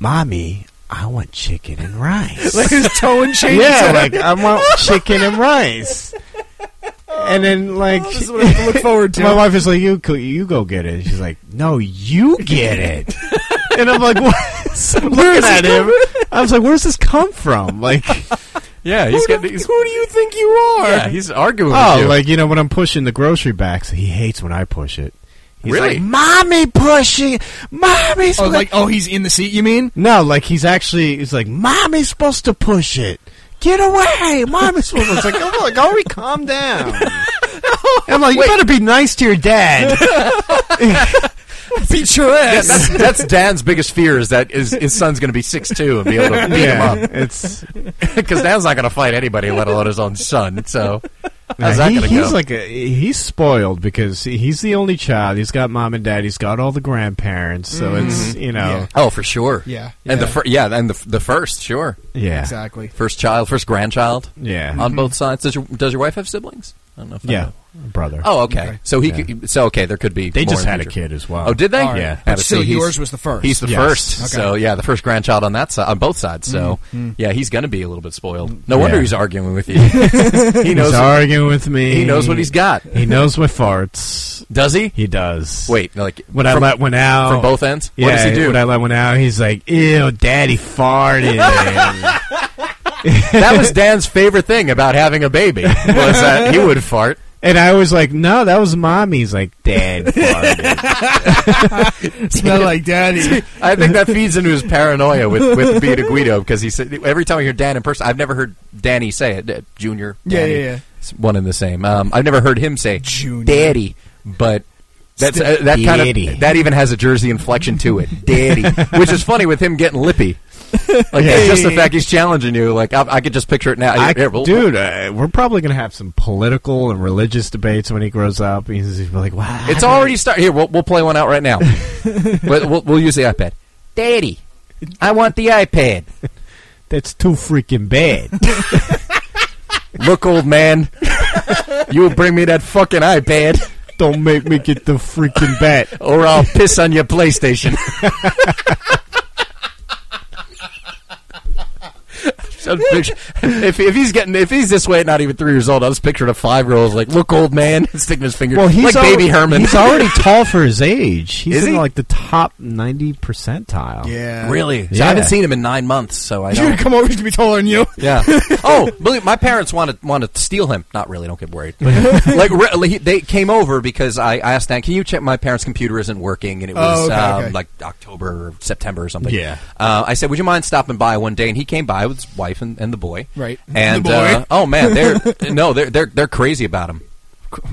[SPEAKER 9] "Mommy, I want chicken and rice."
[SPEAKER 3] Like his
[SPEAKER 9] <laughs>
[SPEAKER 3] tone changes.
[SPEAKER 9] yeah, like I want chicken and rice. And then like
[SPEAKER 3] Oh, look forward to.
[SPEAKER 9] my wife is like, you go, you go get it. She's like, no, you get <laughs> it. and I'm like, what? So I'm looking at him. I was like, where's this come from? Like,
[SPEAKER 1] yeah, he's getting he's,
[SPEAKER 9] who do you think you are?
[SPEAKER 1] yeah, he's arguing. with
[SPEAKER 9] <laughs> oh,
[SPEAKER 1] you.
[SPEAKER 9] <laughs> like you know when I'm pushing the grocery bags, he hates when I push it. He's
[SPEAKER 1] Really?
[SPEAKER 9] like, mommy pushing, mommy's
[SPEAKER 3] Oh,
[SPEAKER 9] like,
[SPEAKER 3] like oh, he's in the seat. You mean?
[SPEAKER 9] no, like he's actually, he's like, mommy's supposed to push it. Get away, mommy's supposed. to. It's like, oh, like, Ari, calm down. I'm like, you better be nice to your dad.
[SPEAKER 3] Beat your
[SPEAKER 1] Yeah,
[SPEAKER 3] ass.
[SPEAKER 1] that's, that's Dan's biggest fear is that his, his son's going to be six two and be able to beat him up <laughs>
[SPEAKER 9] It's
[SPEAKER 1] because Dan's not going to fight anybody, let alone his own son. So how's that
[SPEAKER 9] he-
[SPEAKER 1] going to
[SPEAKER 9] he's
[SPEAKER 1] go?
[SPEAKER 9] like a, he's spoiled because he's the only child. He's got mom and dad. He's got all the grandparents. So it's you know
[SPEAKER 1] oh, for sure.
[SPEAKER 3] Yeah,
[SPEAKER 1] and the fir- yeah, and the f- the first sure
[SPEAKER 9] yeah Oh, yeah
[SPEAKER 3] Exactly.
[SPEAKER 1] first child, first grandchild
[SPEAKER 9] yeah Mm-hmm.
[SPEAKER 1] on both sides. Does your does your wife have siblings? I don't know. If I
[SPEAKER 9] yeah
[SPEAKER 1] know.
[SPEAKER 9] brother.
[SPEAKER 1] Oh, okay. So he
[SPEAKER 9] Yeah.
[SPEAKER 1] could, so okay. There could be.
[SPEAKER 9] they
[SPEAKER 1] more
[SPEAKER 9] just
[SPEAKER 1] in
[SPEAKER 9] had a
[SPEAKER 1] future.
[SPEAKER 9] kid as well.
[SPEAKER 1] Oh, did they?
[SPEAKER 9] All right. Yeah.
[SPEAKER 1] Had
[SPEAKER 3] But
[SPEAKER 1] to
[SPEAKER 3] still,
[SPEAKER 1] see, he's-
[SPEAKER 3] yours was the first. <laughs>
[SPEAKER 1] He's the
[SPEAKER 9] Yes. Mm-hmm.
[SPEAKER 1] first, so yeah, the first grandchild on that side, on both sides. So yeah, he's going to be a little bit spoiled. No wonder
[SPEAKER 9] Yeah.
[SPEAKER 1] he's arguing with
[SPEAKER 9] <laughs>
[SPEAKER 1] you. he
[SPEAKER 9] He's
[SPEAKER 1] knows.
[SPEAKER 9] arguing with me.
[SPEAKER 1] He knows what he's got.
[SPEAKER 9] He knows my farts.
[SPEAKER 1] Does he?
[SPEAKER 9] He does.
[SPEAKER 1] Wait, like
[SPEAKER 9] When I
[SPEAKER 1] from,
[SPEAKER 9] let one out
[SPEAKER 1] from both ends?
[SPEAKER 9] Yeah,
[SPEAKER 1] what does he do? <laughs>
[SPEAKER 9] When I let one out, he's like, "Ew, daddy farted." <laughs>
[SPEAKER 1] that was Dan's favorite thing about having a baby was that he would fart.
[SPEAKER 9] And I was like, no, that was mommy's. Like,
[SPEAKER 1] <laughs>
[SPEAKER 9] dad farted.
[SPEAKER 3] Smell like daddy.
[SPEAKER 1] I think that feeds into his paranoia with with Peter Guido because he said every time I hear Dan in person, I've never heard Danny say it. uh, Junior,
[SPEAKER 3] Yeah,
[SPEAKER 1] Danny,
[SPEAKER 3] yeah, yeah.
[SPEAKER 1] it's one and the same. Um, I've never heard him say
[SPEAKER 3] Junior.
[SPEAKER 1] "daddy," but. That's uh, that kind
[SPEAKER 9] Daddy.
[SPEAKER 1] of that even has a Jersey inflection to it, daddy, which is funny with him getting lippy. Like just the fact he's challenging you, like I, I could just picture it now.
[SPEAKER 9] I,
[SPEAKER 1] Here, we'll-
[SPEAKER 9] dude, uh, we're probably gonna have some political and religious debates when he grows up. He's, he's like, wow,
[SPEAKER 1] It's already start. Here, we'll, we'll play one out right now. we'll, we'll, we'll use the iPad. Daddy, I want the iPad.
[SPEAKER 9] that's too freaking bad.
[SPEAKER 1] Look, old man, you'll bring me that fucking iPad,
[SPEAKER 9] Don't make me get the freaking bat.
[SPEAKER 1] or I'll piss on your PlayStation.
[SPEAKER 9] <laughs>
[SPEAKER 1] So picture- if, if he's getting if he's this way at not even three years old, I was picturing a five year old like, look, old man, <laughs> sticking his finger.
[SPEAKER 9] Well, Oh, he's
[SPEAKER 1] like
[SPEAKER 9] al-
[SPEAKER 1] baby Herman. <laughs>
[SPEAKER 9] He's already tall for his age. He's
[SPEAKER 1] Is
[SPEAKER 9] in
[SPEAKER 1] he?
[SPEAKER 9] like the top ninety percentile.
[SPEAKER 3] Yeah.
[SPEAKER 1] really. So
[SPEAKER 9] Yeah.
[SPEAKER 1] I haven't seen him in nine months, so I
[SPEAKER 3] You're
[SPEAKER 1] don't.
[SPEAKER 3] gonna come over he's gonna be taller than you. <laughs>
[SPEAKER 1] Yeah. Oh, believe my parents wanted want to steal him. Not really. Don't get worried. <laughs> But, like re- like, he- they came over because I, I asked Dan, "Can you check my parents' computer isn't working?" And it was
[SPEAKER 3] Oh, okay,
[SPEAKER 1] um,
[SPEAKER 3] okay.
[SPEAKER 1] like October or September or something.
[SPEAKER 9] Yeah.
[SPEAKER 1] Uh, I said, "Would you mind stopping by one day?" And he came by with his wife and, and the boy.
[SPEAKER 3] Right.
[SPEAKER 1] And
[SPEAKER 3] The boy.
[SPEAKER 1] Uh, oh man, they're <laughs> no, they're they're they're crazy about him.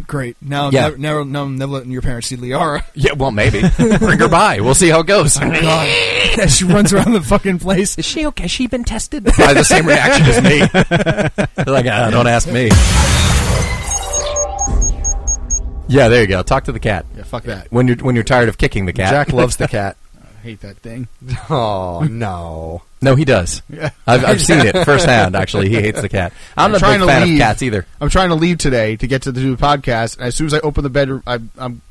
[SPEAKER 3] Great. Now, I'm
[SPEAKER 1] Yeah.
[SPEAKER 3] never, never, now I'm never letting your parents see Liara. <laughs>
[SPEAKER 1] Yeah. Well, maybe bring her by. We'll see how it goes.
[SPEAKER 3] Oh, God, she runs around the fucking
[SPEAKER 1] <laughs>
[SPEAKER 3] place.
[SPEAKER 1] Is she okay? She been tested by the same reaction as me. <laughs> They're like, ah, don't ask me. Yeah, there you go. Talk to the cat
[SPEAKER 4] Yeah, fuck that.
[SPEAKER 1] when you're when you're tired of kicking the cat.
[SPEAKER 5] Jack
[SPEAKER 1] <laughs>
[SPEAKER 5] loves the cat.
[SPEAKER 4] I hate that thing.
[SPEAKER 5] Oh no!
[SPEAKER 1] no, he does. I've, I've seen it <laughs> firsthand. Actually, he hates the cat. I'm not a
[SPEAKER 4] trying
[SPEAKER 1] big
[SPEAKER 4] to
[SPEAKER 1] fan
[SPEAKER 4] leave.
[SPEAKER 1] of cats either.
[SPEAKER 4] I'm trying to leave today to get to the do the podcast, and as soon as I open the bedroom, I, I'm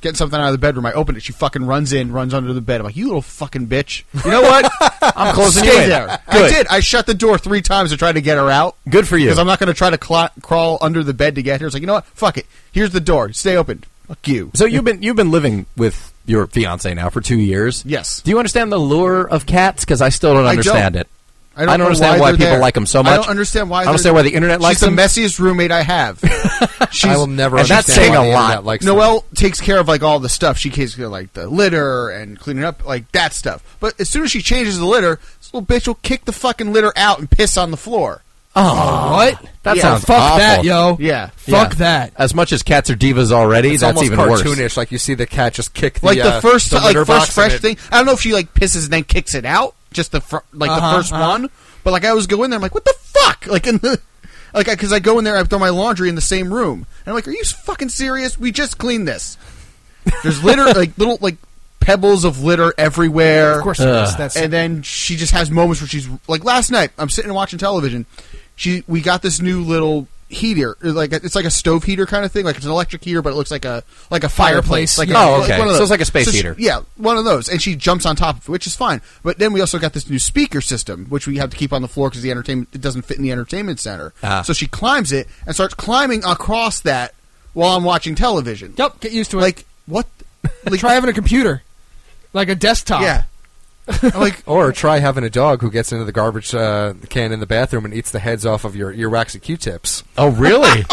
[SPEAKER 4] getting something out of the bedroom. I open it. She fucking runs in, runs under the bed. I'm like, you little fucking bitch. You know
[SPEAKER 1] <laughs>
[SPEAKER 4] what? I'm
[SPEAKER 1] closing
[SPEAKER 4] Stay
[SPEAKER 1] you in.
[SPEAKER 4] there. I
[SPEAKER 1] Good.
[SPEAKER 4] did. I shut the door three times to try to get her out.
[SPEAKER 1] Good for you.
[SPEAKER 4] Because I'm not going to try to cla crawl under the bed to get her. It's like, you know what? Fuck it. Here's the door. Stay open. Fuck you.
[SPEAKER 1] So you've been you've been living with your fiance now for two years.
[SPEAKER 4] Yes.
[SPEAKER 1] Do you understand the lure of cats? Because I still don't
[SPEAKER 4] I
[SPEAKER 1] understand
[SPEAKER 4] don't.
[SPEAKER 1] it. I don't
[SPEAKER 4] know
[SPEAKER 1] understand why
[SPEAKER 4] they're
[SPEAKER 1] people
[SPEAKER 4] there.
[SPEAKER 1] like 'em so
[SPEAKER 4] I
[SPEAKER 1] much.
[SPEAKER 4] don't understand why.
[SPEAKER 1] I don't
[SPEAKER 4] they're-
[SPEAKER 1] understand why the internet likes
[SPEAKER 4] She's
[SPEAKER 1] 'em.
[SPEAKER 4] the messiest roommate I
[SPEAKER 1] <laughs>
[SPEAKER 4] have. She's,
[SPEAKER 5] I will never.
[SPEAKER 1] and that's
[SPEAKER 5] understand
[SPEAKER 1] saying
[SPEAKER 5] why
[SPEAKER 1] a
[SPEAKER 5] the internet
[SPEAKER 1] lot.
[SPEAKER 5] Likes them.
[SPEAKER 4] Noelle takes care of like all the stuff. She takes care of like the litter and cleaning up like that stuff. But as soon as she changes the litter, this little bitch will kick the fucking litter out and piss on the floor.
[SPEAKER 3] What?
[SPEAKER 1] That
[SPEAKER 3] Yeah,
[SPEAKER 1] sounds
[SPEAKER 3] fuck
[SPEAKER 1] awful.
[SPEAKER 3] that, yo.
[SPEAKER 4] Yeah.
[SPEAKER 3] Fuck
[SPEAKER 1] Yeah.
[SPEAKER 3] that.
[SPEAKER 1] As much as cats are divas already,
[SPEAKER 5] It's
[SPEAKER 1] that's
[SPEAKER 5] almost
[SPEAKER 1] even
[SPEAKER 5] cartoonish.
[SPEAKER 1] worse.
[SPEAKER 5] Like you see the cat just kick the
[SPEAKER 4] Like the
[SPEAKER 5] uh,
[SPEAKER 4] first,
[SPEAKER 5] the
[SPEAKER 4] like
[SPEAKER 5] litter
[SPEAKER 4] first
[SPEAKER 5] box and
[SPEAKER 4] fresh
[SPEAKER 5] it-
[SPEAKER 4] thing. I don't know if she like pisses and then kicks it out. Just the fr- like
[SPEAKER 3] Uh-huh,
[SPEAKER 4] the 1st
[SPEAKER 3] uh-huh.
[SPEAKER 4] one. But like I always go in there, I'm like, what the fuck? <laughs> Like in the. Like, because I go in there, I throw my laundry in the same room, and I'm like, "Are you fucking serious? We just cleaned this. There's litter, like little like pebbles of litter everywhere.
[SPEAKER 3] Of course, it is. that's
[SPEAKER 4] and then she just has moments where she's like last night i'm sitting and watching television she we got this new little heater like it's like a stove heater kind of thing like it's an electric heater but it looks like a like a fireplace,
[SPEAKER 3] Fireplace,
[SPEAKER 4] like
[SPEAKER 3] yeah.
[SPEAKER 4] a,
[SPEAKER 1] Oh,
[SPEAKER 4] like
[SPEAKER 1] okay.
[SPEAKER 4] one of
[SPEAKER 1] So
[SPEAKER 4] those.
[SPEAKER 1] it's like a space
[SPEAKER 4] she-
[SPEAKER 1] heater.
[SPEAKER 4] yeah one of those and she jumps on top of it which is fine but then we also got this new speaker system which we have to keep on the floor because the entertainment it doesn't fit in the entertainment center
[SPEAKER 1] Ah.
[SPEAKER 4] so she climbs it and starts climbing across that while i'm watching television
[SPEAKER 3] yep. Get used to it.
[SPEAKER 4] like what like
[SPEAKER 3] try having a computer, like a desktop.
[SPEAKER 4] yeah I'm like
[SPEAKER 5] Or try having a dog who gets into the garbage uh, can in the bathroom and eats the heads off of your earwax and Q-tips. <laughs>
[SPEAKER 1] Oh, really?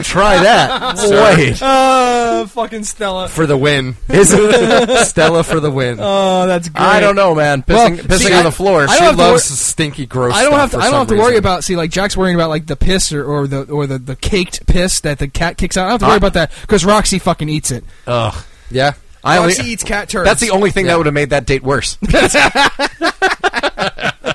[SPEAKER 1] Try that. Wait.
[SPEAKER 3] Uh, fucking Stella.
[SPEAKER 5] For the win. <laughs> Stella for the win.
[SPEAKER 3] Oh, that's great.
[SPEAKER 1] I don't know, man. Pissing,
[SPEAKER 3] Well,
[SPEAKER 1] pissing
[SPEAKER 3] see,
[SPEAKER 1] on
[SPEAKER 3] I-
[SPEAKER 1] the floor.
[SPEAKER 3] I
[SPEAKER 5] she
[SPEAKER 3] don't have to wor-
[SPEAKER 5] loves stinky, gross
[SPEAKER 3] I don't
[SPEAKER 5] stuff
[SPEAKER 3] have to.
[SPEAKER 5] for
[SPEAKER 3] I don't
[SPEAKER 5] some
[SPEAKER 3] have to worry
[SPEAKER 5] reason.
[SPEAKER 3] about. See, like Jack's worrying about like the piss or, or the or the, the caked piss that the cat kicks out. I don't have to worry about that because Roxy fucking eats it.
[SPEAKER 1] Ugh.
[SPEAKER 5] Yeah.
[SPEAKER 1] I only,
[SPEAKER 3] Roxy eats cat turds.
[SPEAKER 1] that's the only thing that would have made that date worse.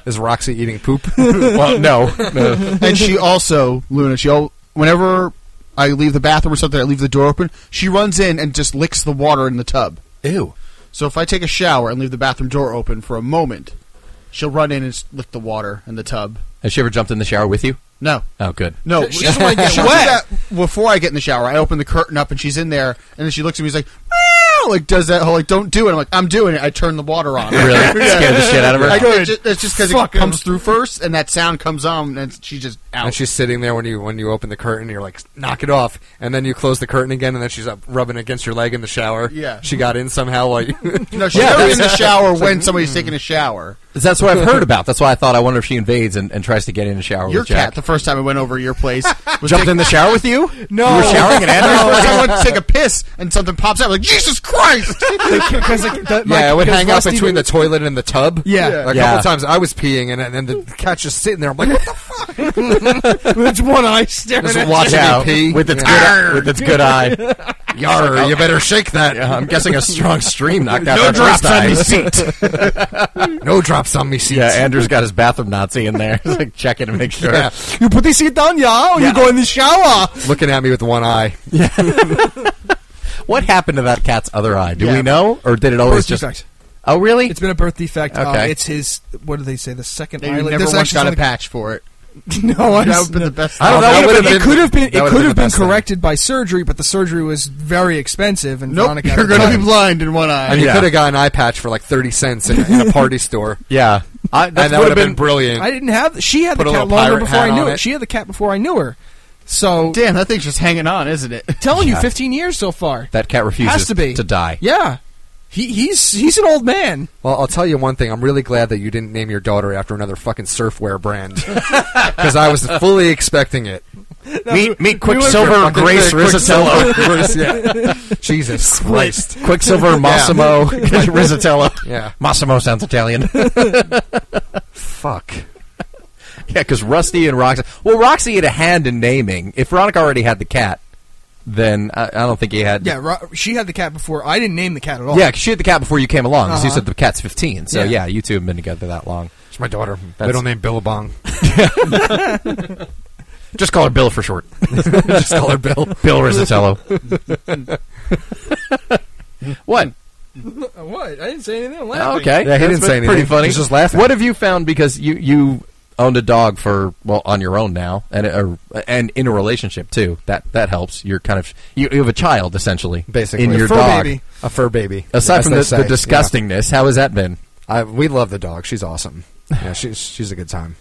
[SPEAKER 1] <laughs>
[SPEAKER 5] Is Roxy eating poop?
[SPEAKER 1] well, no. no.
[SPEAKER 4] and she also Luna. She al- whenever I leave the bathroom or something, I leave the door open. She runs in and just licks the water in the tub.
[SPEAKER 1] Ew.
[SPEAKER 4] So if I take a shower and leave the bathroom door open for a moment, she'll run in and s- lick the water in the tub.
[SPEAKER 1] Has she ever jumped in the shower with you?
[SPEAKER 4] No,
[SPEAKER 1] Oh, good.
[SPEAKER 4] no,
[SPEAKER 3] She doesn't
[SPEAKER 4] <laughs>
[SPEAKER 3] wanna get
[SPEAKER 4] she'll do
[SPEAKER 3] wet.
[SPEAKER 4] that before I get in the shower. I open the curtain up and she's in there, and then she looks at me. She's like, "Meow," like does that whole like don't do it. I'm like I'm doing it. I turn the water on. <laughs>
[SPEAKER 1] Really? Scared the shit out of her?
[SPEAKER 4] I, it's ju- it's just because it
[SPEAKER 3] Fucking-
[SPEAKER 4] comes through first, and that sound comes on, and she just out.
[SPEAKER 5] And she's sitting there when you when you open the curtain, you're like, knock it off. And then you close the curtain again, and then she's up rubbing against your leg in the shower.
[SPEAKER 4] Yeah.
[SPEAKER 5] She got in somehow while <laughs> you.
[SPEAKER 4] no, she's
[SPEAKER 2] Yeah,
[SPEAKER 4] already
[SPEAKER 2] that's- <laughs>
[SPEAKER 4] in the shower when somebody's taking a shower.
[SPEAKER 2] That's what I've heard about. That's why I thought I wonder if she invades and, and tries to get in the shower
[SPEAKER 4] Your
[SPEAKER 2] with Jack.
[SPEAKER 4] cat, the first time I went over
[SPEAKER 2] <laughs>
[SPEAKER 4] your place, was
[SPEAKER 2] Jumped
[SPEAKER 4] taking-
[SPEAKER 2] in the shower
[SPEAKER 3] <laughs>
[SPEAKER 2] with you? No. You were showering and
[SPEAKER 4] No, <laughs>
[SPEAKER 2] Andrew?
[SPEAKER 4] first time I went to take a piss, and something pops out. I'm like,
[SPEAKER 2] <laughs>
[SPEAKER 4] Jesus Christ!
[SPEAKER 3] Because like, the,
[SPEAKER 5] yeah, I would hang out
[SPEAKER 3] out
[SPEAKER 5] between the toilet and the tub.
[SPEAKER 3] Yeah. Yeah.
[SPEAKER 5] A
[SPEAKER 2] Yeah.
[SPEAKER 5] couple times I was peeing, and, and then the cat's just sitting there. I'm like, what the fuck?
[SPEAKER 3] It's one eye staring.
[SPEAKER 5] Just watching me pee.
[SPEAKER 2] with its good with its good <laughs> eye. oh.
[SPEAKER 5] Yarr, you better shake that.
[SPEAKER 2] Yeah, I'm <laughs> guessing a strong stream knocked out
[SPEAKER 5] No
[SPEAKER 2] that
[SPEAKER 5] drops
[SPEAKER 2] first
[SPEAKER 5] on
[SPEAKER 2] eye.
[SPEAKER 5] me seat.
[SPEAKER 2] <laughs>
[SPEAKER 5] no drops on me seat.
[SPEAKER 2] Yeah, Andrew's got his bathroom Nazi in there. <laughs> He's like checking to make sure.
[SPEAKER 5] Yeah.
[SPEAKER 3] You put the seat down, yeah, or you go in the shower.
[SPEAKER 5] Looking at me with one eye.
[SPEAKER 2] What happened to that cat's other eye? Do
[SPEAKER 4] Yeah.
[SPEAKER 2] we know, or did it always
[SPEAKER 3] Birth
[SPEAKER 2] just?
[SPEAKER 3] defect.
[SPEAKER 2] Oh, really?
[SPEAKER 3] It's been a birth defect. Um,
[SPEAKER 2] Okay.
[SPEAKER 3] it's his. What do they say? The second
[SPEAKER 4] They
[SPEAKER 3] eyelid.
[SPEAKER 4] never
[SPEAKER 3] This
[SPEAKER 4] once
[SPEAKER 3] actually
[SPEAKER 4] got a
[SPEAKER 3] is
[SPEAKER 4] patch for it.
[SPEAKER 3] on the- <laughs> No one.
[SPEAKER 4] That would have been the best.
[SPEAKER 2] I don't know.
[SPEAKER 3] it
[SPEAKER 2] That would've been-
[SPEAKER 3] could have been.
[SPEAKER 2] that
[SPEAKER 3] It
[SPEAKER 2] would've
[SPEAKER 3] could
[SPEAKER 2] been
[SPEAKER 3] have
[SPEAKER 2] the
[SPEAKER 3] been
[SPEAKER 2] best thing.
[SPEAKER 3] corrected by surgery, but the surgery was very expensive. And
[SPEAKER 4] Nope,
[SPEAKER 3] Veronica had
[SPEAKER 4] you're
[SPEAKER 3] to
[SPEAKER 4] going
[SPEAKER 3] die.
[SPEAKER 4] to be blind in one eye.
[SPEAKER 5] And you
[SPEAKER 2] Yeah.
[SPEAKER 5] could have got an eye patch for like 30 cents in, in a party store.
[SPEAKER 2] <laughs> Yeah, I,
[SPEAKER 5] and that
[SPEAKER 2] would've
[SPEAKER 5] would have been, brilliant.
[SPEAKER 3] I didn't have. She had
[SPEAKER 5] Put a
[SPEAKER 3] the
[SPEAKER 5] little
[SPEAKER 3] cat longer
[SPEAKER 5] pirate
[SPEAKER 3] before
[SPEAKER 5] hat
[SPEAKER 3] I knew
[SPEAKER 5] on
[SPEAKER 3] it.
[SPEAKER 5] it.
[SPEAKER 3] She had the cat before I knew her. So
[SPEAKER 4] Damn, that thing's just hanging on, isn't it?
[SPEAKER 3] telling you, 15 years so far.
[SPEAKER 2] that cat refuses
[SPEAKER 3] Has to be.
[SPEAKER 2] die.
[SPEAKER 3] Yeah, he, he's he's an old man.
[SPEAKER 5] Well, I'll tell you one thing. I'm really glad that you didn't name your daughter after another fucking surfwear brand. <laughs> Because I was fully expecting it.
[SPEAKER 2] meet meet Quicksilver
[SPEAKER 5] Fucking
[SPEAKER 2] Grace
[SPEAKER 5] quick-
[SPEAKER 2] Rizzatello.
[SPEAKER 5] <laughs> Grace, yeah. Jesus Christ.
[SPEAKER 2] Quicksilver <laughs> Massimo Rizzatello.
[SPEAKER 5] Yeah.
[SPEAKER 2] Massimo sounds Italian. yeah,
[SPEAKER 5] Fuck.
[SPEAKER 2] because Rusty and Roxy. Well, Roxy had a hand in naming. If Veronica already had the cat, then I, I don't think he had.
[SPEAKER 3] Yeah, Ro- she had the cat before. I didn't name the cat at all.
[SPEAKER 2] Yeah, 'cause she had the cat before you came along. 'cause you
[SPEAKER 3] Uh-huh.
[SPEAKER 2] said the cat's fifteen. So
[SPEAKER 3] Yeah.
[SPEAKER 2] yeah. you two have been together that long.
[SPEAKER 5] It's my daughter.
[SPEAKER 2] That's-
[SPEAKER 5] Middle name Billabong.
[SPEAKER 2] <laughs> Just call her Bill for <laughs> short. Just call her Bill. Bill Rizzatello. <laughs> what?
[SPEAKER 3] Uh, what? I didn't say anything. I'm
[SPEAKER 2] Oh,
[SPEAKER 3] laughing.
[SPEAKER 2] okay.
[SPEAKER 5] Yeah, he
[SPEAKER 2] That's
[SPEAKER 5] didn't say
[SPEAKER 2] Pretty
[SPEAKER 5] anything.
[SPEAKER 2] funny.
[SPEAKER 5] He was just laughing.
[SPEAKER 2] What have you found because you you owned a dog for well on your own now and or, and in a relationship too. That that helps. You're kind of you, you have a child essentially
[SPEAKER 5] Basically.
[SPEAKER 2] in
[SPEAKER 5] A
[SPEAKER 2] your
[SPEAKER 5] fur
[SPEAKER 2] dog.
[SPEAKER 3] baby.
[SPEAKER 5] A fur baby.
[SPEAKER 2] Aside
[SPEAKER 5] as
[SPEAKER 2] from
[SPEAKER 5] they
[SPEAKER 2] the,
[SPEAKER 5] say.
[SPEAKER 2] the disgustingness, how has that been?
[SPEAKER 5] Yeah. I, we love the dog. She's awesome. Yeah, she's, she's a good time.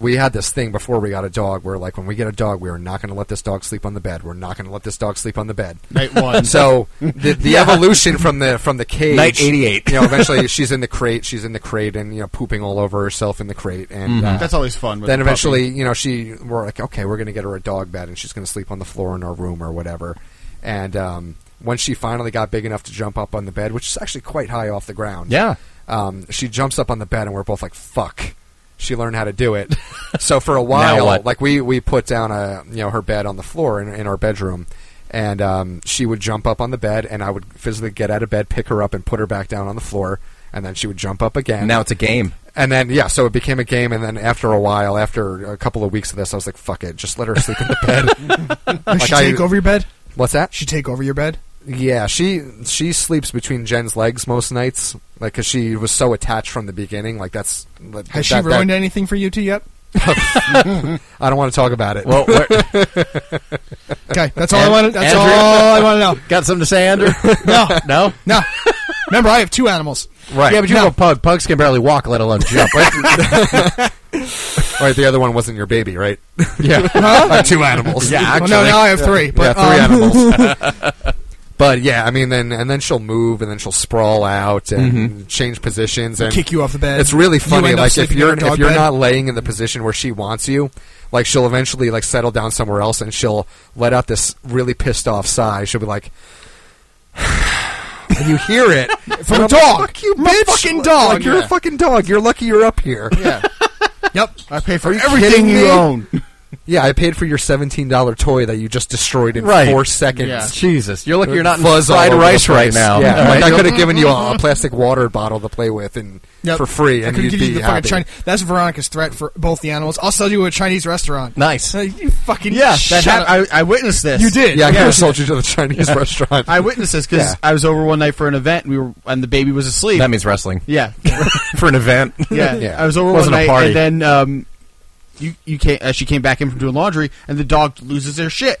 [SPEAKER 5] We had this thing before we got a dog where, like, when we get a dog, we are not going to let this dog sleep on the bed. We're not going to let this dog sleep on the bed.
[SPEAKER 4] Night one.
[SPEAKER 5] So the, the evolution from the from the cage
[SPEAKER 2] Night 88.
[SPEAKER 5] You know, eventually she's in the crate. She's in the crate and you know pooping all over herself in the crate. And uh,
[SPEAKER 4] That's always fun. With
[SPEAKER 5] then
[SPEAKER 4] a
[SPEAKER 5] eventually,
[SPEAKER 4] puppy.
[SPEAKER 5] you know, she we're like, okay, we're gonna get her a dog bed and she's gonna sleep on the floor in our room or whatever. And um, when she finally got big enough to jump up on the bed, which is actually quite high off the ground,
[SPEAKER 2] Yeah.
[SPEAKER 5] um, she jumps up on the bed and we're both like, fuck. She learned how to do it. <laughs> so for a while,
[SPEAKER 2] what?
[SPEAKER 5] like we we put down a you know her bed on the floor in, in our bedroom. And um, she would jump up on the bed, and I would physically get out of bed, pick her up, and put her back down on the floor. And then she would jump up again.
[SPEAKER 2] now it's a game.
[SPEAKER 5] And then yeah, so it became a game. And then after a while, after a couple of weeks of this, I was like, "Fuck it, just let her sleep in the bed."
[SPEAKER 3] <laughs> Does she
[SPEAKER 5] Like, I-
[SPEAKER 3] take over your bed?
[SPEAKER 5] What's that?
[SPEAKER 3] She take over your bed?
[SPEAKER 5] Yeah, she she sleeps between Jen's legs most nights, like because she was so attached from the beginning. Like that's that-
[SPEAKER 3] Has
[SPEAKER 5] that-
[SPEAKER 3] she ruined
[SPEAKER 5] that-
[SPEAKER 3] anything for you two
[SPEAKER 5] <laughs>
[SPEAKER 3] yet?
[SPEAKER 5] I don't want to talk about it. <laughs>
[SPEAKER 2] Well, where,
[SPEAKER 3] Okay, that's all I
[SPEAKER 2] An-
[SPEAKER 3] wanted. That's
[SPEAKER 2] Andrea-
[SPEAKER 3] all I want
[SPEAKER 5] <laughs>
[SPEAKER 3] to know.
[SPEAKER 2] got something to say, Andrew? no, no,
[SPEAKER 3] No, remember I have two animals.
[SPEAKER 2] right? Yeah, but you have a pug. Pugs can barely walk, let alone jump.
[SPEAKER 5] All right, the other one wasn't your baby, right? Yeah, <laughs> Like two animals. Yeah,
[SPEAKER 3] Well, no, now I have three. But
[SPEAKER 5] yeah, three
[SPEAKER 3] um,
[SPEAKER 5] animals. <laughs> but yeah, I mean, then and then she'll move, and then she'll sprawl out and change positions and
[SPEAKER 3] kick you off the bed.
[SPEAKER 5] It's really
[SPEAKER 3] You
[SPEAKER 5] funny.
[SPEAKER 3] end up
[SPEAKER 5] Like if
[SPEAKER 3] sleeping in
[SPEAKER 5] you're
[SPEAKER 3] a dog
[SPEAKER 5] if you're
[SPEAKER 3] bed.
[SPEAKER 5] not laying in the position where she wants you, like she'll eventually like settle down somewhere else, and she'll let out this really pissed off sigh. She'll be like. <sighs> And you hear it <laughs> from
[SPEAKER 3] a dog.
[SPEAKER 5] Fuck you,
[SPEAKER 3] From a
[SPEAKER 5] bitch!
[SPEAKER 3] fucking
[SPEAKER 5] Like,
[SPEAKER 3] dog,
[SPEAKER 5] Like, you're
[SPEAKER 3] yeah.
[SPEAKER 5] a fucking dog. You're lucky you're up here.
[SPEAKER 4] yeah,
[SPEAKER 3] Yep.
[SPEAKER 4] I pay for
[SPEAKER 5] you
[SPEAKER 4] everything
[SPEAKER 5] kidding
[SPEAKER 4] you
[SPEAKER 5] me? <laughs>
[SPEAKER 4] own.
[SPEAKER 5] Yeah, I paid for your seventeen dollar toy that you just destroyed in
[SPEAKER 2] Right.
[SPEAKER 5] four seconds.
[SPEAKER 4] Yeah.
[SPEAKER 2] Jesus, you're looking. You're not in
[SPEAKER 5] Fuzz all
[SPEAKER 2] fried
[SPEAKER 5] over the
[SPEAKER 2] rice right
[SPEAKER 5] place.
[SPEAKER 2] now.
[SPEAKER 5] Yeah,
[SPEAKER 2] Am I
[SPEAKER 5] like, I could have given you a, a plastic water bottle to play with and
[SPEAKER 3] Yep.
[SPEAKER 5] for free,
[SPEAKER 3] I
[SPEAKER 5] and
[SPEAKER 3] could
[SPEAKER 5] you'd
[SPEAKER 3] give
[SPEAKER 5] be
[SPEAKER 3] you the
[SPEAKER 5] happy.
[SPEAKER 3] fucking Chinese. That's Veronica's threat for both the animals. I'll sell you a Chinese restaurant.
[SPEAKER 2] Nice.
[SPEAKER 3] Uh, You fucking
[SPEAKER 4] Yeah,
[SPEAKER 3] shut
[SPEAKER 4] that
[SPEAKER 3] up.
[SPEAKER 4] hap- I, I witnessed this.
[SPEAKER 3] You did.
[SPEAKER 5] Yeah, I could have sold you to the Chinese restaurant.
[SPEAKER 4] I witnessed this because
[SPEAKER 5] Yeah.
[SPEAKER 4] I was over one night for an event. And we were and the baby was asleep.
[SPEAKER 2] That means wrestling
[SPEAKER 4] yeah,
[SPEAKER 2] for an <laughs> event.
[SPEAKER 4] yeah,
[SPEAKER 5] Yeah.
[SPEAKER 4] I was over
[SPEAKER 2] Wasn't a
[SPEAKER 4] one night,
[SPEAKER 2] party.
[SPEAKER 4] and then um, you you came, uh, she came back in from doing laundry, and the dog loses their shit.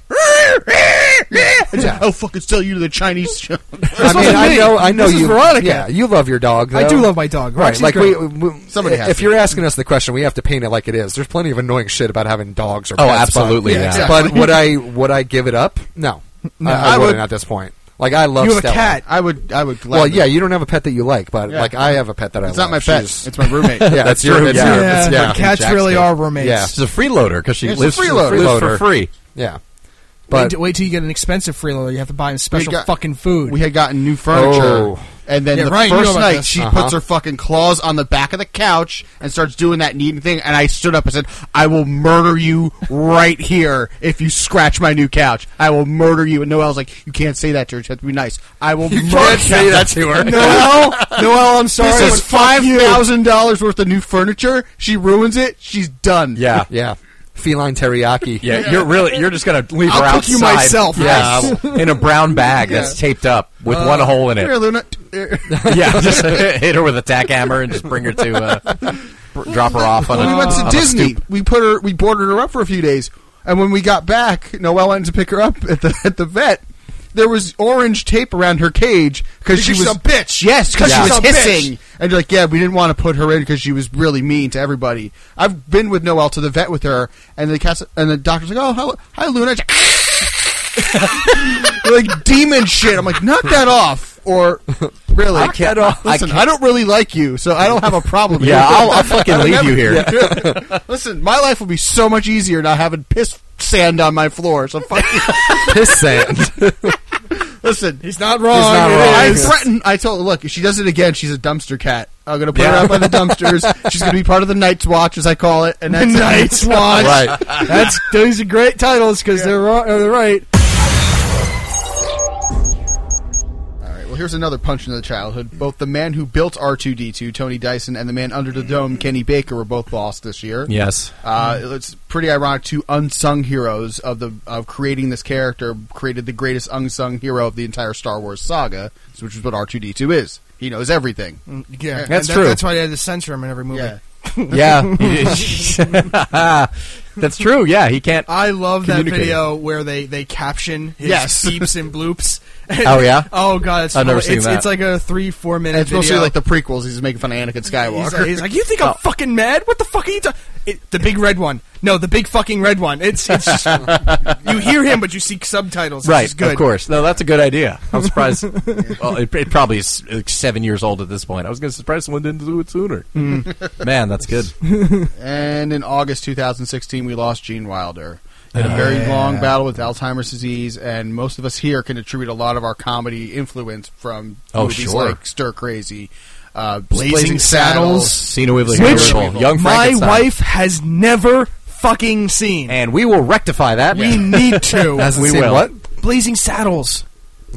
[SPEAKER 4] I'll fucking sell you to the Chinese. <laughs> show.
[SPEAKER 5] I mean,
[SPEAKER 3] wasn't
[SPEAKER 5] I
[SPEAKER 3] me.
[SPEAKER 5] know, I know
[SPEAKER 3] This is
[SPEAKER 5] you.
[SPEAKER 3] Veronica.
[SPEAKER 5] Yeah, you love your dog.
[SPEAKER 3] I do
[SPEAKER 5] though.
[SPEAKER 3] love my dog.
[SPEAKER 5] Right,
[SPEAKER 3] Roxy's
[SPEAKER 5] like
[SPEAKER 3] great.
[SPEAKER 5] we, we,
[SPEAKER 4] Somebody has
[SPEAKER 5] If
[SPEAKER 4] to.
[SPEAKER 5] you're asking us the question, we have to paint it like it is. There's plenty of annoying shit about having dogs or
[SPEAKER 2] Oh,
[SPEAKER 5] pets, but-
[SPEAKER 2] absolutely, Yeah, yeah.
[SPEAKER 4] exactly.
[SPEAKER 5] But would I would I give it up? No, I, I,
[SPEAKER 4] I
[SPEAKER 5] wouldn't
[SPEAKER 4] would-
[SPEAKER 5] at this point. Like I love
[SPEAKER 3] you have a
[SPEAKER 5] Stella.
[SPEAKER 3] cat.
[SPEAKER 4] I would. I would. Gladly.
[SPEAKER 5] Well, yeah, you don't have a pet that you like, but
[SPEAKER 4] Yeah.
[SPEAKER 5] like I have a pet that I.
[SPEAKER 4] It's not
[SPEAKER 5] love.
[SPEAKER 4] my pet.
[SPEAKER 5] She's-
[SPEAKER 4] It's my roommate.
[SPEAKER 5] <laughs> yeah, that's
[SPEAKER 2] your-
[SPEAKER 5] It's
[SPEAKER 2] yeah,
[SPEAKER 5] your,
[SPEAKER 3] yeah,
[SPEAKER 5] it's, yeah.
[SPEAKER 3] but cats
[SPEAKER 5] Jack's
[SPEAKER 3] really
[SPEAKER 5] kid.
[SPEAKER 3] are roommates.
[SPEAKER 5] Yeah.
[SPEAKER 2] She's a freeloader because she
[SPEAKER 4] Yeah, she's a
[SPEAKER 2] lives,
[SPEAKER 4] freeloader.
[SPEAKER 2] lives for
[SPEAKER 5] Freeloader.
[SPEAKER 2] free.
[SPEAKER 5] Yeah.
[SPEAKER 3] Wait,
[SPEAKER 5] But
[SPEAKER 3] t- wait till you get an expensive freeloader. You have to buy him special
[SPEAKER 4] got-
[SPEAKER 3] fucking food.
[SPEAKER 4] We had gotten new furniture.
[SPEAKER 5] Oh.
[SPEAKER 4] And then
[SPEAKER 3] Yeah,
[SPEAKER 4] the
[SPEAKER 3] Ryan, you know
[SPEAKER 4] first
[SPEAKER 3] about
[SPEAKER 4] night,
[SPEAKER 3] this.
[SPEAKER 4] she
[SPEAKER 5] Uh-huh.
[SPEAKER 4] puts her fucking claws on the back of the couch and starts doing that kneading thing. And I stood up and said, "I will murder you right here if you scratch my new couch. I will murder you." And Noelle's like, "You can't say that to her. You have to be nice. I will murder
[SPEAKER 5] can't say that to her.
[SPEAKER 4] Noelle,
[SPEAKER 3] Noel, I'm sorry.
[SPEAKER 4] this is
[SPEAKER 3] but fuck
[SPEAKER 4] five
[SPEAKER 3] you.
[SPEAKER 4] thousand dollars worth of new furniture. She ruins it. She's done.
[SPEAKER 2] Yeah.
[SPEAKER 5] yeah, feline teriyaki.
[SPEAKER 2] Yeah, you're really you're just gonna leave her
[SPEAKER 3] I'll cook
[SPEAKER 2] outside.
[SPEAKER 3] you myself.
[SPEAKER 2] Yeah, <laughs> in a brown bag that's taped up with one hole in <laughs>
[SPEAKER 4] Here,
[SPEAKER 2] it.
[SPEAKER 4] Luna. Here.
[SPEAKER 2] yeah, just <laughs> hit her with a tack hammer and just bring her to uh, br- drop her off on.
[SPEAKER 4] when
[SPEAKER 2] a,
[SPEAKER 4] we went to
[SPEAKER 2] on a
[SPEAKER 4] Disney,
[SPEAKER 2] stoop.
[SPEAKER 4] we put her, we boarded her up for a few days, and when we got back, Noelle went to pick her up at the <laughs> at the vet. There was orange tape around her cage because she
[SPEAKER 3] she's
[SPEAKER 4] was
[SPEAKER 3] a bitch.
[SPEAKER 4] Yes, because
[SPEAKER 3] Yeah.
[SPEAKER 4] she
[SPEAKER 3] She's
[SPEAKER 4] was
[SPEAKER 3] a bitch.
[SPEAKER 4] hissing, and you're like, yeah, we didn't want to put her in because she was really mean to everybody. I've been with Noelle to the vet with her, and the cast, and the doctor's like, oh, hello, hi, Luna. <laughs> like demon shit. I'm like, knock that off, or
[SPEAKER 2] <laughs>
[SPEAKER 4] really,
[SPEAKER 2] I can't- I
[SPEAKER 4] Listen, I,
[SPEAKER 2] can't-
[SPEAKER 4] don't really like you, so I don't have
[SPEAKER 2] <laughs>
[SPEAKER 4] a problem.
[SPEAKER 2] Yeah,
[SPEAKER 4] here.
[SPEAKER 2] I'll, I'll
[SPEAKER 4] <laughs>
[SPEAKER 2] fucking leave you here.
[SPEAKER 4] Listen, my life would be so much easier not having piss sand on my floor. So fuck you.
[SPEAKER 2] <laughs>
[SPEAKER 5] piss sand.
[SPEAKER 4] <laughs> Listen,
[SPEAKER 3] He's not wrong.
[SPEAKER 5] not
[SPEAKER 3] It
[SPEAKER 5] wrong.
[SPEAKER 4] I
[SPEAKER 3] is.
[SPEAKER 4] threatened. I told her, look, if she does it again, she's a dumpster cat. I'm gonna put her
[SPEAKER 2] Yeah.
[SPEAKER 4] out by the
[SPEAKER 2] <laughs>
[SPEAKER 4] dumpsters. she's gonna be part of the Night's Watch, as I call it. And that's it.
[SPEAKER 3] Night's Watch.
[SPEAKER 5] Right.
[SPEAKER 3] <laughs> That's those are great titles because they're wrong, or they're right.
[SPEAKER 4] All right. Well, here's another punch into the childhood. Both the man who built R2D2, Tony Dyson, and the man under the dome, Kenny Baker, were both lost this year.
[SPEAKER 2] Yes.
[SPEAKER 4] Uh, it's pretty ironic. Two unsung heroes of the of creating this character created the greatest unsung hero of the entire Star Wars saga, which is what R two D two is. He knows everything.
[SPEAKER 3] Yeah, and
[SPEAKER 2] That's
[SPEAKER 3] that-
[SPEAKER 2] true.
[SPEAKER 3] That's why they had to censor him in every movie.
[SPEAKER 4] Yeah,
[SPEAKER 2] Yeah. <laughs> That's true. Yeah, he can't.
[SPEAKER 3] I love that
[SPEAKER 2] Communicate.
[SPEAKER 3] video where they they caption his <laughs>
[SPEAKER 4] Yes.
[SPEAKER 3] beeps and bloops.
[SPEAKER 2] <laughs> Oh, yeah?
[SPEAKER 3] <laughs> oh god, it's
[SPEAKER 2] I've never
[SPEAKER 3] it's,
[SPEAKER 2] seen that.
[SPEAKER 3] It's like a three four minute.
[SPEAKER 4] and it's
[SPEAKER 3] video.
[SPEAKER 4] mostly like the prequels. He's making fun of Anakin
[SPEAKER 3] He's
[SPEAKER 4] Skywalker.
[SPEAKER 3] like, he's like, you
[SPEAKER 2] <laughs> Oh.
[SPEAKER 3] think I'm fucking mad? What the fuck are you talking? The big red one. No, the big fucking red one. It's it's
[SPEAKER 2] <laughs>
[SPEAKER 3] just, you hear him, but you see subtitles.
[SPEAKER 2] Right,
[SPEAKER 3] it's just good.
[SPEAKER 2] of course. No, that's a good idea. I'm surprised. well, it, it probably is like, seven years old at this point. I was going to surprise someone didn't do it sooner. <laughs> Man, that's good.
[SPEAKER 4] <laughs> and in August 2016, we lost Gene Wilder in a very long battle with Alzheimer's disease. And most of us here can attribute a lot of our comedy influence from
[SPEAKER 2] Oh,
[SPEAKER 4] movies
[SPEAKER 2] sure.
[SPEAKER 4] like Stir Crazy, uh,
[SPEAKER 2] Blazing
[SPEAKER 4] Blazing,
[SPEAKER 2] Saddles,
[SPEAKER 4] Saddles,
[SPEAKER 2] Cena Weevil,
[SPEAKER 4] Which-
[SPEAKER 2] Hannibal, Young
[SPEAKER 3] My
[SPEAKER 2] Frankenstein.
[SPEAKER 3] wife has never fucking seen.
[SPEAKER 2] and we will rectify that.
[SPEAKER 3] we need
[SPEAKER 2] <laughs>
[SPEAKER 3] to.
[SPEAKER 5] Hasn't
[SPEAKER 2] We
[SPEAKER 5] seen
[SPEAKER 2] will.
[SPEAKER 5] what?
[SPEAKER 3] Blazing Saddles.
[SPEAKER 2] Oh.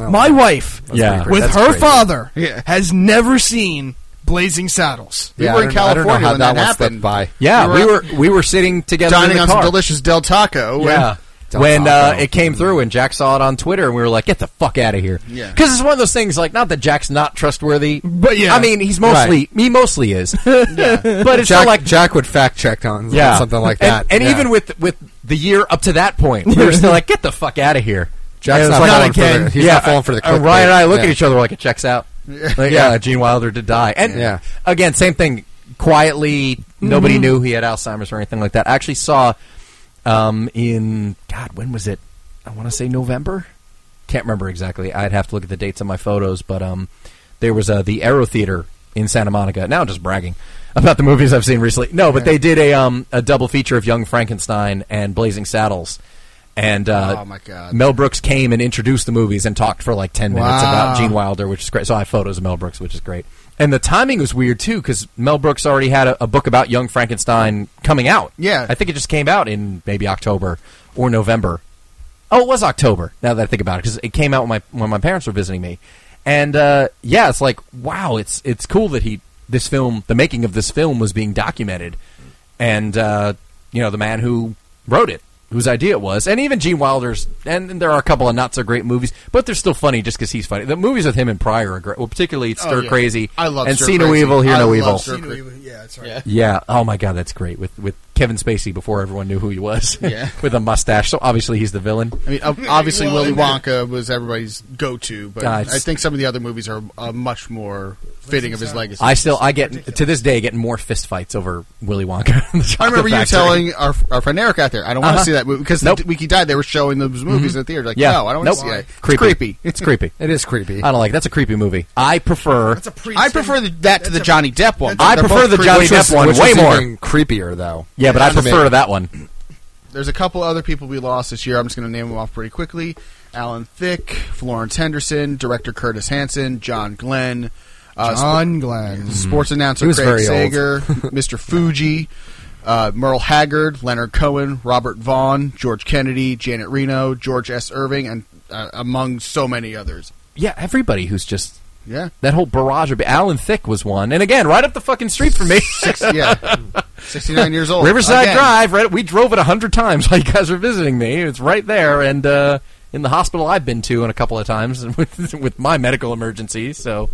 [SPEAKER 5] No.
[SPEAKER 3] My wife,
[SPEAKER 2] yeah,
[SPEAKER 5] pretty
[SPEAKER 3] with
[SPEAKER 5] That's
[SPEAKER 3] her
[SPEAKER 5] crazy.
[SPEAKER 3] father,
[SPEAKER 4] Yeah.
[SPEAKER 3] has never seen Blazing <laughs> Saddles.
[SPEAKER 4] We
[SPEAKER 5] Yeah,
[SPEAKER 4] were
[SPEAKER 5] I
[SPEAKER 4] in
[SPEAKER 5] don't- I don't know
[SPEAKER 4] California
[SPEAKER 5] how
[SPEAKER 4] when
[SPEAKER 5] that,
[SPEAKER 4] that
[SPEAKER 5] one
[SPEAKER 4] happened.
[SPEAKER 5] slipped by.
[SPEAKER 2] yeah.
[SPEAKER 4] We
[SPEAKER 2] We
[SPEAKER 4] were-
[SPEAKER 2] were we were sitting together in
[SPEAKER 4] dining
[SPEAKER 2] the
[SPEAKER 4] on
[SPEAKER 2] car.
[SPEAKER 4] some delicious Del Taco. when-
[SPEAKER 2] Yeah.
[SPEAKER 5] Del
[SPEAKER 2] when uh,
[SPEAKER 5] Taco.
[SPEAKER 2] it came through and Jack saw it on Twitter, and we were like, "Get the fuck out of here!"
[SPEAKER 4] Yeah.
[SPEAKER 2] because it's one of those things. Like, not that Jack's not trustworthy,
[SPEAKER 3] But yeah.
[SPEAKER 2] I mean, he's mostly he mostly is. But
[SPEAKER 1] <laughs>
[SPEAKER 2] it's
[SPEAKER 5] Jack,
[SPEAKER 2] not like
[SPEAKER 5] Jack would fact check on
[SPEAKER 2] yeah,
[SPEAKER 5] something like
[SPEAKER 2] And-
[SPEAKER 5] that.
[SPEAKER 2] And,
[SPEAKER 5] Yeah.
[SPEAKER 2] even with with the year up to that point, we were still like, "Get the fuck out of here." And
[SPEAKER 5] Jack's
[SPEAKER 2] it
[SPEAKER 5] not
[SPEAKER 2] was
[SPEAKER 5] falling for the- he's not falling for the
[SPEAKER 2] And Ryan and I
[SPEAKER 5] clickbait.
[SPEAKER 2] uh, look at
[SPEAKER 5] Yeah.
[SPEAKER 2] each other like it checks out. Like,
[SPEAKER 5] Yeah.
[SPEAKER 2] yeah, Gene Wilder did die, and
[SPEAKER 5] Yeah. Mm-hmm.
[SPEAKER 2] again, same thing. Quietly, nobody knew he had Alzheimer's or anything like that. I actually saw um, in God, when was it? I want to say November. Can't remember exactly. I'd have to look at the dates on my photos, but um, there was uh, the Aero Theater in Santa Monica. Now I'm just bragging about the movies I've seen recently. No, but they did a um, a double feature of Young Frankenstein and Blazing Saddles. And uh,
[SPEAKER 4] Oh, my God.
[SPEAKER 2] Mel Brooks came and introduced the movies and talked for like ten minutes
[SPEAKER 4] Wow.
[SPEAKER 2] about Gene Wilder, which is great. So I have photos of Mel Brooks, which is great. And the timing was weird too, because Mel Brooks already had a, a book about Young Frankenstein coming out.
[SPEAKER 4] Yeah.
[SPEAKER 2] I think it just came out in maybe October or November. Oh, it was October. Now that I think about it, because it came out when my when my parents were visiting me, and uh, yeah, it's like wow, it's it's cool that he this film, the making of this film was being documented, and uh, you know the man who wrote it
[SPEAKER 1] whose idea it was, and even Gene Wilder's. And, there are a couple of not so great movies, but they're still funny just because he's funny. The movies with him and Pryor are great. Well, particularly Stir
[SPEAKER 4] Oh, yeah.
[SPEAKER 1] Crazy.
[SPEAKER 4] I love
[SPEAKER 1] and
[SPEAKER 4] Stir
[SPEAKER 1] See No
[SPEAKER 4] Crazy.
[SPEAKER 1] Evil, Hear
[SPEAKER 4] I
[SPEAKER 1] No
[SPEAKER 4] love
[SPEAKER 1] Evil.
[SPEAKER 4] Stir Crazy.
[SPEAKER 3] Yeah, that's right.
[SPEAKER 4] Yeah.
[SPEAKER 1] Yeah. Oh my God, that's great with with Kevin Spacey before everyone knew who he was.
[SPEAKER 4] Yeah.
[SPEAKER 1] <laughs> with a mustache. So obviously he's the villain.
[SPEAKER 4] I mean, ob- obviously
[SPEAKER 10] Well,
[SPEAKER 4] Willy
[SPEAKER 10] and-
[SPEAKER 4] Wonka was everybody's go-to, but
[SPEAKER 1] Ah,
[SPEAKER 4] I
[SPEAKER 1] it's-
[SPEAKER 4] think some of the other movies are uh, much more fitting of his legacy.
[SPEAKER 1] I still I get to this day getting more fistfights over Willy Wonka. <laughs> and the
[SPEAKER 4] I remember you
[SPEAKER 1] Chocolate Factory.
[SPEAKER 4] telling our, our friend Eric out there, I don't want to
[SPEAKER 1] Uh-huh.
[SPEAKER 4] see that movie because
[SPEAKER 1] Nope.
[SPEAKER 4] the
[SPEAKER 1] Mm-hmm.
[SPEAKER 4] week he died, they were showing those movies in the theater. Like,
[SPEAKER 1] Yeah.
[SPEAKER 4] no, I don't
[SPEAKER 1] nope.
[SPEAKER 4] want to see that. It's
[SPEAKER 1] Creepy.
[SPEAKER 4] creepy.
[SPEAKER 1] It's creepy.
[SPEAKER 5] It is creepy.
[SPEAKER 1] I don't like. That's a creepy movie. I prefer.
[SPEAKER 10] That's a pre.
[SPEAKER 4] I prefer the, that to the Johnny Depp one.
[SPEAKER 1] I
[SPEAKER 4] They're
[SPEAKER 1] prefer
[SPEAKER 4] both
[SPEAKER 1] the
[SPEAKER 4] creepy.
[SPEAKER 1] Johnny
[SPEAKER 5] Which was-
[SPEAKER 1] Depp one
[SPEAKER 5] which
[SPEAKER 1] way
[SPEAKER 5] was
[SPEAKER 1] more.
[SPEAKER 5] even creepier though.
[SPEAKER 1] Yeah, but I
[SPEAKER 4] Animated.
[SPEAKER 1] prefer that one.
[SPEAKER 4] There's a couple other people we lost this year. I'm just going to name them off pretty quickly. Alan Thicke, Florence Henderson, director Curtis Hanson, John Glenn, uh,
[SPEAKER 3] John Glenn.
[SPEAKER 4] sports announcer
[SPEAKER 5] Mm-hmm. He was
[SPEAKER 4] Craig
[SPEAKER 5] very old.
[SPEAKER 4] Sager,
[SPEAKER 5] <laughs>
[SPEAKER 4] Mr. Fuji, uh, Merle Haggard, Leonard Cohen, Robert Vaughn, George Kennedy, Janet Reno, George S. Irving, and uh, among so many others.
[SPEAKER 1] Yeah, everybody who's just
[SPEAKER 4] Yeah,
[SPEAKER 1] that whole barrage of Alan Thicke was one, and again, right up the fucking street from me.
[SPEAKER 3] <laughs>
[SPEAKER 4] yeah, sixty-nine years old.
[SPEAKER 1] <laughs> Riverside
[SPEAKER 4] Again,
[SPEAKER 1] Drive. Right, we drove it a hundred times <laughs> while you guys were visiting me. It's right there, and uh, in the hospital I've been to, and a couple of times <laughs> with, with my medical emergency. So,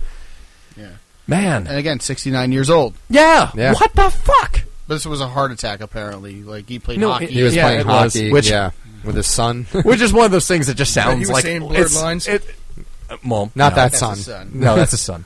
[SPEAKER 4] Yeah.
[SPEAKER 1] man,
[SPEAKER 4] and again, sixty-nine years old.
[SPEAKER 1] yeah,
[SPEAKER 5] Yeah.
[SPEAKER 1] what the fuck? <laughs>
[SPEAKER 4] But this was a heart attack, apparently. Like he played
[SPEAKER 1] No,
[SPEAKER 4] hockey.
[SPEAKER 1] it-
[SPEAKER 5] He was
[SPEAKER 1] Yeah,
[SPEAKER 5] playing
[SPEAKER 1] it was.
[SPEAKER 5] hockey.
[SPEAKER 1] Which-
[SPEAKER 5] yeah, with his son.
[SPEAKER 1] Which is one of those things that just sounds
[SPEAKER 3] was
[SPEAKER 1] like
[SPEAKER 3] saying blurred
[SPEAKER 1] it's-
[SPEAKER 3] lines?
[SPEAKER 1] It, uh, well,
[SPEAKER 5] Not that
[SPEAKER 1] no.
[SPEAKER 4] That's
[SPEAKER 5] son.
[SPEAKER 4] his son.
[SPEAKER 1] No, that's his son.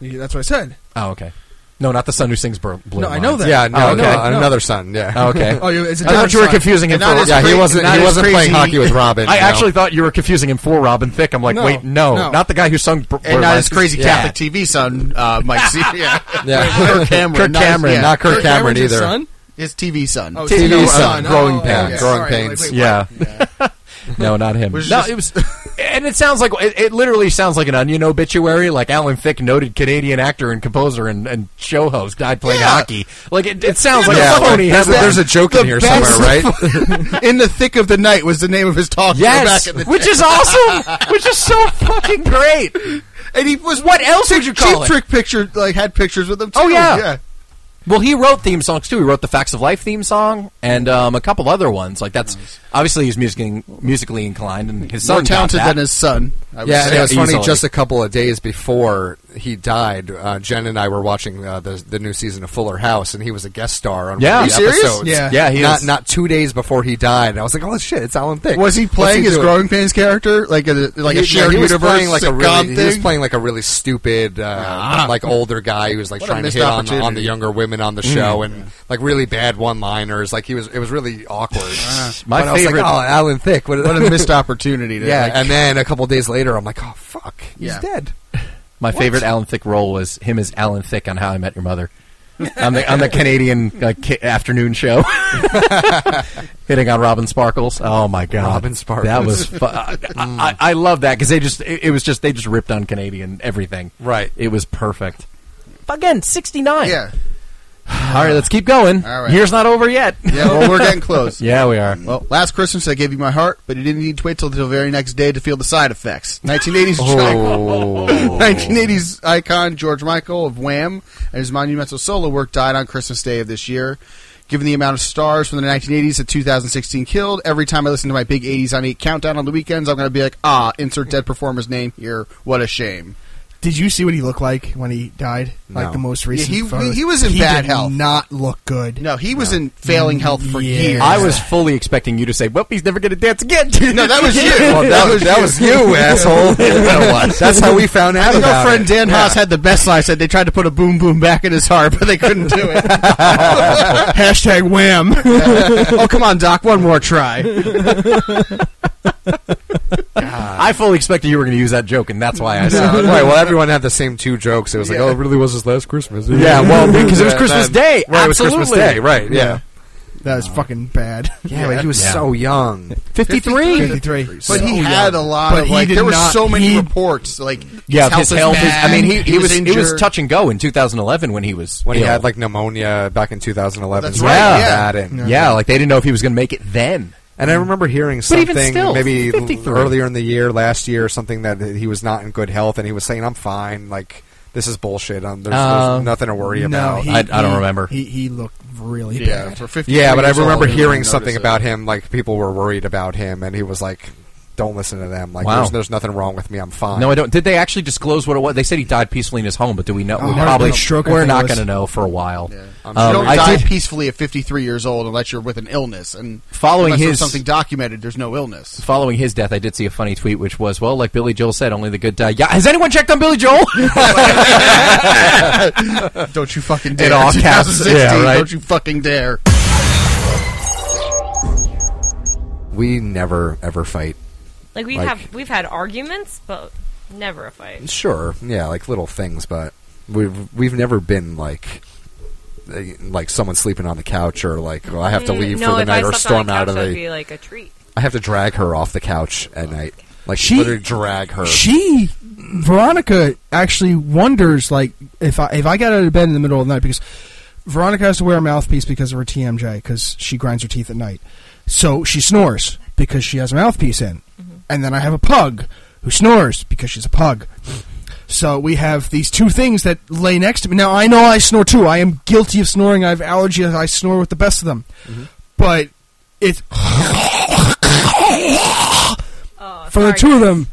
[SPEAKER 3] Yeah, that's what I said.
[SPEAKER 1] Oh, okay. No, not the son who sings Blur. Blur
[SPEAKER 3] No, I know
[SPEAKER 1] Lines.
[SPEAKER 3] that.
[SPEAKER 5] Yeah, no,
[SPEAKER 1] Oh, okay.
[SPEAKER 5] no, another son. Yeah.
[SPEAKER 1] Oh, okay.
[SPEAKER 3] Oh, yeah, it's a
[SPEAKER 1] I
[SPEAKER 3] different
[SPEAKER 1] thought you were
[SPEAKER 3] son.
[SPEAKER 1] confusing him
[SPEAKER 4] And not
[SPEAKER 1] for.
[SPEAKER 4] as
[SPEAKER 5] Yeah, he
[SPEAKER 4] cra-
[SPEAKER 5] wasn't.
[SPEAKER 4] not
[SPEAKER 5] <laughs> He
[SPEAKER 4] as
[SPEAKER 5] wasn't playing
[SPEAKER 4] crazy-
[SPEAKER 5] hockey with Robin.
[SPEAKER 1] I
[SPEAKER 5] no.
[SPEAKER 1] actually thought you were confusing him for Robin Thicke. I'm like,
[SPEAKER 3] No,
[SPEAKER 1] wait, no,
[SPEAKER 3] no.
[SPEAKER 1] not the guy who sung. Br- Blur
[SPEAKER 4] <laughs> and not
[SPEAKER 1] Lines.
[SPEAKER 4] his crazy
[SPEAKER 1] Yeah.
[SPEAKER 4] Catholic TV son, uh, Mike.
[SPEAKER 5] <laughs>
[SPEAKER 4] C- yeah.
[SPEAKER 5] Yeah.
[SPEAKER 4] Kirk Cameron,
[SPEAKER 5] <laughs> Kirk
[SPEAKER 4] not his-
[SPEAKER 5] Cameron,
[SPEAKER 4] yeah.
[SPEAKER 5] not Kirk, Cameron
[SPEAKER 3] Cameron's his
[SPEAKER 5] either.
[SPEAKER 3] son?
[SPEAKER 4] his TV son.
[SPEAKER 3] Oh,
[SPEAKER 5] TV
[SPEAKER 3] no, uh,
[SPEAKER 5] son,
[SPEAKER 3] no,
[SPEAKER 5] growing
[SPEAKER 3] oh,
[SPEAKER 5] pains,
[SPEAKER 3] okay,
[SPEAKER 5] growing
[SPEAKER 3] sorry,
[SPEAKER 4] <laughs>
[SPEAKER 5] pains.
[SPEAKER 3] wait, wait,
[SPEAKER 1] Yeah. <laughs> no, not him. No,
[SPEAKER 4] Which is
[SPEAKER 1] it was. And it sounds like it, it literally sounds like an onion obituary. Like Alan Thicke, noted Canadian actor and composer and, and show host, died playing
[SPEAKER 4] Yeah.
[SPEAKER 1] hockey. Like it, it sounds like
[SPEAKER 5] Yeah,
[SPEAKER 1] a phony.
[SPEAKER 5] there's, a,
[SPEAKER 1] headline.
[SPEAKER 5] there's a joke in here somewhere,
[SPEAKER 3] <laughs>
[SPEAKER 5] right?
[SPEAKER 4] In the thick of the night was the name of his talk show
[SPEAKER 1] Yes,
[SPEAKER 4] back in the
[SPEAKER 1] which is awesome. which is so fucking great.
[SPEAKER 4] and he was
[SPEAKER 1] What else would you
[SPEAKER 4] Cheap
[SPEAKER 1] call it?
[SPEAKER 4] Trick picture like had pictures with him. Too.
[SPEAKER 1] Oh, yeah. Well, he wrote theme songs too. He wrote the Facts of Life theme song and um, a couple other ones. Like that's obviously he's musically musically inclined, and his son
[SPEAKER 4] more
[SPEAKER 1] got
[SPEAKER 4] talented
[SPEAKER 1] that.
[SPEAKER 4] than his son. I would
[SPEAKER 5] Yeah,
[SPEAKER 4] say.
[SPEAKER 5] and it was funny.
[SPEAKER 1] Easily.
[SPEAKER 5] Just a couple of days before he died, uh, Jen and I were watching uh, the the new season of Fuller House, and he was a guest star on one
[SPEAKER 1] Yeah. Are you
[SPEAKER 5] of the
[SPEAKER 4] serious?
[SPEAKER 5] episodes.
[SPEAKER 3] Yeah.
[SPEAKER 1] Yeah, he
[SPEAKER 5] not
[SPEAKER 1] is.
[SPEAKER 5] not two days before he died, and I was like, "Oh shit, it's Alan Thicke."
[SPEAKER 4] Was he playing his growing pains character like a like
[SPEAKER 5] Like
[SPEAKER 4] a shared
[SPEAKER 5] he was
[SPEAKER 4] universe
[SPEAKER 5] playing like a
[SPEAKER 4] sitcom
[SPEAKER 5] really,
[SPEAKER 4] thing?
[SPEAKER 5] he
[SPEAKER 4] <laughs>
[SPEAKER 5] was playing like a really stupid, uh,
[SPEAKER 4] Ah.
[SPEAKER 5] like older guy who was like
[SPEAKER 4] What a
[SPEAKER 5] trying to
[SPEAKER 4] missed
[SPEAKER 5] hit on the, on
[SPEAKER 4] opportunity. Mm.
[SPEAKER 5] the younger women on the show, and like really bad one liners. Like he was, it was really awkward.
[SPEAKER 1] My
[SPEAKER 5] But I was like,
[SPEAKER 1] favorite-
[SPEAKER 5] "Oh, Alan Thicke, what,
[SPEAKER 4] Ah.
[SPEAKER 5] <laughs>
[SPEAKER 4] what a missed opportunity! To,
[SPEAKER 5] yeah,
[SPEAKER 4] like,
[SPEAKER 5] and then a couple days later, I'm like, oh fuck, he's
[SPEAKER 4] Yeah.
[SPEAKER 5] dead.
[SPEAKER 1] My favorite Alan Thicke role was him as Alan Thicke on How I Met Your Mother, on the on the Canadian like, ki- afternoon show, <laughs> hitting on Robin Sparkles. Oh my god,
[SPEAKER 5] Robin Sparkles.
[SPEAKER 1] That was fu- uh, I, I, I love that because they just it, it was just they just ripped on Canadian everything.
[SPEAKER 5] Right.
[SPEAKER 1] it was perfect. Again, sixty
[SPEAKER 4] <laughs>
[SPEAKER 1] nine.
[SPEAKER 4] yeah,
[SPEAKER 1] All right, let's keep going.
[SPEAKER 4] All right.
[SPEAKER 1] Year's not over yet.
[SPEAKER 4] yeah. Well, we're getting close.
[SPEAKER 1] yeah, we are.
[SPEAKER 4] Well, last Christmas I gave you my heart, but you didn't need to wait till the very next day to feel the side
[SPEAKER 1] <laughs>
[SPEAKER 4] effects. 1980s,
[SPEAKER 5] Oh.
[SPEAKER 4] <laughs> 1980s icon George Michael of Wham and his monumental solo work died on Christmas Day of this year. Given the amount of stars from the 1980s to 2016 killed, every time I listen to my big 80s on 8 countdown on the weekends, I'm going to be like, ah, insert dead performer's name here. What a shame.
[SPEAKER 3] Did you see what he looked like when he died? Like
[SPEAKER 5] No.
[SPEAKER 3] the most recent.
[SPEAKER 4] he-
[SPEAKER 3] photos?
[SPEAKER 4] he was in
[SPEAKER 3] he
[SPEAKER 4] bad
[SPEAKER 3] did
[SPEAKER 4] health.
[SPEAKER 3] Not look good.
[SPEAKER 4] No, he was in failing health for
[SPEAKER 3] Yeah.
[SPEAKER 4] years.
[SPEAKER 1] I was fully expecting you to say, "Well, he's never going to dance again."
[SPEAKER 4] No, that was
[SPEAKER 1] <laughs>
[SPEAKER 4] you.
[SPEAKER 5] Well, that was that was you, asshole. That's how we found out
[SPEAKER 4] I think
[SPEAKER 5] about
[SPEAKER 4] our friend
[SPEAKER 5] it.
[SPEAKER 4] Dan Haas had the best line. Said they tried to put a boom boom back in his heart, but they couldn't do
[SPEAKER 5] <laughs>
[SPEAKER 4] it. Hashtag wham. oh come on, Doc, one more try.
[SPEAKER 1] I fully expected you were going to use that joke, and that's why I said. <laughs>
[SPEAKER 5] No, uh, right. Well, everyone had the same two jokes. It was like, oh, it really was his last Christmas. <laughs>
[SPEAKER 1] Yeah, well, because it was
[SPEAKER 5] Yeah,
[SPEAKER 1] Christmas
[SPEAKER 5] then-
[SPEAKER 1] Day.
[SPEAKER 5] Right, it was Christmas
[SPEAKER 1] absolutely.
[SPEAKER 5] Day. Right. Yeah.
[SPEAKER 3] That was fucking <laughs> bad.
[SPEAKER 5] Yeah, but he was
[SPEAKER 1] Yeah.
[SPEAKER 5] so young.
[SPEAKER 1] 53.
[SPEAKER 3] 53.
[SPEAKER 4] But
[SPEAKER 3] So
[SPEAKER 4] he had
[SPEAKER 3] young.
[SPEAKER 4] a lot
[SPEAKER 3] But
[SPEAKER 4] of
[SPEAKER 3] he
[SPEAKER 4] like.
[SPEAKER 3] did
[SPEAKER 4] There were
[SPEAKER 3] not-
[SPEAKER 4] so many
[SPEAKER 3] he-
[SPEAKER 4] reports like
[SPEAKER 1] Yeah, his
[SPEAKER 4] was
[SPEAKER 1] health is. I
[SPEAKER 4] bad,
[SPEAKER 1] mean, he, he, was, it was
[SPEAKER 4] injured.
[SPEAKER 1] touch and go in 2011 when he was
[SPEAKER 5] When he
[SPEAKER 1] ill.
[SPEAKER 5] had like pneumonia back in 2011.
[SPEAKER 4] That's
[SPEAKER 5] something
[SPEAKER 4] right,
[SPEAKER 5] like
[SPEAKER 4] yeah.
[SPEAKER 5] that, and,
[SPEAKER 1] yeah. like they didn't know if he was going to make it then.
[SPEAKER 5] and I remember hearing
[SPEAKER 1] But even
[SPEAKER 5] something
[SPEAKER 1] still,
[SPEAKER 5] maybe
[SPEAKER 1] 53.
[SPEAKER 5] earlier in the year, last year, or something that he was not in good health, and he was saying, "I'm fine." Like. this is bullshit. Um, there's,
[SPEAKER 1] Uh,
[SPEAKER 5] there's nothing to worry
[SPEAKER 3] No,
[SPEAKER 5] about.
[SPEAKER 3] he-
[SPEAKER 1] I- I don't
[SPEAKER 3] he-
[SPEAKER 1] remember.
[SPEAKER 3] He he looked really
[SPEAKER 4] Yeah,
[SPEAKER 3] bad.
[SPEAKER 4] for 50
[SPEAKER 5] yeah, but I
[SPEAKER 4] years old,
[SPEAKER 5] remember
[SPEAKER 4] I didn't
[SPEAKER 5] hearing
[SPEAKER 4] notice
[SPEAKER 5] something
[SPEAKER 4] it.
[SPEAKER 5] about him. Like people were worried about him, and he was like, "Don't listen to them. Like
[SPEAKER 1] Wow.
[SPEAKER 5] there's, there's nothing wrong with me. I'm fine."
[SPEAKER 1] No, I don't. Did they actually disclose what it was? They said he died peacefully in his home, but do we know? we
[SPEAKER 3] heart
[SPEAKER 1] probably
[SPEAKER 3] attack, stroke, I
[SPEAKER 1] We're
[SPEAKER 3] think it
[SPEAKER 1] not
[SPEAKER 3] was.
[SPEAKER 1] going to know for a while.
[SPEAKER 5] I'm
[SPEAKER 1] Um,
[SPEAKER 5] sure.
[SPEAKER 4] You don't
[SPEAKER 1] I
[SPEAKER 4] die
[SPEAKER 1] did-
[SPEAKER 4] peacefully at 53 years old unless you're with an illness. And
[SPEAKER 1] Following
[SPEAKER 4] unless there's
[SPEAKER 1] his-
[SPEAKER 4] something documented, there's no illness.
[SPEAKER 1] Following his death, I did see a funny tweet, which was, "Well, like Billy Joel said, only the good die." Yeah, has anyone checked on Billy Joel?
[SPEAKER 4] <laughs> Don't you fucking dare! <laughs>
[SPEAKER 1] all caps.
[SPEAKER 4] 2016,
[SPEAKER 1] Yeah, right.
[SPEAKER 4] Don't you fucking dare!
[SPEAKER 5] we never ever fight.
[SPEAKER 7] Like we
[SPEAKER 5] Like-
[SPEAKER 7] have, we've had arguments, but never a fight.
[SPEAKER 5] Sure, yeah, like little things, but we've we've never been like uh, like someone sleeping on the couch or like well, I have to leave
[SPEAKER 7] Mm, no,
[SPEAKER 5] for the
[SPEAKER 7] if
[SPEAKER 5] night
[SPEAKER 7] I
[SPEAKER 5] or
[SPEAKER 7] slept
[SPEAKER 5] storm
[SPEAKER 7] on the couch,
[SPEAKER 5] out of
[SPEAKER 7] that'd
[SPEAKER 5] the.
[SPEAKER 7] be like a treat.
[SPEAKER 5] I have to drag her off the couch at night. Like
[SPEAKER 3] She-
[SPEAKER 5] literally drag her.
[SPEAKER 3] She Veronica actually wonders like if I if I got out of bed in the middle of the night because Veronica has to wear a mouthpiece because of her TMJ because she grinds her teeth at night, so she snores because she has a mouthpiece in, and then I have a pug who snores because she's a pug. So we have these two things that lay next to me. Now I know I snore too. I am guilty of snoring. I have allergies. I snore with the best of them, but it's
[SPEAKER 7] Oh,
[SPEAKER 3] for the
[SPEAKER 7] sorry,
[SPEAKER 3] two of
[SPEAKER 7] guys.
[SPEAKER 3] them,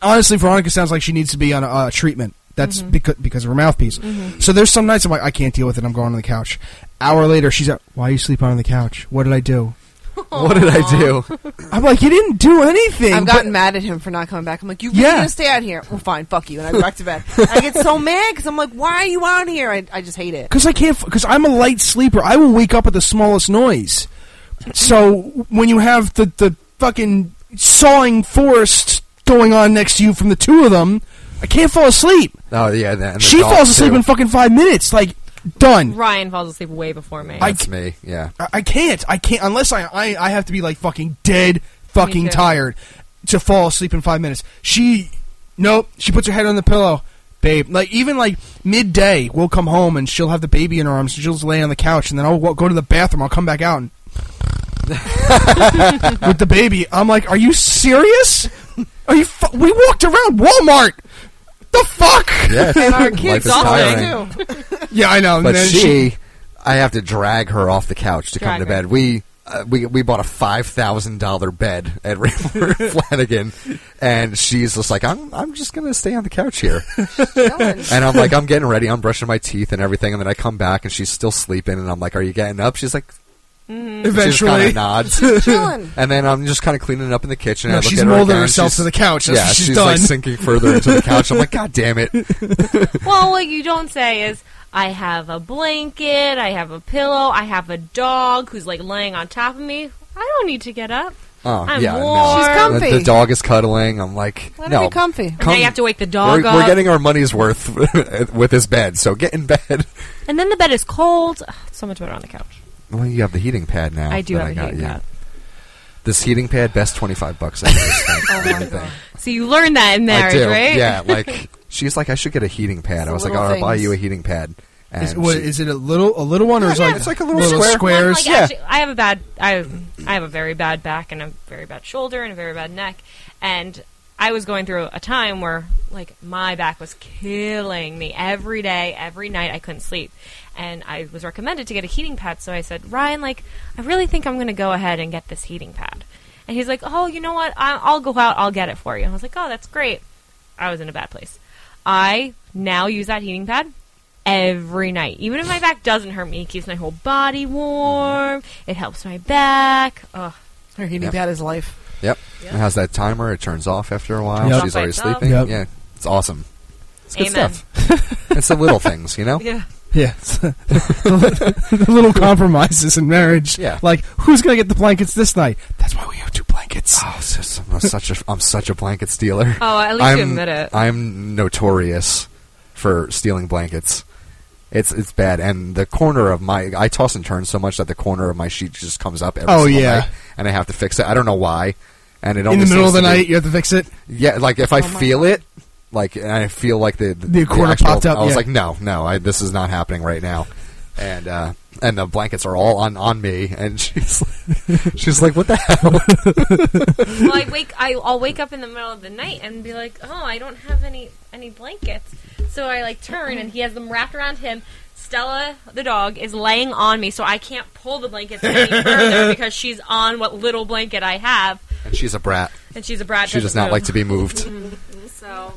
[SPEAKER 3] honestly, Veronica sounds like she needs to be on a uh, treatment. That's because because of her mouthpiece. So there's some nights I'm like, I can't deal with it. I'm going on the couch. Hour later, she's like, Why are you sleeping on the couch? What did I do?
[SPEAKER 5] what did I do? <laughs>
[SPEAKER 3] I'm like, you didn't do anything.
[SPEAKER 6] I've
[SPEAKER 3] but-
[SPEAKER 6] gotten mad at him for not coming back. I'm like, you really
[SPEAKER 3] Yeah.
[SPEAKER 6] gonna stay out here? Well, fine, fuck you, and I go back to bed. I get so mad because I'm like, why are you out here? I, I just hate
[SPEAKER 5] <laughs>
[SPEAKER 6] it.
[SPEAKER 3] Because I can't. Because I'm a light sleeper. I will wake up at the smallest noise. So when you have the the fucking sawing forest going on next to you from the two of them, I can't fall asleep.
[SPEAKER 5] Oh yeah, and the- and the
[SPEAKER 3] She
[SPEAKER 5] dog,
[SPEAKER 3] falls asleep
[SPEAKER 5] too.
[SPEAKER 3] in fucking five minutes. Like done.
[SPEAKER 7] Ryan falls asleep way before me. <laughs>
[SPEAKER 3] I-
[SPEAKER 5] That's me. Yeah.
[SPEAKER 3] I, I can't. I can't unless I, I I have to be like fucking dead, fucking
[SPEAKER 7] too.
[SPEAKER 3] tired to fall asleep in five minutes. She nope. She puts her head on the pillow, babe. Like even like midday, we'll come home and she'll have the baby in her arms. And she'll just lay on the couch, and then I'll wa- go to the bathroom. I'll come back out and with the baby. I'm like, are you serious? Are you? Fu- we walked around Walmart. The fuck?
[SPEAKER 5] Yeah.
[SPEAKER 6] And our
[SPEAKER 5] Life
[SPEAKER 6] kids
[SPEAKER 5] is
[SPEAKER 6] all
[SPEAKER 5] tiring.
[SPEAKER 6] too.
[SPEAKER 3] <laughs>
[SPEAKER 5] <laughs>
[SPEAKER 3] Yeah, I know. And
[SPEAKER 5] But
[SPEAKER 3] then
[SPEAKER 5] she, I have to drag her off the couch to come
[SPEAKER 7] Drag
[SPEAKER 5] to
[SPEAKER 7] her.
[SPEAKER 5] bed. We. Uh, we we bought a five thousand dollar bed
[SPEAKER 3] <laughs>
[SPEAKER 5] at <laughs> Rayford Flanagan, and she's just like, I'm I'm just gonna stay on the couch here, and I'm like, I'm getting ready, I'm brushing my teeth and everything, and then I come back and she's still sleeping, and I'm like, Are you getting up? She's like, she
[SPEAKER 3] eventually.
[SPEAKER 5] kind of nods,
[SPEAKER 6] Chilling.
[SPEAKER 5] and then I'm just kind of cleaning up in the kitchen.
[SPEAKER 3] No,
[SPEAKER 5] I look
[SPEAKER 3] she's
[SPEAKER 5] at her
[SPEAKER 3] molded
[SPEAKER 5] again,
[SPEAKER 3] herself
[SPEAKER 5] she's-
[SPEAKER 3] to the couch. That's
[SPEAKER 5] yeah,
[SPEAKER 3] what she's
[SPEAKER 5] she's like
[SPEAKER 3] done.
[SPEAKER 5] sinking further into the couch. I'm like, God
[SPEAKER 3] <laughs>
[SPEAKER 5] damn it!
[SPEAKER 7] well, what you don't say is, I have a blanket, I have a pillow, I have a dog who's like laying on top of me. I don't need to get up.
[SPEAKER 5] Oh,
[SPEAKER 7] I'm
[SPEAKER 5] yeah, no.
[SPEAKER 7] warm.
[SPEAKER 6] She's
[SPEAKER 5] The,
[SPEAKER 6] comfy.
[SPEAKER 5] the dog is cuddling. I'm like,
[SPEAKER 6] Let her
[SPEAKER 5] no,
[SPEAKER 6] be comfy.
[SPEAKER 7] And now you have to wake the dog
[SPEAKER 5] we're,
[SPEAKER 7] up.
[SPEAKER 5] we're getting our money's worth <laughs> with this bed, so get in bed.
[SPEAKER 7] and then the bed is cold. Ugh, so much better on the couch.
[SPEAKER 5] Well, you have the heating pad now.
[SPEAKER 7] I do
[SPEAKER 5] that
[SPEAKER 7] have a
[SPEAKER 5] Oh, got
[SPEAKER 7] heating
[SPEAKER 5] you.
[SPEAKER 7] pad.
[SPEAKER 5] This heating pad, best twenty five bucks. I've ever
[SPEAKER 7] <laughs>
[SPEAKER 5] spent
[SPEAKER 7] Oh,
[SPEAKER 5] on anything.
[SPEAKER 7] So you learn that in
[SPEAKER 5] I
[SPEAKER 7] marriage,
[SPEAKER 5] do.
[SPEAKER 7] right?
[SPEAKER 5] Yeah,
[SPEAKER 7] <laughs>
[SPEAKER 5] like she's like, I should get a heating pad. I was like,
[SPEAKER 6] little
[SPEAKER 5] I'll buy
[SPEAKER 6] things.
[SPEAKER 5] you a heating pad. And
[SPEAKER 3] Is, what,
[SPEAKER 5] she-
[SPEAKER 3] is it a little a little one or is it
[SPEAKER 5] yeah,
[SPEAKER 3] like
[SPEAKER 5] it's like a little
[SPEAKER 3] little
[SPEAKER 5] square.
[SPEAKER 3] squares? <laughs>
[SPEAKER 7] Like, actually, I have a bad. I I have a very bad back and a very bad shoulder and a very bad neck. And I was going through a time where like my back was killing me every day, every night. I couldn't sleep, and I was recommended to get a heating pad. So I said, Ryan, like I really think I'm going to go ahead and get this heating pad. And he's like, Oh, you know what? I- I'll go out. I'll get it for you. And I was like, Oh, that's great. I was in a bad place. I now use that heating pad every night. Even if my back doesn't hurt me, it keeps my whole body warm. It helps my back. Ugh.
[SPEAKER 6] Her heating
[SPEAKER 5] Yep.
[SPEAKER 6] pad is life.
[SPEAKER 5] Yep. It has that timer. It turns off after a while.
[SPEAKER 3] Yep.
[SPEAKER 5] She's
[SPEAKER 7] Off by
[SPEAKER 5] already
[SPEAKER 7] itself.
[SPEAKER 5] sleeping.
[SPEAKER 3] Yep.
[SPEAKER 5] Yeah, it's awesome. It's good
[SPEAKER 7] Amen.
[SPEAKER 5] stuff. it's the little things, you
[SPEAKER 7] <laughs>
[SPEAKER 5] know.
[SPEAKER 7] Yeah.
[SPEAKER 3] Yeah, it's- <laughs> the little compromises in marriage.
[SPEAKER 5] Yeah.
[SPEAKER 3] like who's gonna get the blankets this night? That's why we have two blankets.
[SPEAKER 5] Oh, it's just- I'm such a I'm such a blanket stealer.
[SPEAKER 7] Oh, at least
[SPEAKER 5] I'm,
[SPEAKER 7] you
[SPEAKER 5] <laughs>
[SPEAKER 7] admit it.
[SPEAKER 5] I'm notorious for stealing blankets. It's it's bad, and the corner of my I toss and turn so much that the corner of my sheet just comes up. Every
[SPEAKER 3] Oh,
[SPEAKER 5] single
[SPEAKER 3] yeah.
[SPEAKER 5] night, and I have to fix it. I don't know why. And it
[SPEAKER 3] in
[SPEAKER 5] only
[SPEAKER 3] the middle of
[SPEAKER 5] seems
[SPEAKER 3] the
[SPEAKER 5] to be-
[SPEAKER 3] night, you have to fix it.
[SPEAKER 5] yeah, like
[SPEAKER 7] Oh
[SPEAKER 5] if I feel it, like and I feel like the the,
[SPEAKER 3] corner
[SPEAKER 5] actual-
[SPEAKER 3] popped up,
[SPEAKER 5] I was
[SPEAKER 3] yeah.
[SPEAKER 5] like, no, no, I, this is not happening right now, and uh, and the blankets are all on on me, and <laughs> she's she's like, what the hell?
[SPEAKER 7] Well, I wake. I, I'll wake up in the middle of the night and be like, "Oh, I don't have any any blankets." So I like turn and he has them wrapped around him. Stella, the dog, is laying on me, so I can't pull the blankets
[SPEAKER 5] <laughs>
[SPEAKER 7] any further because she's on what little blanket I have,
[SPEAKER 5] And she's a brat.
[SPEAKER 7] and she's a brat.
[SPEAKER 5] She does not like to be moved.
[SPEAKER 7] So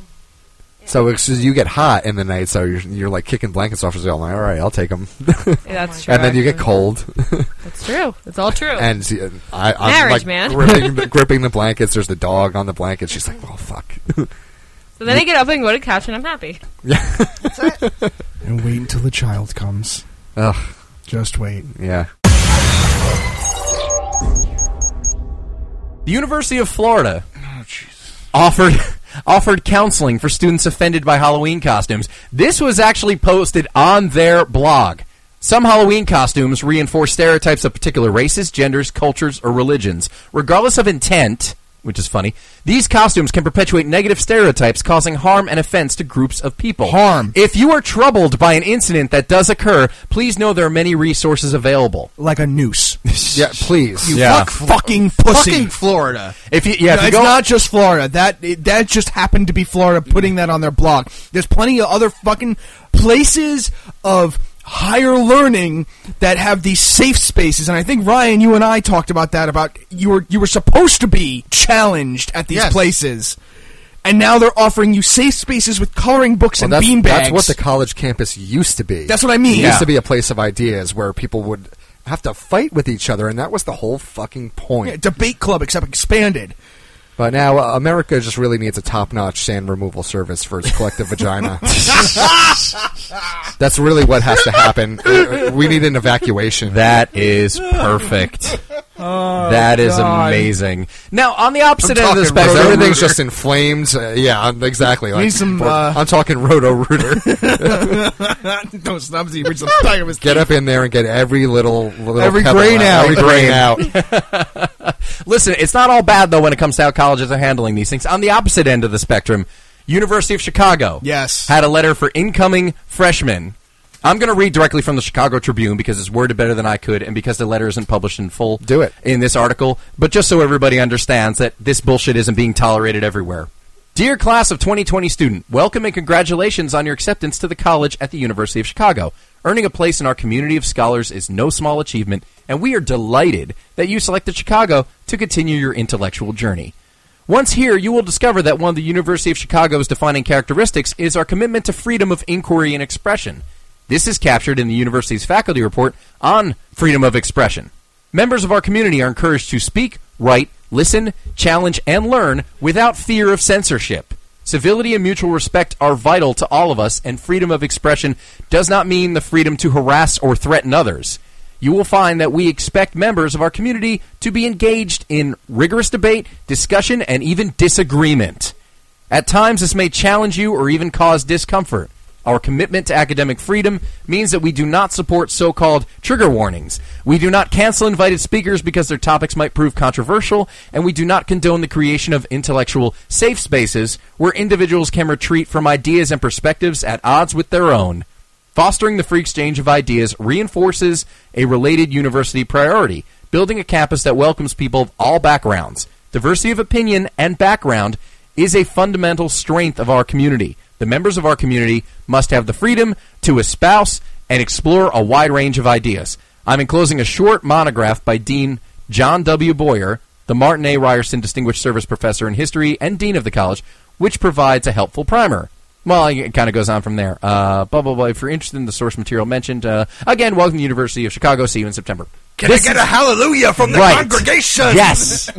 [SPEAKER 5] So it's just you get hot in the night, so you're, you're like kicking blankets off. You're like, all right, I'll take them.
[SPEAKER 7] that's true.
[SPEAKER 5] and then you get cold,
[SPEAKER 7] That's true. It's all true.
[SPEAKER 5] and uh, I, I'm
[SPEAKER 7] Oh. Marriage,
[SPEAKER 5] like
[SPEAKER 7] man.
[SPEAKER 5] gripping,
[SPEAKER 7] <laughs>
[SPEAKER 5] the, gripping the blankets. There's the dog on the blanket. She's like, oh fuck. <laughs>
[SPEAKER 7] so then I get up and go to couch, and I'm happy.
[SPEAKER 11] And wait until the child comes.
[SPEAKER 5] Ugh,
[SPEAKER 11] Just wait.
[SPEAKER 5] yeah.
[SPEAKER 1] The University of Florida
[SPEAKER 3] Oh,
[SPEAKER 1] offered <laughs> offered counseling for students offended by Halloween costumes. This was actually posted on their blog. Some Halloween costumes reinforce stereotypes of particular races, genders, cultures, or religions. Regardless of intent, which is funny, these costumes can perpetuate negative stereotypes, causing harm and offense to groups of people.
[SPEAKER 3] Harm.
[SPEAKER 1] If you are troubled by an incident that does occur, please know there are many resources available.
[SPEAKER 3] Like a <laughs> noose.
[SPEAKER 5] Yeah, please.
[SPEAKER 1] Yeah.
[SPEAKER 3] Fuck fucking pussy.
[SPEAKER 11] Fucking
[SPEAKER 3] Florida.
[SPEAKER 1] If you, yeah, if
[SPEAKER 3] No,
[SPEAKER 1] you
[SPEAKER 3] it's
[SPEAKER 1] go,
[SPEAKER 3] not just Florida. That it, that just happened to be Florida putting that on their blog. There's plenty of other fucking places of higher learning that have these safe spaces, and I think Ryan, you and I talked about that. About you were you were supposed to be challenged at these
[SPEAKER 4] Yes.
[SPEAKER 3] places, and now they're offering you safe spaces with coloring books
[SPEAKER 5] Well,
[SPEAKER 3] and beanbags.
[SPEAKER 5] that's, that's what the college campus used to be.
[SPEAKER 3] That's what I mean.
[SPEAKER 5] It
[SPEAKER 3] Yeah.
[SPEAKER 5] used to be a place of ideas where people would have to fight with each other, and that was the whole fucking point.
[SPEAKER 3] Yeah, debate club, except expanded.
[SPEAKER 5] But now uh, America just really needs a top-notch sand removal service for its collective vagina. That's really what has to happen. Uh, We need an evacuation.
[SPEAKER 1] That is perfect. that is amazing. Now, on the opposite end of the
[SPEAKER 5] Talking
[SPEAKER 1] spectrum,
[SPEAKER 5] roto- everything's just inflamed. Uh, yeah, I'm- exactly. Like,
[SPEAKER 3] Need some, uh,
[SPEAKER 5] I'm talking roto
[SPEAKER 3] <laughs>
[SPEAKER 5] rooter.
[SPEAKER 3] no, snubsy, which the tiger was
[SPEAKER 5] get up in there and get every little, little
[SPEAKER 3] Every
[SPEAKER 5] pebble
[SPEAKER 3] grain out. <laughs>
[SPEAKER 5] Every grain out.
[SPEAKER 1] listen, it's not all bad though when it comes to how colleges are handling these things. On the opposite end of the spectrum, University of Chicago,
[SPEAKER 3] Yes.
[SPEAKER 1] had a letter for incoming freshmen. I'm going to read directly from the Chicago Tribune because it's worded better than I could, and because the letter isn't published in full.
[SPEAKER 5] Do it.
[SPEAKER 1] in this article, but just so everybody understands that this bullshit isn't being tolerated everywhere. Dear class of 2020 student, welcome and congratulations on your acceptance to the college at the University of Chicago. Earning a place in our community of scholars is no small achievement, and we are delighted that you selected Chicago to continue your intellectual journey. Once here, you will discover that one of the University of Chicago's defining characteristics is our commitment to freedom of inquiry and expression. This is captured in the university's faculty report on freedom of expression. Members of our community are encouraged to speak, write, listen, challenge, and learn without fear of censorship. Civility and mutual respect are vital to all of us, and freedom of expression does not mean the freedom to harass or threaten others you will find that we expect members of our community to be engaged in rigorous debate, discussion, and even disagreement. At times, this may challenge you or even cause discomfort. Our commitment to academic freedom means that we do not support so called trigger warnings. We do not cancel invited speakers because their topics might prove controversial, and we do not condone the creation of intellectual safe spaces where individuals can retreat from ideas and perspectives at odds with their own. Fostering the free exchange of ideas reinforces a related university priority, building a campus that welcomes people of all backgrounds. Diversity of opinion and background is a fundamental strength of our community. The members of our community must have the freedom to espouse and explore a wide range of ideas. I'm enclosing a short monograph by Dean John W. Boyer, the Martin A. Ryerson Distinguished Service Professor in History and Dean of the College, which provides a helpful primer. Well, it kind of goes on from there. Uh, blah blah blah. If you're interested in the source material mentioned, uh, again, welcome to the University of Chicago. See you in September.
[SPEAKER 3] Can I get a hallelujah from the
[SPEAKER 1] Right.
[SPEAKER 3] congregation? <laughs>
[SPEAKER 1] Yes.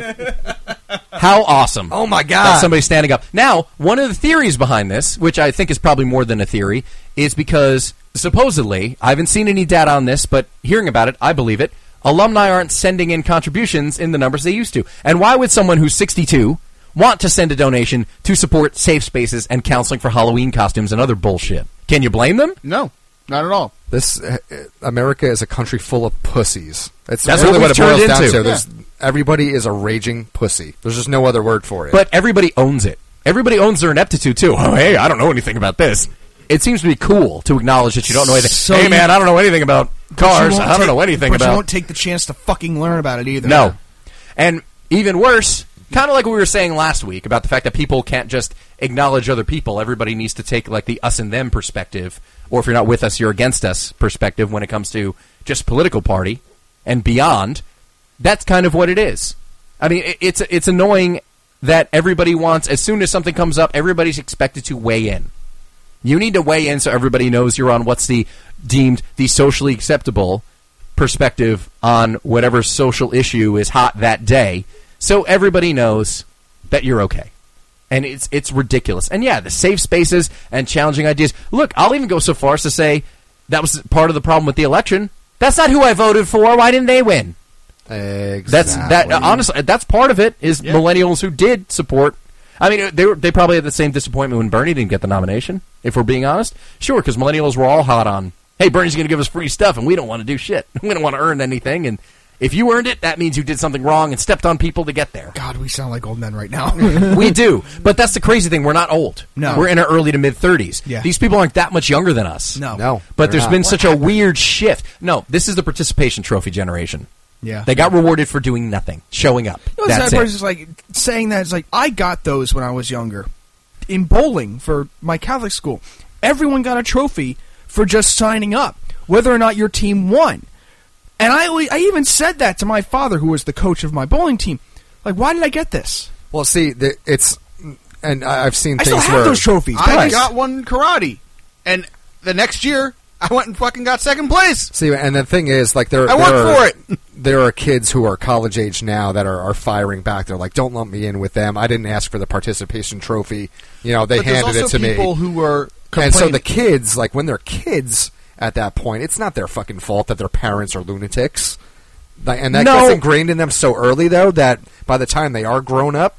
[SPEAKER 1] How awesome!
[SPEAKER 3] Oh my
[SPEAKER 1] That's
[SPEAKER 3] god.
[SPEAKER 1] somebody standing up. Now, one of the theories behind this, which I think is probably more than a theory, is because supposedly I haven't seen any data on this, but hearing about it, I believe it. Alumni aren't sending in contributions in the numbers they used to. And why would someone who's 62 want to send a donation to support safe spaces and counseling for Halloween costumes and other bullshit? Can you blame them?
[SPEAKER 4] No, not at all.
[SPEAKER 5] This uh, uh, America is a country full of pussies. It's
[SPEAKER 1] That's
[SPEAKER 5] really what,
[SPEAKER 1] what we've
[SPEAKER 5] it boils
[SPEAKER 1] turned
[SPEAKER 5] down
[SPEAKER 1] into.
[SPEAKER 5] to. There's, everybody is a raging pussy. There's just no other word for it.
[SPEAKER 1] But everybody owns it. Everybody owns their ineptitude too. <laughs> Oh, hey, I don't know anything about this. It seems to be cool to acknowledge that you don't know anything.
[SPEAKER 3] So
[SPEAKER 1] hey,
[SPEAKER 3] you-
[SPEAKER 1] man, I don't know anything about cars.
[SPEAKER 3] won't
[SPEAKER 1] I don't
[SPEAKER 3] take-
[SPEAKER 1] know anything
[SPEAKER 3] but
[SPEAKER 1] about.
[SPEAKER 3] you won't take the chance to fucking learn about it either.
[SPEAKER 1] no, and even worse, Kind of like what we were saying last week about the fact that people can't just acknowledge other people. Everybody needs to take like the us and them perspective, or if you're not with us, you're against us perspective when it comes to just political party and beyond. That's kind of what it is. I mean, it, it's it's annoying that everybody wants as soon as something comes up, everybody's expected to weigh in. You need to weigh in so everybody knows you're on what's the deemed the socially acceptable perspective on whatever social issue is hot that day, so everybody knows that you're okay. And it's it's ridiculous. And yeah, the safe spaces and challenging ideas. Look, I'll even go so far as to say that was part of the problem with the election. That's not who I voted for. Why didn't they win?
[SPEAKER 5] Exactly.
[SPEAKER 1] That's that. Honestly, that's part of it. Is millennials who did support. I mean, they were, they probably had the same disappointment when Bernie didn't get the nomination. If we're being honest, sure, because millennials were all hot on, hey, Bernie's going to give us free stuff, and we don't want to do shit. <laughs> We don't want to earn anything, and if you earned it, that means you did something wrong and stepped on people to get there.
[SPEAKER 3] God, we sound like old men right now. <laughs>
[SPEAKER 1] we do, but that's the crazy thing. We're not old.
[SPEAKER 3] No.
[SPEAKER 1] we're in our early to mid thirties.
[SPEAKER 3] Yeah.
[SPEAKER 1] these people aren't that much younger than us.
[SPEAKER 3] No.
[SPEAKER 5] No,
[SPEAKER 1] But
[SPEAKER 5] they're
[SPEAKER 1] there's
[SPEAKER 5] not.
[SPEAKER 1] been such a weird shift. No, this is the participation trophy generation.
[SPEAKER 3] yeah.
[SPEAKER 1] They got rewarded for doing nothing, showing up.
[SPEAKER 3] You know, the
[SPEAKER 1] That's
[SPEAKER 3] sad part is
[SPEAKER 1] it.
[SPEAKER 3] just, like saying that is like I got those when I was younger in bowling for my Catholic school. Everyone got a trophy for just signing up, whether or not your team won. And I, always- I even said that to my father, who was the coach of my bowling team. Like, why did I get this?
[SPEAKER 5] Well, see, the, it's and I, I've seen
[SPEAKER 3] I
[SPEAKER 5] things
[SPEAKER 3] still have
[SPEAKER 5] where
[SPEAKER 3] those trophies.
[SPEAKER 4] I
[SPEAKER 3] Guys.
[SPEAKER 4] got one karate, and the next year I went and fucking got second place.
[SPEAKER 5] See, and the thing is, like there,
[SPEAKER 4] I work
[SPEAKER 5] there are,
[SPEAKER 4] for it.
[SPEAKER 5] There are kids who are college age now that are, are firing back. They're like, "Don't lump me in with them. I didn't ask for the participation trophy. You know, they
[SPEAKER 4] but there's
[SPEAKER 5] handed
[SPEAKER 4] also
[SPEAKER 5] it to
[SPEAKER 4] people
[SPEAKER 5] me."
[SPEAKER 4] who were
[SPEAKER 5] and so the
[SPEAKER 4] complaining.
[SPEAKER 5] kids, like when they're kids at that point, it's not their fucking fault that their parents are lunatics. Like, And that
[SPEAKER 1] No.
[SPEAKER 5] gets ingrained in them so early, though, that by the time they are grown up,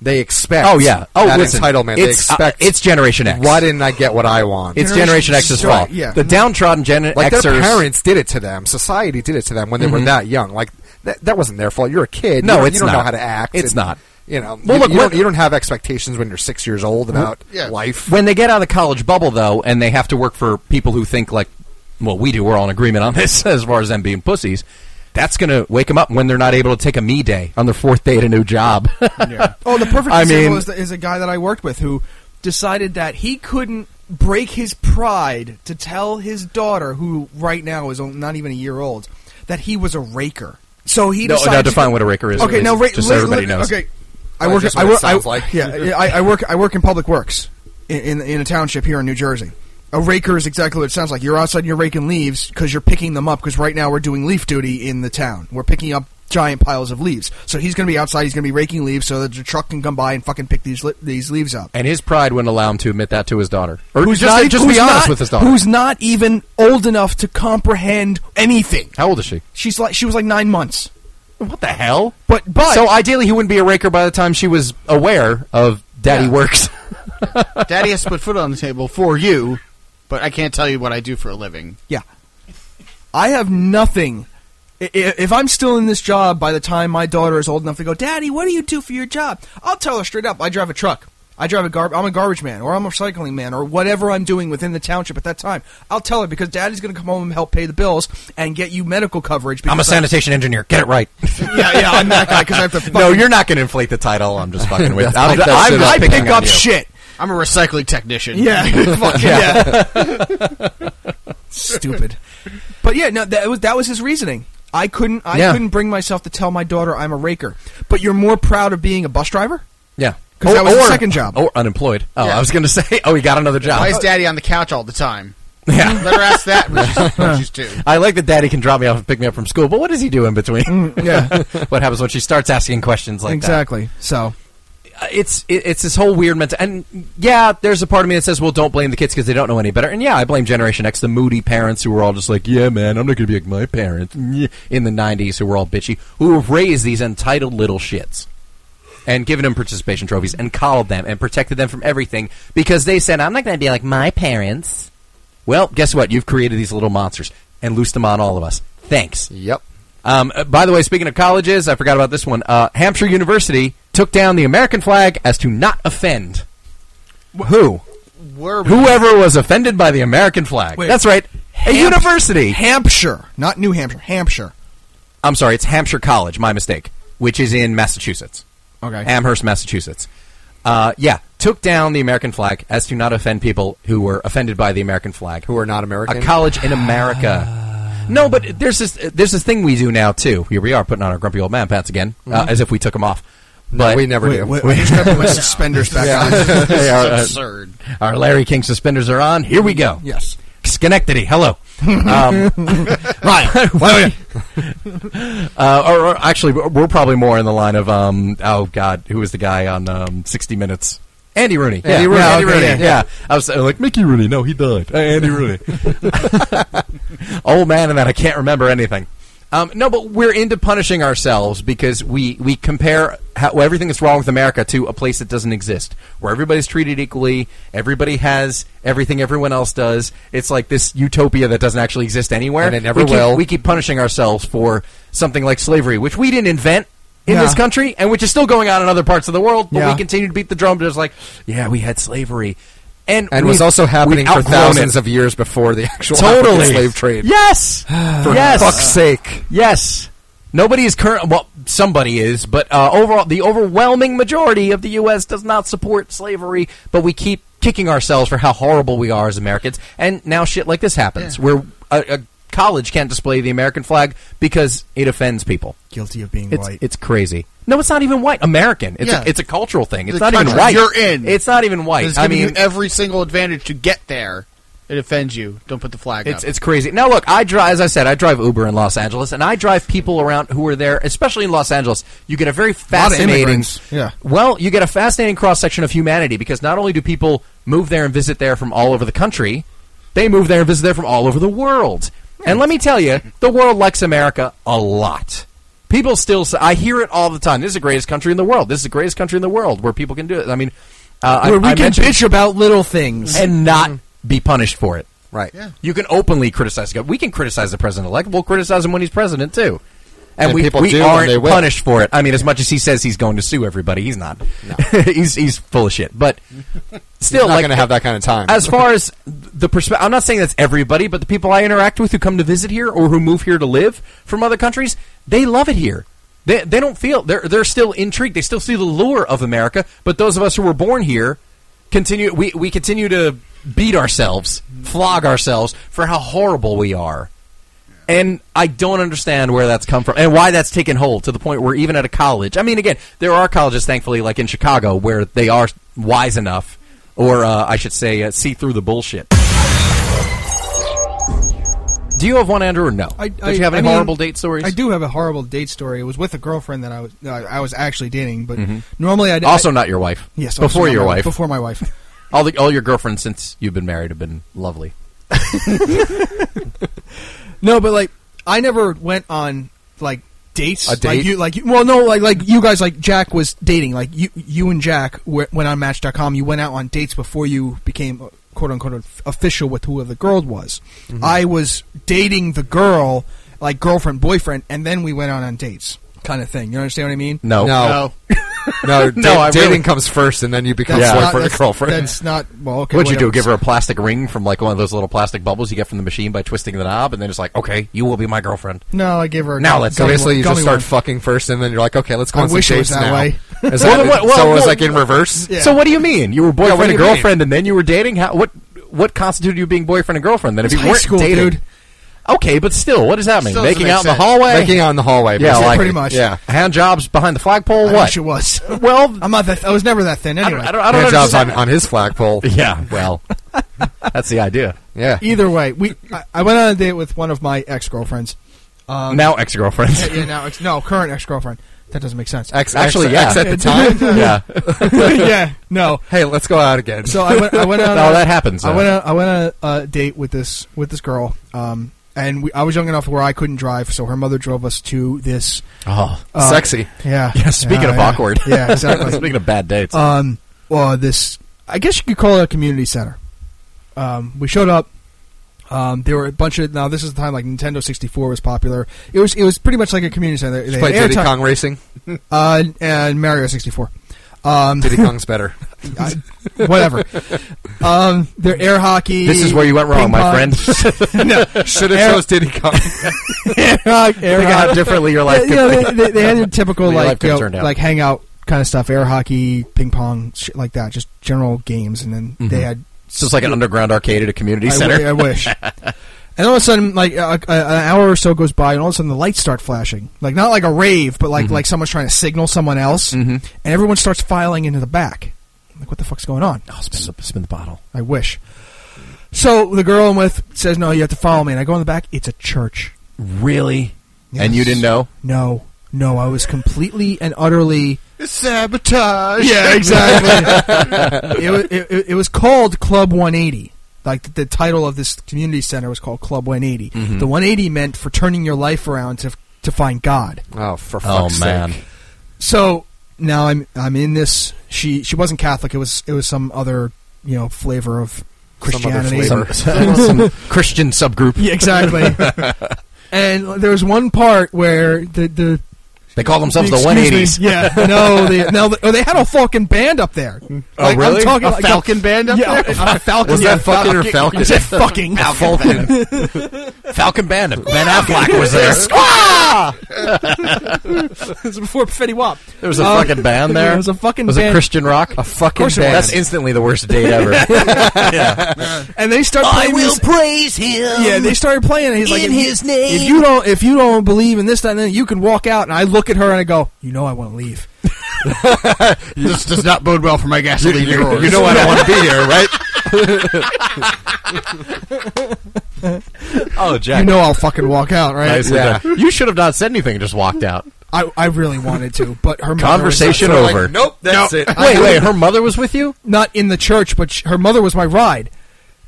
[SPEAKER 5] they expect.
[SPEAKER 1] Oh yeah. Oh,
[SPEAKER 5] that
[SPEAKER 1] listen,
[SPEAKER 5] entitlement. They
[SPEAKER 1] It's uh,
[SPEAKER 5] expect.
[SPEAKER 1] it's Generation X.
[SPEAKER 5] why didn't I get what I want?
[SPEAKER 1] it's Generation X's
[SPEAKER 3] Right,
[SPEAKER 1] fault.
[SPEAKER 3] yeah.
[SPEAKER 1] The downtrodden Gen
[SPEAKER 5] like
[SPEAKER 1] Xers. Mm-hmm.
[SPEAKER 5] their parents did it to them. Society did it to them when they were that young. Like that, that wasn't their fault. You're a kid.
[SPEAKER 1] No,
[SPEAKER 5] you, don't-
[SPEAKER 1] it's
[SPEAKER 5] you don't know
[SPEAKER 1] not.
[SPEAKER 5] how to act.
[SPEAKER 1] It's not.
[SPEAKER 5] You know,
[SPEAKER 1] Well,
[SPEAKER 5] you,
[SPEAKER 1] look,
[SPEAKER 5] you,
[SPEAKER 1] what-
[SPEAKER 5] don't, you don't have expectations when you're six years old about
[SPEAKER 4] Yeah.
[SPEAKER 5] life.
[SPEAKER 1] when they get out of the college bubble though, and they have to work for people who think like, well, we do. We're all in agreement on <laughs> this as far as them being pussies. That's going to wake them up when they're not able to take a me day on their fourth day at a new job. <laughs>
[SPEAKER 3] Oh, the perfect
[SPEAKER 1] I
[SPEAKER 3] example
[SPEAKER 1] mean-
[SPEAKER 3] is, the, is a guy that I worked with who decided that he couldn't break his pride to tell his daughter, who right now is o- not even a year old, that he was a raker. So he
[SPEAKER 1] No,
[SPEAKER 3] decided to-
[SPEAKER 1] now define what a raker is.
[SPEAKER 3] Okay, now ra-
[SPEAKER 1] just so
[SPEAKER 3] li-
[SPEAKER 1] everybody
[SPEAKER 3] li-
[SPEAKER 1] knows.
[SPEAKER 3] Okay, I
[SPEAKER 5] Well,
[SPEAKER 3] work.
[SPEAKER 5] just
[SPEAKER 3] I
[SPEAKER 5] what it
[SPEAKER 3] work. I,
[SPEAKER 5] sounds like.
[SPEAKER 1] <laughs>
[SPEAKER 3] Yeah, yeah, I, I work. I work in public works in, in in a township here in New Jersey. A raker is exactly what it sounds like. You're outside and you're raking leaves because you're picking them up. Because right now we're doing leaf duty in the town. We're picking up giant piles of leaves. So he's going to be outside. He's going to be raking leaves so that the truck can come by and fucking pick these li- these leaves up.
[SPEAKER 1] And his pride wouldn't allow him to admit that to his daughter, or
[SPEAKER 3] Who's
[SPEAKER 1] just,
[SPEAKER 3] not-
[SPEAKER 1] just
[SPEAKER 3] who's
[SPEAKER 1] be honest
[SPEAKER 3] not-
[SPEAKER 1] with his daughter.
[SPEAKER 3] Who's not even old enough to comprehend anything.
[SPEAKER 1] How old is she?
[SPEAKER 3] She's like she was like nine months.
[SPEAKER 1] What the hell?
[SPEAKER 3] But but
[SPEAKER 1] so ideally, he wouldn't be a raker by the time she was aware of daddy
[SPEAKER 4] Yeah.
[SPEAKER 1] works.
[SPEAKER 4] Daddy has to put food on the table for you, but I can't tell you what I do for a living.
[SPEAKER 3] Yeah. I have nothing. I- i- If I'm still in this job by the time my daughter is old enough to go, Daddy, what do you do for your job? I'll tell her straight up. I drive a truck. I drive a garb. I'm a garbage man, or I'm a recycling man, or whatever I'm doing within the township at that time. I'll tell her because Daddy's going to come home and help pay the bills and get you medical coverage. Because
[SPEAKER 1] I'm a
[SPEAKER 3] I-
[SPEAKER 1] sanitation engineer. Get it right.
[SPEAKER 3] yeah, yeah, I'm that guy because I have to.
[SPEAKER 1] no, you're not going to inflate the title. I'm just fucking <laughs> with.
[SPEAKER 5] I
[SPEAKER 1] I'm,
[SPEAKER 5] think that's
[SPEAKER 1] I'm,
[SPEAKER 5] it.
[SPEAKER 1] just
[SPEAKER 3] I
[SPEAKER 1] picking
[SPEAKER 3] pick up
[SPEAKER 1] on you.
[SPEAKER 3] shit.
[SPEAKER 4] I'm a recycling technician.
[SPEAKER 3] Yeah, fucking <laughs> yeah. Stupid. But yeah, no, that was that was his reasoning. I couldn't, I
[SPEAKER 1] Yeah.
[SPEAKER 3] couldn't bring myself to tell my daughter I'm a raker. But you're more proud of being a bus driver.
[SPEAKER 1] <laughs> Yeah,
[SPEAKER 3] 'Cause that was his second job.
[SPEAKER 1] Or unemployed. Oh,
[SPEAKER 4] Yeah.
[SPEAKER 1] I was going to <laughs> say. Oh, he got another job.
[SPEAKER 4] Why is Daddy on the couch all the time?
[SPEAKER 1] yeah.
[SPEAKER 4] Let her ask that when she's, when
[SPEAKER 2] <laughs>
[SPEAKER 4] she's two.
[SPEAKER 1] <laughs> I like that daddy can drop me off and pick me up from school, but what does he do in between?
[SPEAKER 3] <laughs> Yeah,
[SPEAKER 1] what happens when she starts asking questions like that?
[SPEAKER 3] exactly. So
[SPEAKER 1] uh, it's it, it's this whole weird mental and yeah there's a part of me that says well don't blame the kids because they don't know any better and yeah i blame generation x the moody parents who were all just like yeah man i'm not gonna be like my parents in the 90s who were all bitchy who have raised these entitled little shits and given them participation trophies and coddled them and protected them from everything because they said i'm not gonna be like my parents well guess what you've created these little monsters and loosed them on all of us thanks
[SPEAKER 5] Yep.
[SPEAKER 1] um, uh, by the way, speaking of colleges, I forgot about this one. Uh, Hampshire University took down the American flag as to not offend. Who?
[SPEAKER 4] Were we?
[SPEAKER 1] Whoever was offended by the American flag.
[SPEAKER 3] Wait.
[SPEAKER 1] That's right. A
[SPEAKER 3] Hamp-
[SPEAKER 1] university.
[SPEAKER 3] Hampshire, not New Hampshire, Hampshire.
[SPEAKER 1] I'm sorry, it's Hampshire College, my mistake, which is in Massachusetts.
[SPEAKER 3] Okay.
[SPEAKER 2] Amherst, Massachusetts. Uh, yeah, took down the American flag as to not offend people who were offended by the American flag,
[SPEAKER 5] Who are not American?
[SPEAKER 2] a college
[SPEAKER 3] <sighs>
[SPEAKER 2] in
[SPEAKER 1] <laughs>
[SPEAKER 2] America. No, but there's this there's this thing we do now too. Here we are putting on our grumpy old man pants again,
[SPEAKER 3] Mm-hmm.
[SPEAKER 2] uh, as if we took them off. But
[SPEAKER 5] we never do.
[SPEAKER 1] Wait, wait, I'm
[SPEAKER 5] <laughs>
[SPEAKER 1] just my suspenders back on.
[SPEAKER 2] Hey, our, uh,
[SPEAKER 4] Absurd.
[SPEAKER 2] our Larry King suspenders are on. Here we go.
[SPEAKER 1] Yes.
[SPEAKER 2] Schenectady. Hello.
[SPEAKER 3] <laughs>
[SPEAKER 2] um, Ryan. <laughs> why don't you- uh, or, or actually, we're we're probably more in the line of um, oh god, who was the guy on um, 60 Minutes? Andy Rooney.
[SPEAKER 5] Andy Rooney.
[SPEAKER 2] Yeah, Andy
[SPEAKER 5] Okay,
[SPEAKER 2] Rooney.
[SPEAKER 5] yeah.
[SPEAKER 2] Yeah. I was uh, like Mickey Rooney. No, he died. Uh, Andy Rooney. <laughs> Old man, and then I can't remember anything. Um, no, but we're into punishing ourselves because we, we compare how, everything that's wrong with America to a place that doesn't exist, where everybody's treated equally, everybody has everything everyone else does. It's like this utopia that doesn't actually exist anywhere.
[SPEAKER 5] And it never
[SPEAKER 2] we keep-
[SPEAKER 5] will.
[SPEAKER 2] we keep punishing ourselves for something like slavery, which we didn't invent in
[SPEAKER 1] Yeah.
[SPEAKER 2] this country, and which is still going on in other parts of the world. But
[SPEAKER 1] Yeah.
[SPEAKER 2] we continue to beat the drum, just like, yeah, we had slavery, and
[SPEAKER 5] and
[SPEAKER 2] we've-
[SPEAKER 5] was also happening
[SPEAKER 2] we've
[SPEAKER 5] for
[SPEAKER 2] outgrown
[SPEAKER 5] thousands
[SPEAKER 2] it.
[SPEAKER 5] of years before the actual
[SPEAKER 2] totally
[SPEAKER 5] African slave trade.
[SPEAKER 2] Yes,
[SPEAKER 5] For
[SPEAKER 2] yes,
[SPEAKER 5] fuck's sake.
[SPEAKER 2] yes. Nobody is current. Well, somebody is, but uh, overall, the overwhelming majority of the U.S. does not support slavery. But we keep kicking ourselves for how horrible we are as Americans, and now shit like this happens, where a, a college can't display the American flag because it offends people.
[SPEAKER 1] Guilty of being
[SPEAKER 2] It's
[SPEAKER 1] white.
[SPEAKER 2] it's crazy. No, it's not even white. American. It's
[SPEAKER 4] Yeah.
[SPEAKER 2] a, it's a cultural thing. It's
[SPEAKER 4] The
[SPEAKER 2] not even
[SPEAKER 4] country
[SPEAKER 2] white.
[SPEAKER 4] you're in.
[SPEAKER 2] It's not even white.
[SPEAKER 4] It's
[SPEAKER 2] I
[SPEAKER 4] giving
[SPEAKER 2] mean,
[SPEAKER 4] you every single advantage to get there. It offends you. Don't put the flag
[SPEAKER 2] It's
[SPEAKER 4] up.
[SPEAKER 2] it's crazy. Now look, I drive as I said, I drive Uber in Los Angeles, and I drive people around who are there, especially in Los Angeles. You get a very
[SPEAKER 1] lot of
[SPEAKER 2] fascinating,
[SPEAKER 1] immigrants, yeah.
[SPEAKER 2] Well, you get a fascinating cross section of humanity because not only do people move there and visit there from all over the country, they move there and visit there from all over the world. And let me tell you, the world likes America a lot. People still say, I hear it all the time. This is the greatest country in the world. This is the greatest country in the world where people can do it. I mean, uh, I-
[SPEAKER 1] Where we
[SPEAKER 2] I
[SPEAKER 1] can Mm-hmm.
[SPEAKER 2] mentioned-
[SPEAKER 1] bitch about little things.
[SPEAKER 2] and not be punished for it.
[SPEAKER 5] Right.
[SPEAKER 2] You can openly criticize. We can criticize the president elect. We'll criticize him when he's president too. And,
[SPEAKER 5] And
[SPEAKER 2] we,
[SPEAKER 5] people
[SPEAKER 2] we
[SPEAKER 5] do, and
[SPEAKER 2] aren't
[SPEAKER 5] they will.
[SPEAKER 2] punished for it. I mean, as much as he says he's going to sue everybody, he's not. <laughs> he's he's full of shit.
[SPEAKER 5] <laughs>
[SPEAKER 2] But still,
[SPEAKER 5] Not
[SPEAKER 2] like
[SPEAKER 5] going to have that kind of time.
[SPEAKER 2] as far as the perspective, I'm not saying that's everybody, but the people I interact with who come to visit here or who move here to live from other countries, they love it here. They, they don't feel they're they're still intrigued. They still see the lure of America. But those of us who were born here continue we, we continue to beat ourselves, flog ourselves for how horrible we are. And I don't understand where that's come from and why that's taken hold to the point where even at a college. I mean, again, there are colleges, thankfully, like in Chicago, where they are wise enough, or uh, I should say, uh, see through the bullshit. Do you have one, Andrew, or no?
[SPEAKER 3] I,
[SPEAKER 2] Don't
[SPEAKER 3] I-
[SPEAKER 2] you have any
[SPEAKER 3] I mean,
[SPEAKER 2] horrible date stories?
[SPEAKER 3] I do have a horrible date story. It was with a girlfriend that I was no, I was actually dating, but
[SPEAKER 1] Mm-hmm.
[SPEAKER 3] normally I'd,
[SPEAKER 2] Also, not your wife.
[SPEAKER 3] I yes also
[SPEAKER 2] before
[SPEAKER 3] not
[SPEAKER 2] your
[SPEAKER 3] my
[SPEAKER 2] wife.
[SPEAKER 3] before my wife.
[SPEAKER 2] All the all your girlfriends since you've been married have been lovely.
[SPEAKER 3] No, but like I never went on like dates.
[SPEAKER 5] A date?
[SPEAKER 3] Like you like you, well no like like you guys like Jack was dating like you you and Jack were, went on Match.com. You went out on dates before you became quote unquote official with whoever the girl was.
[SPEAKER 1] Mm-hmm.
[SPEAKER 3] I was dating the girl like girlfriend boyfriend, and then we went out on dates kind of thing. You understand what I mean?
[SPEAKER 2] No,
[SPEAKER 5] no. No, da-
[SPEAKER 2] No, I really-
[SPEAKER 5] dating comes first, and then you become
[SPEAKER 2] That's
[SPEAKER 5] boyfriend and
[SPEAKER 3] that's,
[SPEAKER 5] girlfriend.
[SPEAKER 3] That's not well. Okay,
[SPEAKER 2] What'd you do?
[SPEAKER 3] whatever.
[SPEAKER 2] Give her a plastic ring from like one of those little plastic bubbles you get from the machine by twisting the knob, and then it's like, okay, you will be my girlfriend.
[SPEAKER 3] No, I gave her. A
[SPEAKER 2] Now
[SPEAKER 3] gummy-
[SPEAKER 2] let's
[SPEAKER 3] gummy
[SPEAKER 5] Basically, you
[SPEAKER 3] one-
[SPEAKER 5] just
[SPEAKER 3] gummy
[SPEAKER 5] start
[SPEAKER 3] one.
[SPEAKER 5] fucking first, and then you're like, okay, let's go
[SPEAKER 3] I
[SPEAKER 5] on some
[SPEAKER 3] wish it was
[SPEAKER 5] dates
[SPEAKER 3] that
[SPEAKER 5] now.
[SPEAKER 3] way.
[SPEAKER 5] Is that-
[SPEAKER 2] Well, what- well,
[SPEAKER 5] so it was
[SPEAKER 2] well-
[SPEAKER 5] like in reverse.
[SPEAKER 3] Yeah.
[SPEAKER 2] So what do you mean? You were boyfriend
[SPEAKER 5] what do
[SPEAKER 2] and
[SPEAKER 5] you mean?
[SPEAKER 2] girlfriend, and then you were dating. How, what what constituted you being boyfriend and girlfriend? Then if you
[SPEAKER 3] high
[SPEAKER 2] weren't
[SPEAKER 3] school,
[SPEAKER 2] dating,
[SPEAKER 3] dude.
[SPEAKER 2] okay, but still, what does that mean?
[SPEAKER 4] Still doesn't
[SPEAKER 2] Making
[SPEAKER 4] make
[SPEAKER 2] out in
[SPEAKER 4] sense.
[SPEAKER 2] the hallway,
[SPEAKER 5] Making out in the hallway.
[SPEAKER 2] yeah,
[SPEAKER 5] basically.
[SPEAKER 2] like,
[SPEAKER 3] pretty much.
[SPEAKER 5] Yeah.
[SPEAKER 2] hand jobs behind the flagpole.
[SPEAKER 3] I
[SPEAKER 2] what?
[SPEAKER 3] wish it <laughs> was.
[SPEAKER 2] Well,
[SPEAKER 3] I'm not that. I was never that thin.
[SPEAKER 2] I
[SPEAKER 3] Anyway,
[SPEAKER 2] don't, I don't, I don't
[SPEAKER 5] Hand jobs on,
[SPEAKER 2] understand.
[SPEAKER 5] on his flagpole.
[SPEAKER 2] <laughs> yeah, well, that's the idea.
[SPEAKER 5] Yeah.
[SPEAKER 3] Either way, we I, I went on a date with one of my ex girlfriends. Um,
[SPEAKER 2] now ex girlfriends.
[SPEAKER 3] <laughs> yeah, now ex, no current ex girlfriend. That doesn't make sense. <laughs>
[SPEAKER 5] Ex,
[SPEAKER 2] Actually,
[SPEAKER 5] ex,
[SPEAKER 2] yeah.
[SPEAKER 5] ex at the <laughs> time.
[SPEAKER 2] <laughs> yeah,
[SPEAKER 3] yeah, no.
[SPEAKER 5] hey, let's go out again.
[SPEAKER 3] So I went. I went <laughs> on.
[SPEAKER 2] no,
[SPEAKER 3] a,
[SPEAKER 2] that happens.
[SPEAKER 3] I
[SPEAKER 2] uh,
[SPEAKER 3] went. On, I went on a, a date with this with this girl. Um, and we, I was young enough where I couldn't drive, so her mother drove us to this.
[SPEAKER 2] oh,
[SPEAKER 3] Uh,
[SPEAKER 5] Sexy.
[SPEAKER 3] Yeah.
[SPEAKER 2] yeah. Speaking
[SPEAKER 3] Yeah,
[SPEAKER 2] of
[SPEAKER 3] yeah.
[SPEAKER 2] awkward,
[SPEAKER 3] Yeah, exactly.
[SPEAKER 2] <laughs> <laughs> speaking of bad dates,
[SPEAKER 3] um, well, this I guess you could call it a community center. Um, we showed up. Um, there were a bunch of now. This is the time like Nintendo sixty four was popular. It was it was pretty much like a community center. They
[SPEAKER 5] Did you
[SPEAKER 3] had
[SPEAKER 5] play Diddy
[SPEAKER 3] airtime-
[SPEAKER 5] Kong Racing?
[SPEAKER 3] uh, and Mario sixty four. Um,
[SPEAKER 5] <laughs> Diddy Kong's better.
[SPEAKER 3] I-
[SPEAKER 2] <laughs>
[SPEAKER 3] whatever. Um, their air hockey.
[SPEAKER 2] this is where you went wrong,
[SPEAKER 3] ping
[SPEAKER 2] my
[SPEAKER 3] pong.
[SPEAKER 2] <laughs> friend.
[SPEAKER 5] Should have
[SPEAKER 3] Air-
[SPEAKER 5] chose Diddy Kong.
[SPEAKER 3] air hockey.
[SPEAKER 2] <laughs> Think of how differently your life
[SPEAKER 3] Yeah, <laughs>
[SPEAKER 2] could
[SPEAKER 3] you know, they, they, they had their typical
[SPEAKER 2] <laughs> Your life
[SPEAKER 3] like
[SPEAKER 2] could've
[SPEAKER 3] you know,
[SPEAKER 2] turned out.
[SPEAKER 3] like hangout kind of stuff, air hockey, ping pong, shit like that, just general games. And then they
[SPEAKER 2] Mm-hmm.
[SPEAKER 1] Mhm.
[SPEAKER 3] had
[SPEAKER 1] It's just like an underground arcade at a community
[SPEAKER 3] I
[SPEAKER 1] center.
[SPEAKER 3] wi- I
[SPEAKER 2] <laughs>
[SPEAKER 3] wish. And all of a sudden, like a, a, an hour or so goes by, and all of a sudden the lights start flashing. Like not like a rave, but
[SPEAKER 2] Mm-hmm.
[SPEAKER 3] like like someone's trying to signal someone else, and everyone starts filing into the back. I'm like, what the fuck's going on?
[SPEAKER 1] oh, spin, the, spin
[SPEAKER 2] <laughs>
[SPEAKER 1] the bottle.
[SPEAKER 3] I wish. So the girl I'm with says, "No, you have to follow me." And I go in the back. It's a church.
[SPEAKER 1] Really?
[SPEAKER 3] Yes.
[SPEAKER 1] And you didn't know?
[SPEAKER 3] No, no, I was completely and utterly.
[SPEAKER 4] Sabotage.
[SPEAKER 3] Yeah, exactly.
[SPEAKER 1] <laughs>
[SPEAKER 3] it, wa- it, it, it was called Club 180. Like the, the title of this community center was called Club 180.
[SPEAKER 1] Mm-hmm.
[SPEAKER 3] The 180 meant for turning your life around to to find God.
[SPEAKER 5] <laughs> Oh, for
[SPEAKER 1] Oh
[SPEAKER 5] fuck's
[SPEAKER 1] man.
[SPEAKER 5] sake.
[SPEAKER 3] So now I'm I'm in this. She she wasn't Catholic. It was it was some other you know flavor of
[SPEAKER 5] Some other
[SPEAKER 3] Christianity.
[SPEAKER 5] flavor.
[SPEAKER 1] Some, some Christian subgroup.
[SPEAKER 3] <laughs> Yeah,
[SPEAKER 1] <laughs>
[SPEAKER 3] exactly. and there was one part where the the
[SPEAKER 1] They call themselves the
[SPEAKER 3] Excuse me,
[SPEAKER 1] 180s.
[SPEAKER 3] Yeah, no,
[SPEAKER 1] <laughs>
[SPEAKER 3] they no, they, oh, they had a fucking band up there.
[SPEAKER 1] Oh, really?
[SPEAKER 3] I'm talking
[SPEAKER 1] A
[SPEAKER 3] like
[SPEAKER 1] Falcon
[SPEAKER 3] band
[SPEAKER 1] up
[SPEAKER 3] yeah,
[SPEAKER 1] <laughs>
[SPEAKER 3] there. A Falcon. <laughs>
[SPEAKER 1] Was
[SPEAKER 3] yeah,
[SPEAKER 1] that fucking or <laughs> Falcon?
[SPEAKER 3] I said fucking.
[SPEAKER 1] Falcon. <laughs> Falcon Band. Ben Affleck was <laughs> there.
[SPEAKER 3] <laughs> It was before Fetty Wap.
[SPEAKER 1] There was a
[SPEAKER 3] Uh,
[SPEAKER 1] fucking band there.
[SPEAKER 3] There was a fucking
[SPEAKER 1] Was it
[SPEAKER 3] band,
[SPEAKER 1] Christian rock? A fucking
[SPEAKER 3] course it was.
[SPEAKER 1] That's instantly the worst date <laughs> ever.
[SPEAKER 3] and they start playing. these-
[SPEAKER 1] praise him.
[SPEAKER 3] yeah, they started playing. And he's like,
[SPEAKER 1] in
[SPEAKER 3] if you-
[SPEAKER 1] his name.
[SPEAKER 3] If you don't, if you don't believe in this, that, and then you can walk out. And I look at her and I go, you know, I want to leave.
[SPEAKER 4] This does not bode well for my gasoline drawers.
[SPEAKER 1] you know I don't want to be here, right? oh, Jack.
[SPEAKER 3] You know, I'll fucking walk out, right?
[SPEAKER 1] Nicely
[SPEAKER 5] Yeah.
[SPEAKER 1] done. You should have not said anything and just walked out.
[SPEAKER 3] I, I really wanted to, but her mother was not-
[SPEAKER 1] Conversation
[SPEAKER 5] They're like,
[SPEAKER 1] over.
[SPEAKER 5] nope, that's it.
[SPEAKER 1] Wait, <laughs> wait. Her mother was with you?
[SPEAKER 3] not in the church, but sh her mother was my ride.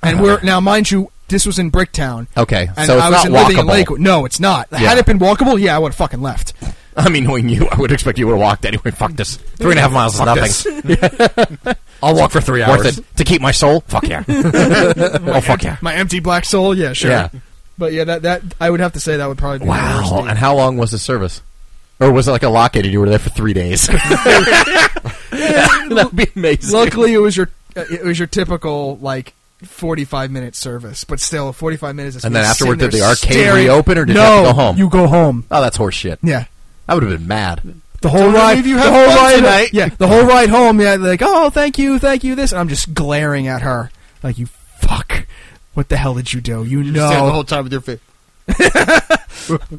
[SPEAKER 3] And we're now, mind you, this was in Bricktown.
[SPEAKER 1] Uh-huh. Okay,
[SPEAKER 3] and
[SPEAKER 1] so it's
[SPEAKER 3] I was
[SPEAKER 1] not
[SPEAKER 3] in- living in
[SPEAKER 1] walkable.
[SPEAKER 3] Lakewood. No, it's not.
[SPEAKER 1] Yeah.
[SPEAKER 3] Had it been walkable, yeah, I would have fucking left.
[SPEAKER 1] I mean, knowing you, I would expect you would have walked anyway. Fuck this. Three and a half miles is nothing. I'll walk for three
[SPEAKER 5] hours.
[SPEAKER 1] Worth it. To keep my soul?
[SPEAKER 2] <laughs>
[SPEAKER 1] Fuck yeah. oh, fuck yeah.
[SPEAKER 3] My empty black soul, yeah, sure.
[SPEAKER 1] Yeah.
[SPEAKER 3] But yeah, that that I would have to say that would probably be The
[SPEAKER 1] Wow.
[SPEAKER 3] worst
[SPEAKER 1] And
[SPEAKER 3] date.
[SPEAKER 1] how long was the service? Or was it like a locket and you were there for three days? <laughs> That'd be amazing.
[SPEAKER 3] Luckily, it was your uh, it was your typical like. 45 minute service, but still 45 minutes. is
[SPEAKER 1] And then
[SPEAKER 3] me
[SPEAKER 1] afterward,
[SPEAKER 3] sitting
[SPEAKER 1] did
[SPEAKER 3] there
[SPEAKER 1] the arcade
[SPEAKER 3] staring-
[SPEAKER 1] reopen, or did you
[SPEAKER 3] no,
[SPEAKER 1] have to go home?
[SPEAKER 3] You go home.
[SPEAKER 1] Oh, that's horseshit.
[SPEAKER 3] Yeah.
[SPEAKER 1] I would have been mad.
[SPEAKER 3] The whole ride,
[SPEAKER 4] you
[SPEAKER 3] the
[SPEAKER 4] have
[SPEAKER 3] whole
[SPEAKER 4] fun
[SPEAKER 3] ride,
[SPEAKER 4] tonight.
[SPEAKER 3] yeah, the whole ride home. Yeah, like, oh, thank you, thank you, this, and I'm just glaring at her, like, you fuck, what the hell did you do? You
[SPEAKER 4] You stand the
[SPEAKER 3] know,
[SPEAKER 4] whole time with your face.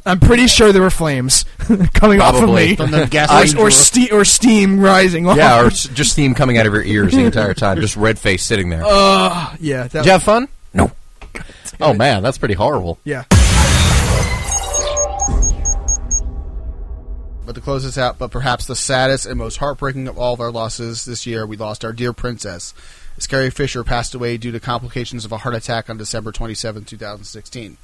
[SPEAKER 3] I'm pretty sure there were flames <laughs> coming
[SPEAKER 1] Probably.
[SPEAKER 3] off of
[SPEAKER 4] From
[SPEAKER 3] me, <laughs>
[SPEAKER 4] the gasoline
[SPEAKER 3] or, or, ste- or steam rising. <laughs> off.
[SPEAKER 1] Yeah, or s- just steam coming out of your ears the entire time, just red face sitting there.
[SPEAKER 3] Oh, yeah, that,
[SPEAKER 1] Did you have fun? No. Oh man, that's pretty horrible.
[SPEAKER 3] yeah.
[SPEAKER 4] But to close this out, but perhaps the saddest and most heartbreaking of all of our losses this year, we lost our dear princess. As Carrie Fisher passed away due to complications of a heart attack on December 27, 2016.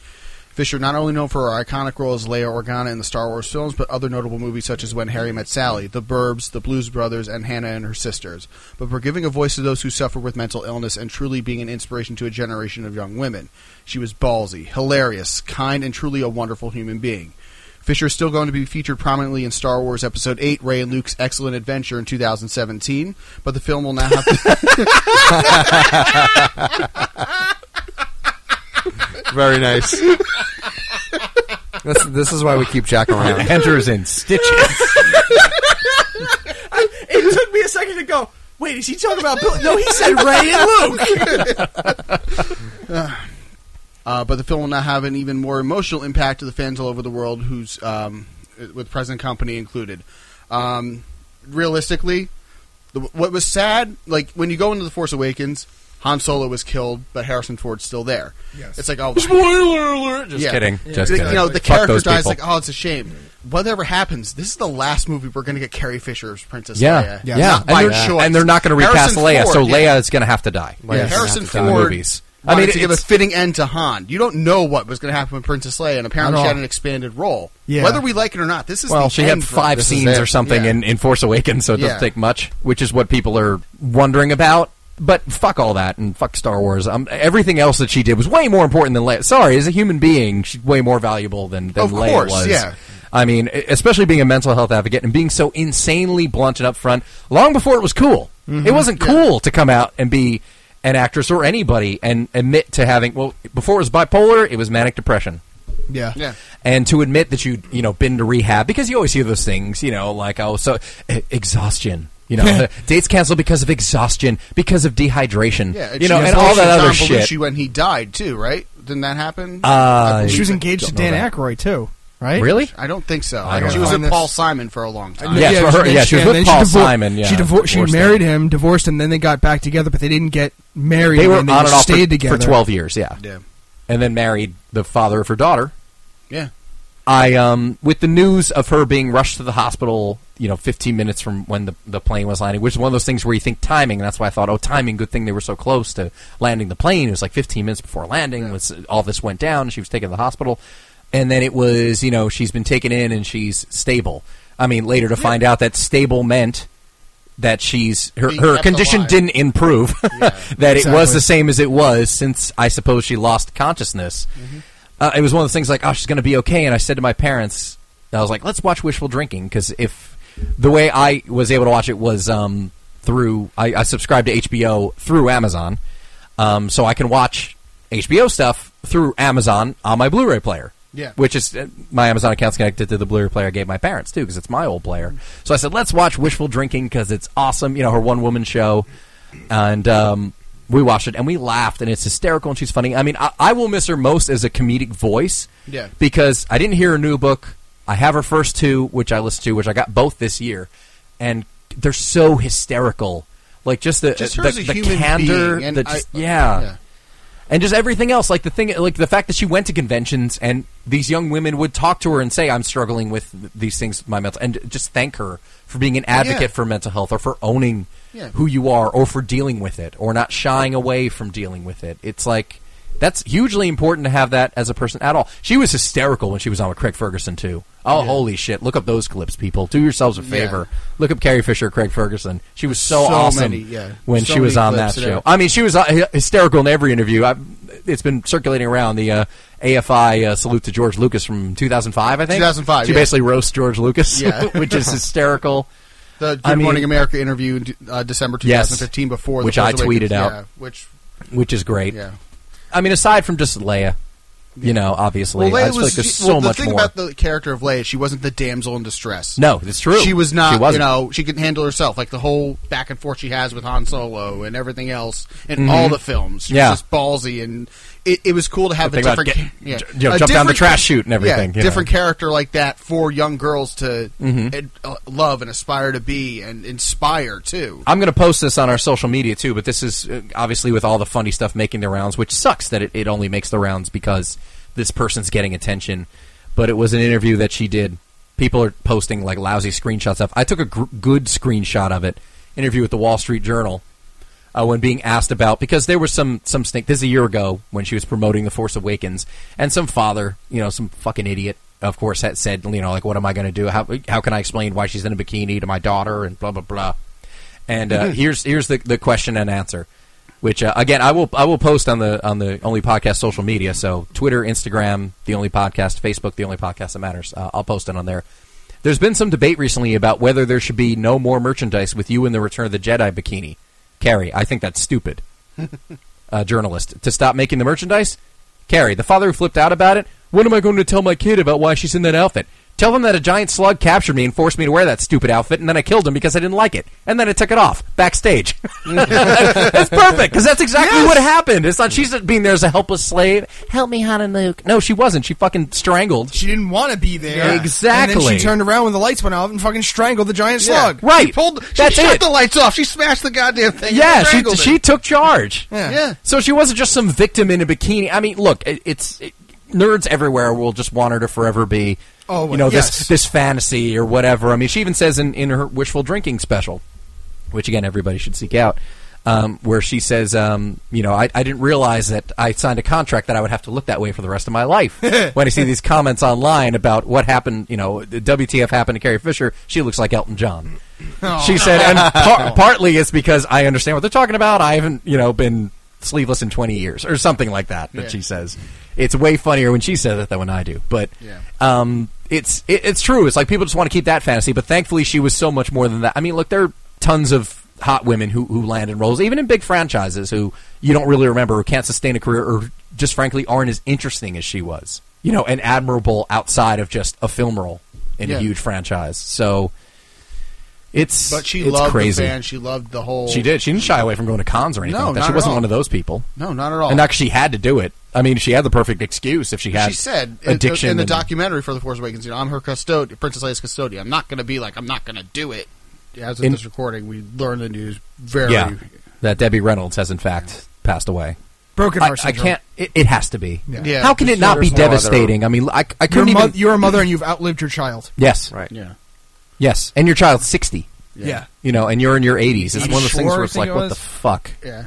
[SPEAKER 4] Fisher not only known for her iconic role as Leia Organa in the Star Wars films, but other notable movies such as When Harry Met Sally, The Burbs, The Blues Brothers, and Hannah and Her Sisters, but for giving a voice to those who suffer with mental illness and truly being an inspiration to a generation of young women. She was ballsy, hilarious, kind, and truly a wonderful human being. Fisher is still going to be featured prominently in Star Wars Episode 8, Ray and Luke's Excellent Adventure in 2017, but the film will now have to.
[SPEAKER 5] Very nice. this, this is why we keep Jack <laughs> around.
[SPEAKER 1] Andrew is in stitches.
[SPEAKER 3] It took me a second to go. Wait, is he talking about Bill? No, he said Ray and Luke.
[SPEAKER 4] Uh, but the film will now have an even more emotional impact to the fans all over the world, who's um, with present company included. Um, realistically, the, what was sad, like when you go into the Force Awakens, Han Solo was killed, but Harrison Ford's still there. Yes. It's like oh,
[SPEAKER 1] <laughs> Spoiler alert. Just
[SPEAKER 4] Yeah.
[SPEAKER 1] kidding. Just
[SPEAKER 4] Like,
[SPEAKER 1] kidding.
[SPEAKER 4] you know, the
[SPEAKER 1] Fuck
[SPEAKER 4] character
[SPEAKER 1] those
[SPEAKER 4] dies.
[SPEAKER 1] people.
[SPEAKER 4] Like, oh, it's a shame. Whatever happens, this is the last movie we're going to get Carrie Fisher's Princess
[SPEAKER 1] yeah,
[SPEAKER 4] Leia.
[SPEAKER 1] yeah,
[SPEAKER 4] Not by
[SPEAKER 1] and, they're,
[SPEAKER 4] choice.
[SPEAKER 1] and they're not going to recast
[SPEAKER 4] Harrison
[SPEAKER 1] Leia,
[SPEAKER 4] Ford,
[SPEAKER 1] so
[SPEAKER 4] yeah.
[SPEAKER 1] Leia is going to have to die.
[SPEAKER 4] Yeah,
[SPEAKER 5] Leia.
[SPEAKER 4] Harrison
[SPEAKER 1] die in the
[SPEAKER 4] Ford.
[SPEAKER 1] movies.
[SPEAKER 4] I mean,
[SPEAKER 1] I
[SPEAKER 4] to give a
[SPEAKER 1] it's-
[SPEAKER 4] fitting end to Han. You don't know what was going to happen with Princess Leia, and apparently
[SPEAKER 3] At
[SPEAKER 4] she had
[SPEAKER 3] all.
[SPEAKER 4] an expanded role.
[SPEAKER 3] Yeah.
[SPEAKER 4] Whether we like it or not, this is
[SPEAKER 1] Well,
[SPEAKER 4] the
[SPEAKER 1] she
[SPEAKER 4] end
[SPEAKER 1] had
[SPEAKER 4] for-
[SPEAKER 1] five
[SPEAKER 4] this is it.
[SPEAKER 1] scenes or something
[SPEAKER 4] Yeah.
[SPEAKER 1] in, in Force Awakens, so it doesn't
[SPEAKER 4] Yeah.
[SPEAKER 1] take much, which is what people are wondering about. But fuck all that and fuck Star Wars. Um, everything else that she did was way more important than Leia. Sorry, as a human being, she's way more valuable than, than
[SPEAKER 4] Of
[SPEAKER 1] Leia
[SPEAKER 4] course,
[SPEAKER 1] was.
[SPEAKER 4] yeah.
[SPEAKER 1] I mean, e- especially being a mental health advocate and being so insanely blunt and upfront long before it was cool.
[SPEAKER 4] Mm-hmm.
[SPEAKER 1] It wasn't cool to come out and be an actress or anybody and admit to having, well, before it was bipolar, it was manic depression.
[SPEAKER 3] Yeah,
[SPEAKER 4] Yeah.
[SPEAKER 1] <laughs> and to admit that you you know been to rehab because you always hear those things, you know, like oh, so e- exhaustion. You <laughs> know, dates canceled because of exhaustion, because of dehydration.
[SPEAKER 4] Yeah,
[SPEAKER 1] you know,
[SPEAKER 4] she
[SPEAKER 1] and all
[SPEAKER 4] was
[SPEAKER 1] that
[SPEAKER 4] Tom
[SPEAKER 1] other
[SPEAKER 4] Belushi
[SPEAKER 1] shit.
[SPEAKER 4] when he died too, right? Didn't that happen?
[SPEAKER 1] Uh,
[SPEAKER 4] I believe
[SPEAKER 3] She was
[SPEAKER 4] it.
[SPEAKER 3] engaged to
[SPEAKER 1] Don't know
[SPEAKER 3] Dan
[SPEAKER 1] that.
[SPEAKER 3] Aykroyd too, right? Uh,
[SPEAKER 1] Really?
[SPEAKER 4] I don't think so.
[SPEAKER 1] I don't
[SPEAKER 4] she was
[SPEAKER 3] know.
[SPEAKER 4] with Paul Simon for a long time.
[SPEAKER 1] Yeah, for her-
[SPEAKER 3] and
[SPEAKER 1] yeah, she was
[SPEAKER 3] and
[SPEAKER 1] with
[SPEAKER 3] then
[SPEAKER 1] Paul
[SPEAKER 3] divor-
[SPEAKER 1] Simon, yeah,
[SPEAKER 3] she divor- she
[SPEAKER 1] divorced
[SPEAKER 3] married
[SPEAKER 1] him.
[SPEAKER 3] him, divorced him, then they got back together, but they didn't get married.
[SPEAKER 1] They were
[SPEAKER 3] and
[SPEAKER 1] on and off
[SPEAKER 3] stayed
[SPEAKER 1] for,
[SPEAKER 3] together
[SPEAKER 1] for twelve years, yeah.
[SPEAKER 4] Yeah.
[SPEAKER 1] and then married the father of her daughter.
[SPEAKER 4] Yeah.
[SPEAKER 1] I um with the news of her being rushed to the hospital, you know, 15 minutes from when the the plane was landing, which is one of those things where you think timing, and that's why I thought, oh, timing, good thing they were so close to landing the plane. It was like 15 minutes before landing, was all this went down, she was taken to the hospital, and then it was, you know, she's been taken in and she's stable. I mean, later to find out that stable meant that she's her,
[SPEAKER 4] Being
[SPEAKER 1] her
[SPEAKER 4] kept
[SPEAKER 1] condition
[SPEAKER 4] alive.
[SPEAKER 1] didn't improve <laughs> that it was
[SPEAKER 3] Exactly.
[SPEAKER 1] the same as it was since I suppose she lost consciousness.
[SPEAKER 4] Mm-hmm.
[SPEAKER 1] Uh, it was one of those things like, oh, she's going to be okay. And I said to my parents, I was like, let's watch Wishful Drinking because if the way I was able to watch it was um, through, I, I subscribed to HBO through Amazon, um, so I can watch HBO stuff through Amazon on my Blu-ray player.
[SPEAKER 4] Yeah.
[SPEAKER 1] which is uh, my Amazon account's connected to the Blu-ray player I gave my parents too because it's my old player. So I said, let's watch Wishful Drinking because it's awesome. You know, her one-woman show and um, we watched it and we laughed and it's hysterical and she's funny. I mean, I, I will miss her most as a comedic voice.
[SPEAKER 4] Yeah.
[SPEAKER 1] Because I didn't hear her new book. I have her first two, which I listened to, which I got both this year, and they're so hysterical. Like just the uh,
[SPEAKER 4] Just her
[SPEAKER 1] the,
[SPEAKER 4] as a
[SPEAKER 1] the
[SPEAKER 4] human
[SPEAKER 1] candor,
[SPEAKER 4] being, and
[SPEAKER 1] the
[SPEAKER 4] I-
[SPEAKER 1] just- yeah.
[SPEAKER 4] yeah.
[SPEAKER 1] And just everything else, like the thing, like the fact that she went to conventions and these young women would talk to her and say, "I'm struggling with th- these things, with my mental," and just thank her for being an advocate
[SPEAKER 4] Yeah.
[SPEAKER 1] for mental health or for owning
[SPEAKER 4] Yeah.
[SPEAKER 1] who you are or for dealing with it or not shying away from dealing with it. It's like that's hugely important to have that as a person at all. She was hysterical when she was on with Craig Ferguson too. Oh, holy shit! Look up those clips, people. Do yourselves a favor. Look up Carrie Fisher, Craig Ferguson. She was so,
[SPEAKER 4] So
[SPEAKER 1] awesome
[SPEAKER 4] many, yeah.
[SPEAKER 1] when
[SPEAKER 4] So
[SPEAKER 1] she was
[SPEAKER 4] many
[SPEAKER 1] on that
[SPEAKER 4] clips
[SPEAKER 1] show.
[SPEAKER 4] and everything.
[SPEAKER 1] I mean, she was uh, hy- hysterical in every interview. I've, it's been circulating around the uh, AFI uh, salute to George Lucas from 2005, I think.
[SPEAKER 4] 2005,
[SPEAKER 1] She
[SPEAKER 4] yeah.
[SPEAKER 1] basically roasts George Lucas,
[SPEAKER 4] Yeah.
[SPEAKER 1] <laughs> which is hysterical.
[SPEAKER 4] The Good
[SPEAKER 1] I mean-
[SPEAKER 4] Morning America interview in uh, December
[SPEAKER 1] Yes.
[SPEAKER 4] 2015 before
[SPEAKER 1] Which
[SPEAKER 4] the
[SPEAKER 1] I
[SPEAKER 4] Force Awakens.
[SPEAKER 1] tweeted out.
[SPEAKER 4] Yeah, which
[SPEAKER 1] which is great.
[SPEAKER 4] yeah.
[SPEAKER 1] I mean, aside from just Leia, you know, obviously, I just feel like there's
[SPEAKER 4] she-
[SPEAKER 1] so
[SPEAKER 4] well, the
[SPEAKER 1] much
[SPEAKER 4] thing
[SPEAKER 1] more.
[SPEAKER 4] about the character of Leia, she wasn't the damsel in distress.
[SPEAKER 1] no, it's true.
[SPEAKER 4] She was not,
[SPEAKER 1] She wasn't.
[SPEAKER 4] you know, she could handle herself. Like the whole back and forth she has with Han Solo and everything else in all the films. She
[SPEAKER 1] Mm-hmm. Yeah.
[SPEAKER 4] was just ballsy, and it, it was cool to have
[SPEAKER 1] The
[SPEAKER 4] a
[SPEAKER 1] thing about
[SPEAKER 4] different,
[SPEAKER 1] get-
[SPEAKER 4] yeah,
[SPEAKER 1] j- you know,
[SPEAKER 4] a
[SPEAKER 1] jump down the
[SPEAKER 4] different-
[SPEAKER 1] trash chute and everything,
[SPEAKER 4] Yeah,
[SPEAKER 1] you
[SPEAKER 4] different
[SPEAKER 1] know. Mm-hmm.
[SPEAKER 4] character like that for young girls to ad- uh, love and aspire to be and inspire too.
[SPEAKER 1] I'm going to post this on our social media too, but this is uh, obviously with all the funny stuff making the rounds, which sucks that it, it only makes the rounds because this person's getting attention. But it was an interview that she did. People are posting like lousy screenshots of. I took a gr- good screenshot of it. Interview with the Wall Street Journal uh, when being asked about because there was some some snake. This is a year ago when she was promoting The Force Awakens, and some father, you know, some fucking idiot, of course, had said, you know, like, what am I going to do? How how can I explain why she's in a bikini to my daughter and blah blah blah. And uh, here's here's the, the question and answer, which uh, again I will I will post on the on the Only Podcast social media. So Twitter, Instagram, the Only Podcast, Facebook, the Only Podcast that matters. Uh, I'll post it on there. There's been some debate recently about whether there should be no more merchandise with you in the Return of the Jedi bikini. Carrie, I think that's stupid. uh, journalist to stop making the merchandise. Carrie, the father who flipped out about it. What am I going to tell my kid about why she's in that outfit? Tell them that a giant slug captured me and forced me to wear that stupid outfit, and then I killed him because I didn't like it, and then I took it off backstage. <laughs> that's perfect because that's exactly what happened. It's not she's not being there as a helpless slave. Help me, Han and Luke. No, she wasn't. She fucking strangled.
[SPEAKER 3] She didn't want to be there.
[SPEAKER 1] Yeah.
[SPEAKER 3] And then
[SPEAKER 1] Exactly.
[SPEAKER 3] she turned around when the lights went out and fucking strangled the giant slug.
[SPEAKER 1] Right.
[SPEAKER 4] She pulled. She
[SPEAKER 1] That's
[SPEAKER 4] shut
[SPEAKER 1] it.
[SPEAKER 4] the lights off. She smashed the goddamn thing. and
[SPEAKER 1] Yeah, she
[SPEAKER 4] strangled it.
[SPEAKER 1] she took charge.
[SPEAKER 4] Yeah.
[SPEAKER 1] So she wasn't just some victim in a bikini. I mean, look, it, it's it, nerds everywhere will just want her to forever be,
[SPEAKER 3] Oh,
[SPEAKER 1] you know,
[SPEAKER 3] yes.
[SPEAKER 1] this this fantasy or whatever. I mean, she even says in in her wishful drinking special, which again everybody should seek out. Um, where she says, um, you know, I, I didn't realize that I signed a contract that I would have to look that way for the rest of my life. when I see these comments online about what happened, you know, the WTF happened to Carrie Fisher, she looks like Elton John she said, and par- partly it's because I understand what they're talking about. I haven't, you know, been sleeveless in 20 years or something like that. That she says, it's way funnier when she says it than when I do. But um, it's it, it's true. It's like people just want to keep that fantasy. But thankfully, she was so much more than that. I mean, look, there are tons of hot women who who land in roles, even in big franchises, who you don't really remember, who can't sustain a career, or just frankly aren't as interesting as she was. you know, and admirable outside of just a film role in
[SPEAKER 4] Yeah.
[SPEAKER 1] a huge franchise. So it's
[SPEAKER 4] But she
[SPEAKER 1] it's
[SPEAKER 4] loved
[SPEAKER 1] crazy.
[SPEAKER 4] the fan. She loved the whole.
[SPEAKER 1] She did. She didn't shy away from going to cons or anything
[SPEAKER 4] No,
[SPEAKER 1] like that.
[SPEAKER 4] not
[SPEAKER 1] She
[SPEAKER 4] at
[SPEAKER 1] wasn't
[SPEAKER 4] all.
[SPEAKER 1] one of those people.
[SPEAKER 4] No, not at all.
[SPEAKER 1] And not 'cause she had to do it. I mean, she had the perfect excuse if she had
[SPEAKER 4] she said uh, in-
[SPEAKER 1] addiction
[SPEAKER 4] in the
[SPEAKER 1] and-
[SPEAKER 4] documentary for the Force Awakens. You know, I'm her custodian, Princess Leia's custodian. I'm not going to be like I'm not going to do it. As of
[SPEAKER 1] In-
[SPEAKER 4] this recording, we learned the news very.
[SPEAKER 1] yeah, that Debbie Reynolds has in fact passed away.
[SPEAKER 3] Broken
[SPEAKER 1] I,
[SPEAKER 3] heart
[SPEAKER 1] I
[SPEAKER 3] syndrome.
[SPEAKER 1] can't. It, it has to be.
[SPEAKER 4] Yeah.
[SPEAKER 1] How can it not be
[SPEAKER 5] There's no other-
[SPEAKER 1] devastating? I mean, I, I
[SPEAKER 3] You're,
[SPEAKER 1] couldn't
[SPEAKER 3] mo-
[SPEAKER 1] even.
[SPEAKER 3] you're a mother and you've outlived your child.
[SPEAKER 1] yes,
[SPEAKER 5] Right.
[SPEAKER 4] Yeah.
[SPEAKER 1] yes, and your child's sixty.
[SPEAKER 4] Yeah.
[SPEAKER 3] Yeah.
[SPEAKER 1] You know, and you're in your 80s. It's
[SPEAKER 3] I'm
[SPEAKER 1] one of those things
[SPEAKER 3] sure
[SPEAKER 1] where
[SPEAKER 3] I
[SPEAKER 1] it's
[SPEAKER 3] think
[SPEAKER 1] like,
[SPEAKER 3] it
[SPEAKER 1] what
[SPEAKER 3] was.
[SPEAKER 1] the fuck?
[SPEAKER 4] Yeah.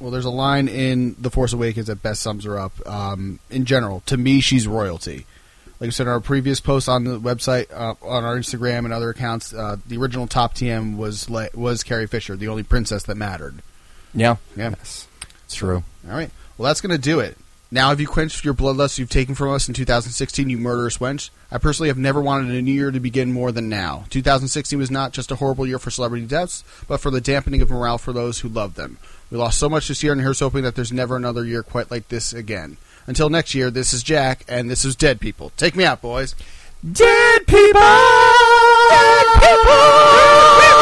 [SPEAKER 4] Well, there's a line in The Force Awakens that best sums her up. Um, in general, to me, she's royalty. Like I said in our previous post on the website, uh, on our Instagram and other accounts, uh, the original top TM was Le- was Carrie Fisher, the only princess that mattered.
[SPEAKER 1] Yeah,
[SPEAKER 4] Yeah.
[SPEAKER 1] it's true.
[SPEAKER 4] All right. Well, that's going to do it. Now, have you quenched your bloodlust you've taken from us in 2016, you murderous wench? I personally have never wanted a new year to begin more than now. 2016 was not just a horrible year for celebrity deaths, but for the dampening of morale for those who love them. We lost so much this year, and here's hoping that there's never another year quite like this again. Until next year, this is Jack, and this is Dead People. Take me out, boys.
[SPEAKER 1] Dead people!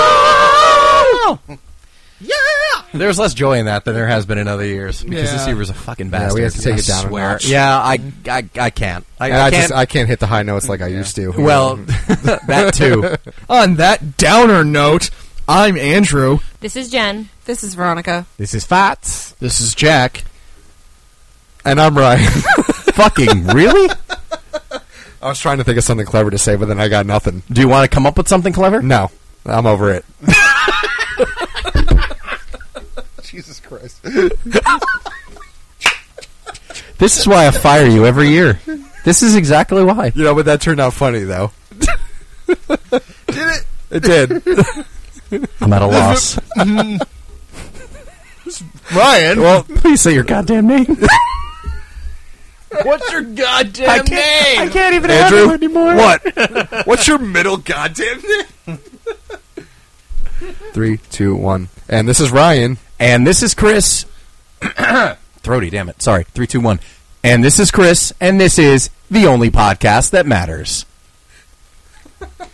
[SPEAKER 1] Dead people! <laughs> Yeah! <laughs> There's less joy in that than there has been in other years because this
[SPEAKER 3] Yeah.
[SPEAKER 1] year was a fucking
[SPEAKER 5] Yeah,
[SPEAKER 1] bastard.
[SPEAKER 5] we have to take
[SPEAKER 1] I
[SPEAKER 5] it down a
[SPEAKER 1] swear.
[SPEAKER 5] notch.
[SPEAKER 1] Yeah, I, I, I can't. I,
[SPEAKER 5] And I,
[SPEAKER 1] I can't.
[SPEAKER 5] just I can't hit the high notes like I used to.
[SPEAKER 1] well, <laughs> that too.
[SPEAKER 3] On that downer note, I'm Andrew.
[SPEAKER 7] This is Jen.
[SPEAKER 6] This is Veronica.
[SPEAKER 12] This is Fats.
[SPEAKER 4] This is Jack.
[SPEAKER 5] and I'm <laughs> Ryan.
[SPEAKER 1] fucking really?
[SPEAKER 5] I was trying to think of something clever to say, but then I got nothing.
[SPEAKER 1] Do you want to come up with something clever?
[SPEAKER 5] No, I'm over it.
[SPEAKER 4] <laughs> Jesus Christ.
[SPEAKER 1] This is why I fire you every year. This is exactly why.
[SPEAKER 5] You know, but that turned out funny though. did it? It did.
[SPEAKER 1] I'm at
[SPEAKER 3] <laughs>
[SPEAKER 1] a loss.
[SPEAKER 5] Ryan, well,
[SPEAKER 1] Please say your goddamn name.
[SPEAKER 3] What's your goddamn
[SPEAKER 1] I can't even
[SPEAKER 5] Andrew,
[SPEAKER 1] have it anymore.
[SPEAKER 5] what? What's your middle goddamn name? Three, two, one, and this is Ryan.
[SPEAKER 1] And this is Chris. <coughs> Throaty, damn it. Sorry. Three, two, one. And this is Chris, and this is the only podcast that matters. <laughs>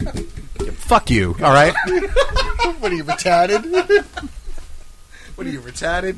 [SPEAKER 1] Fuck you. All right.
[SPEAKER 4] What are you, retarded? what are you, retarded?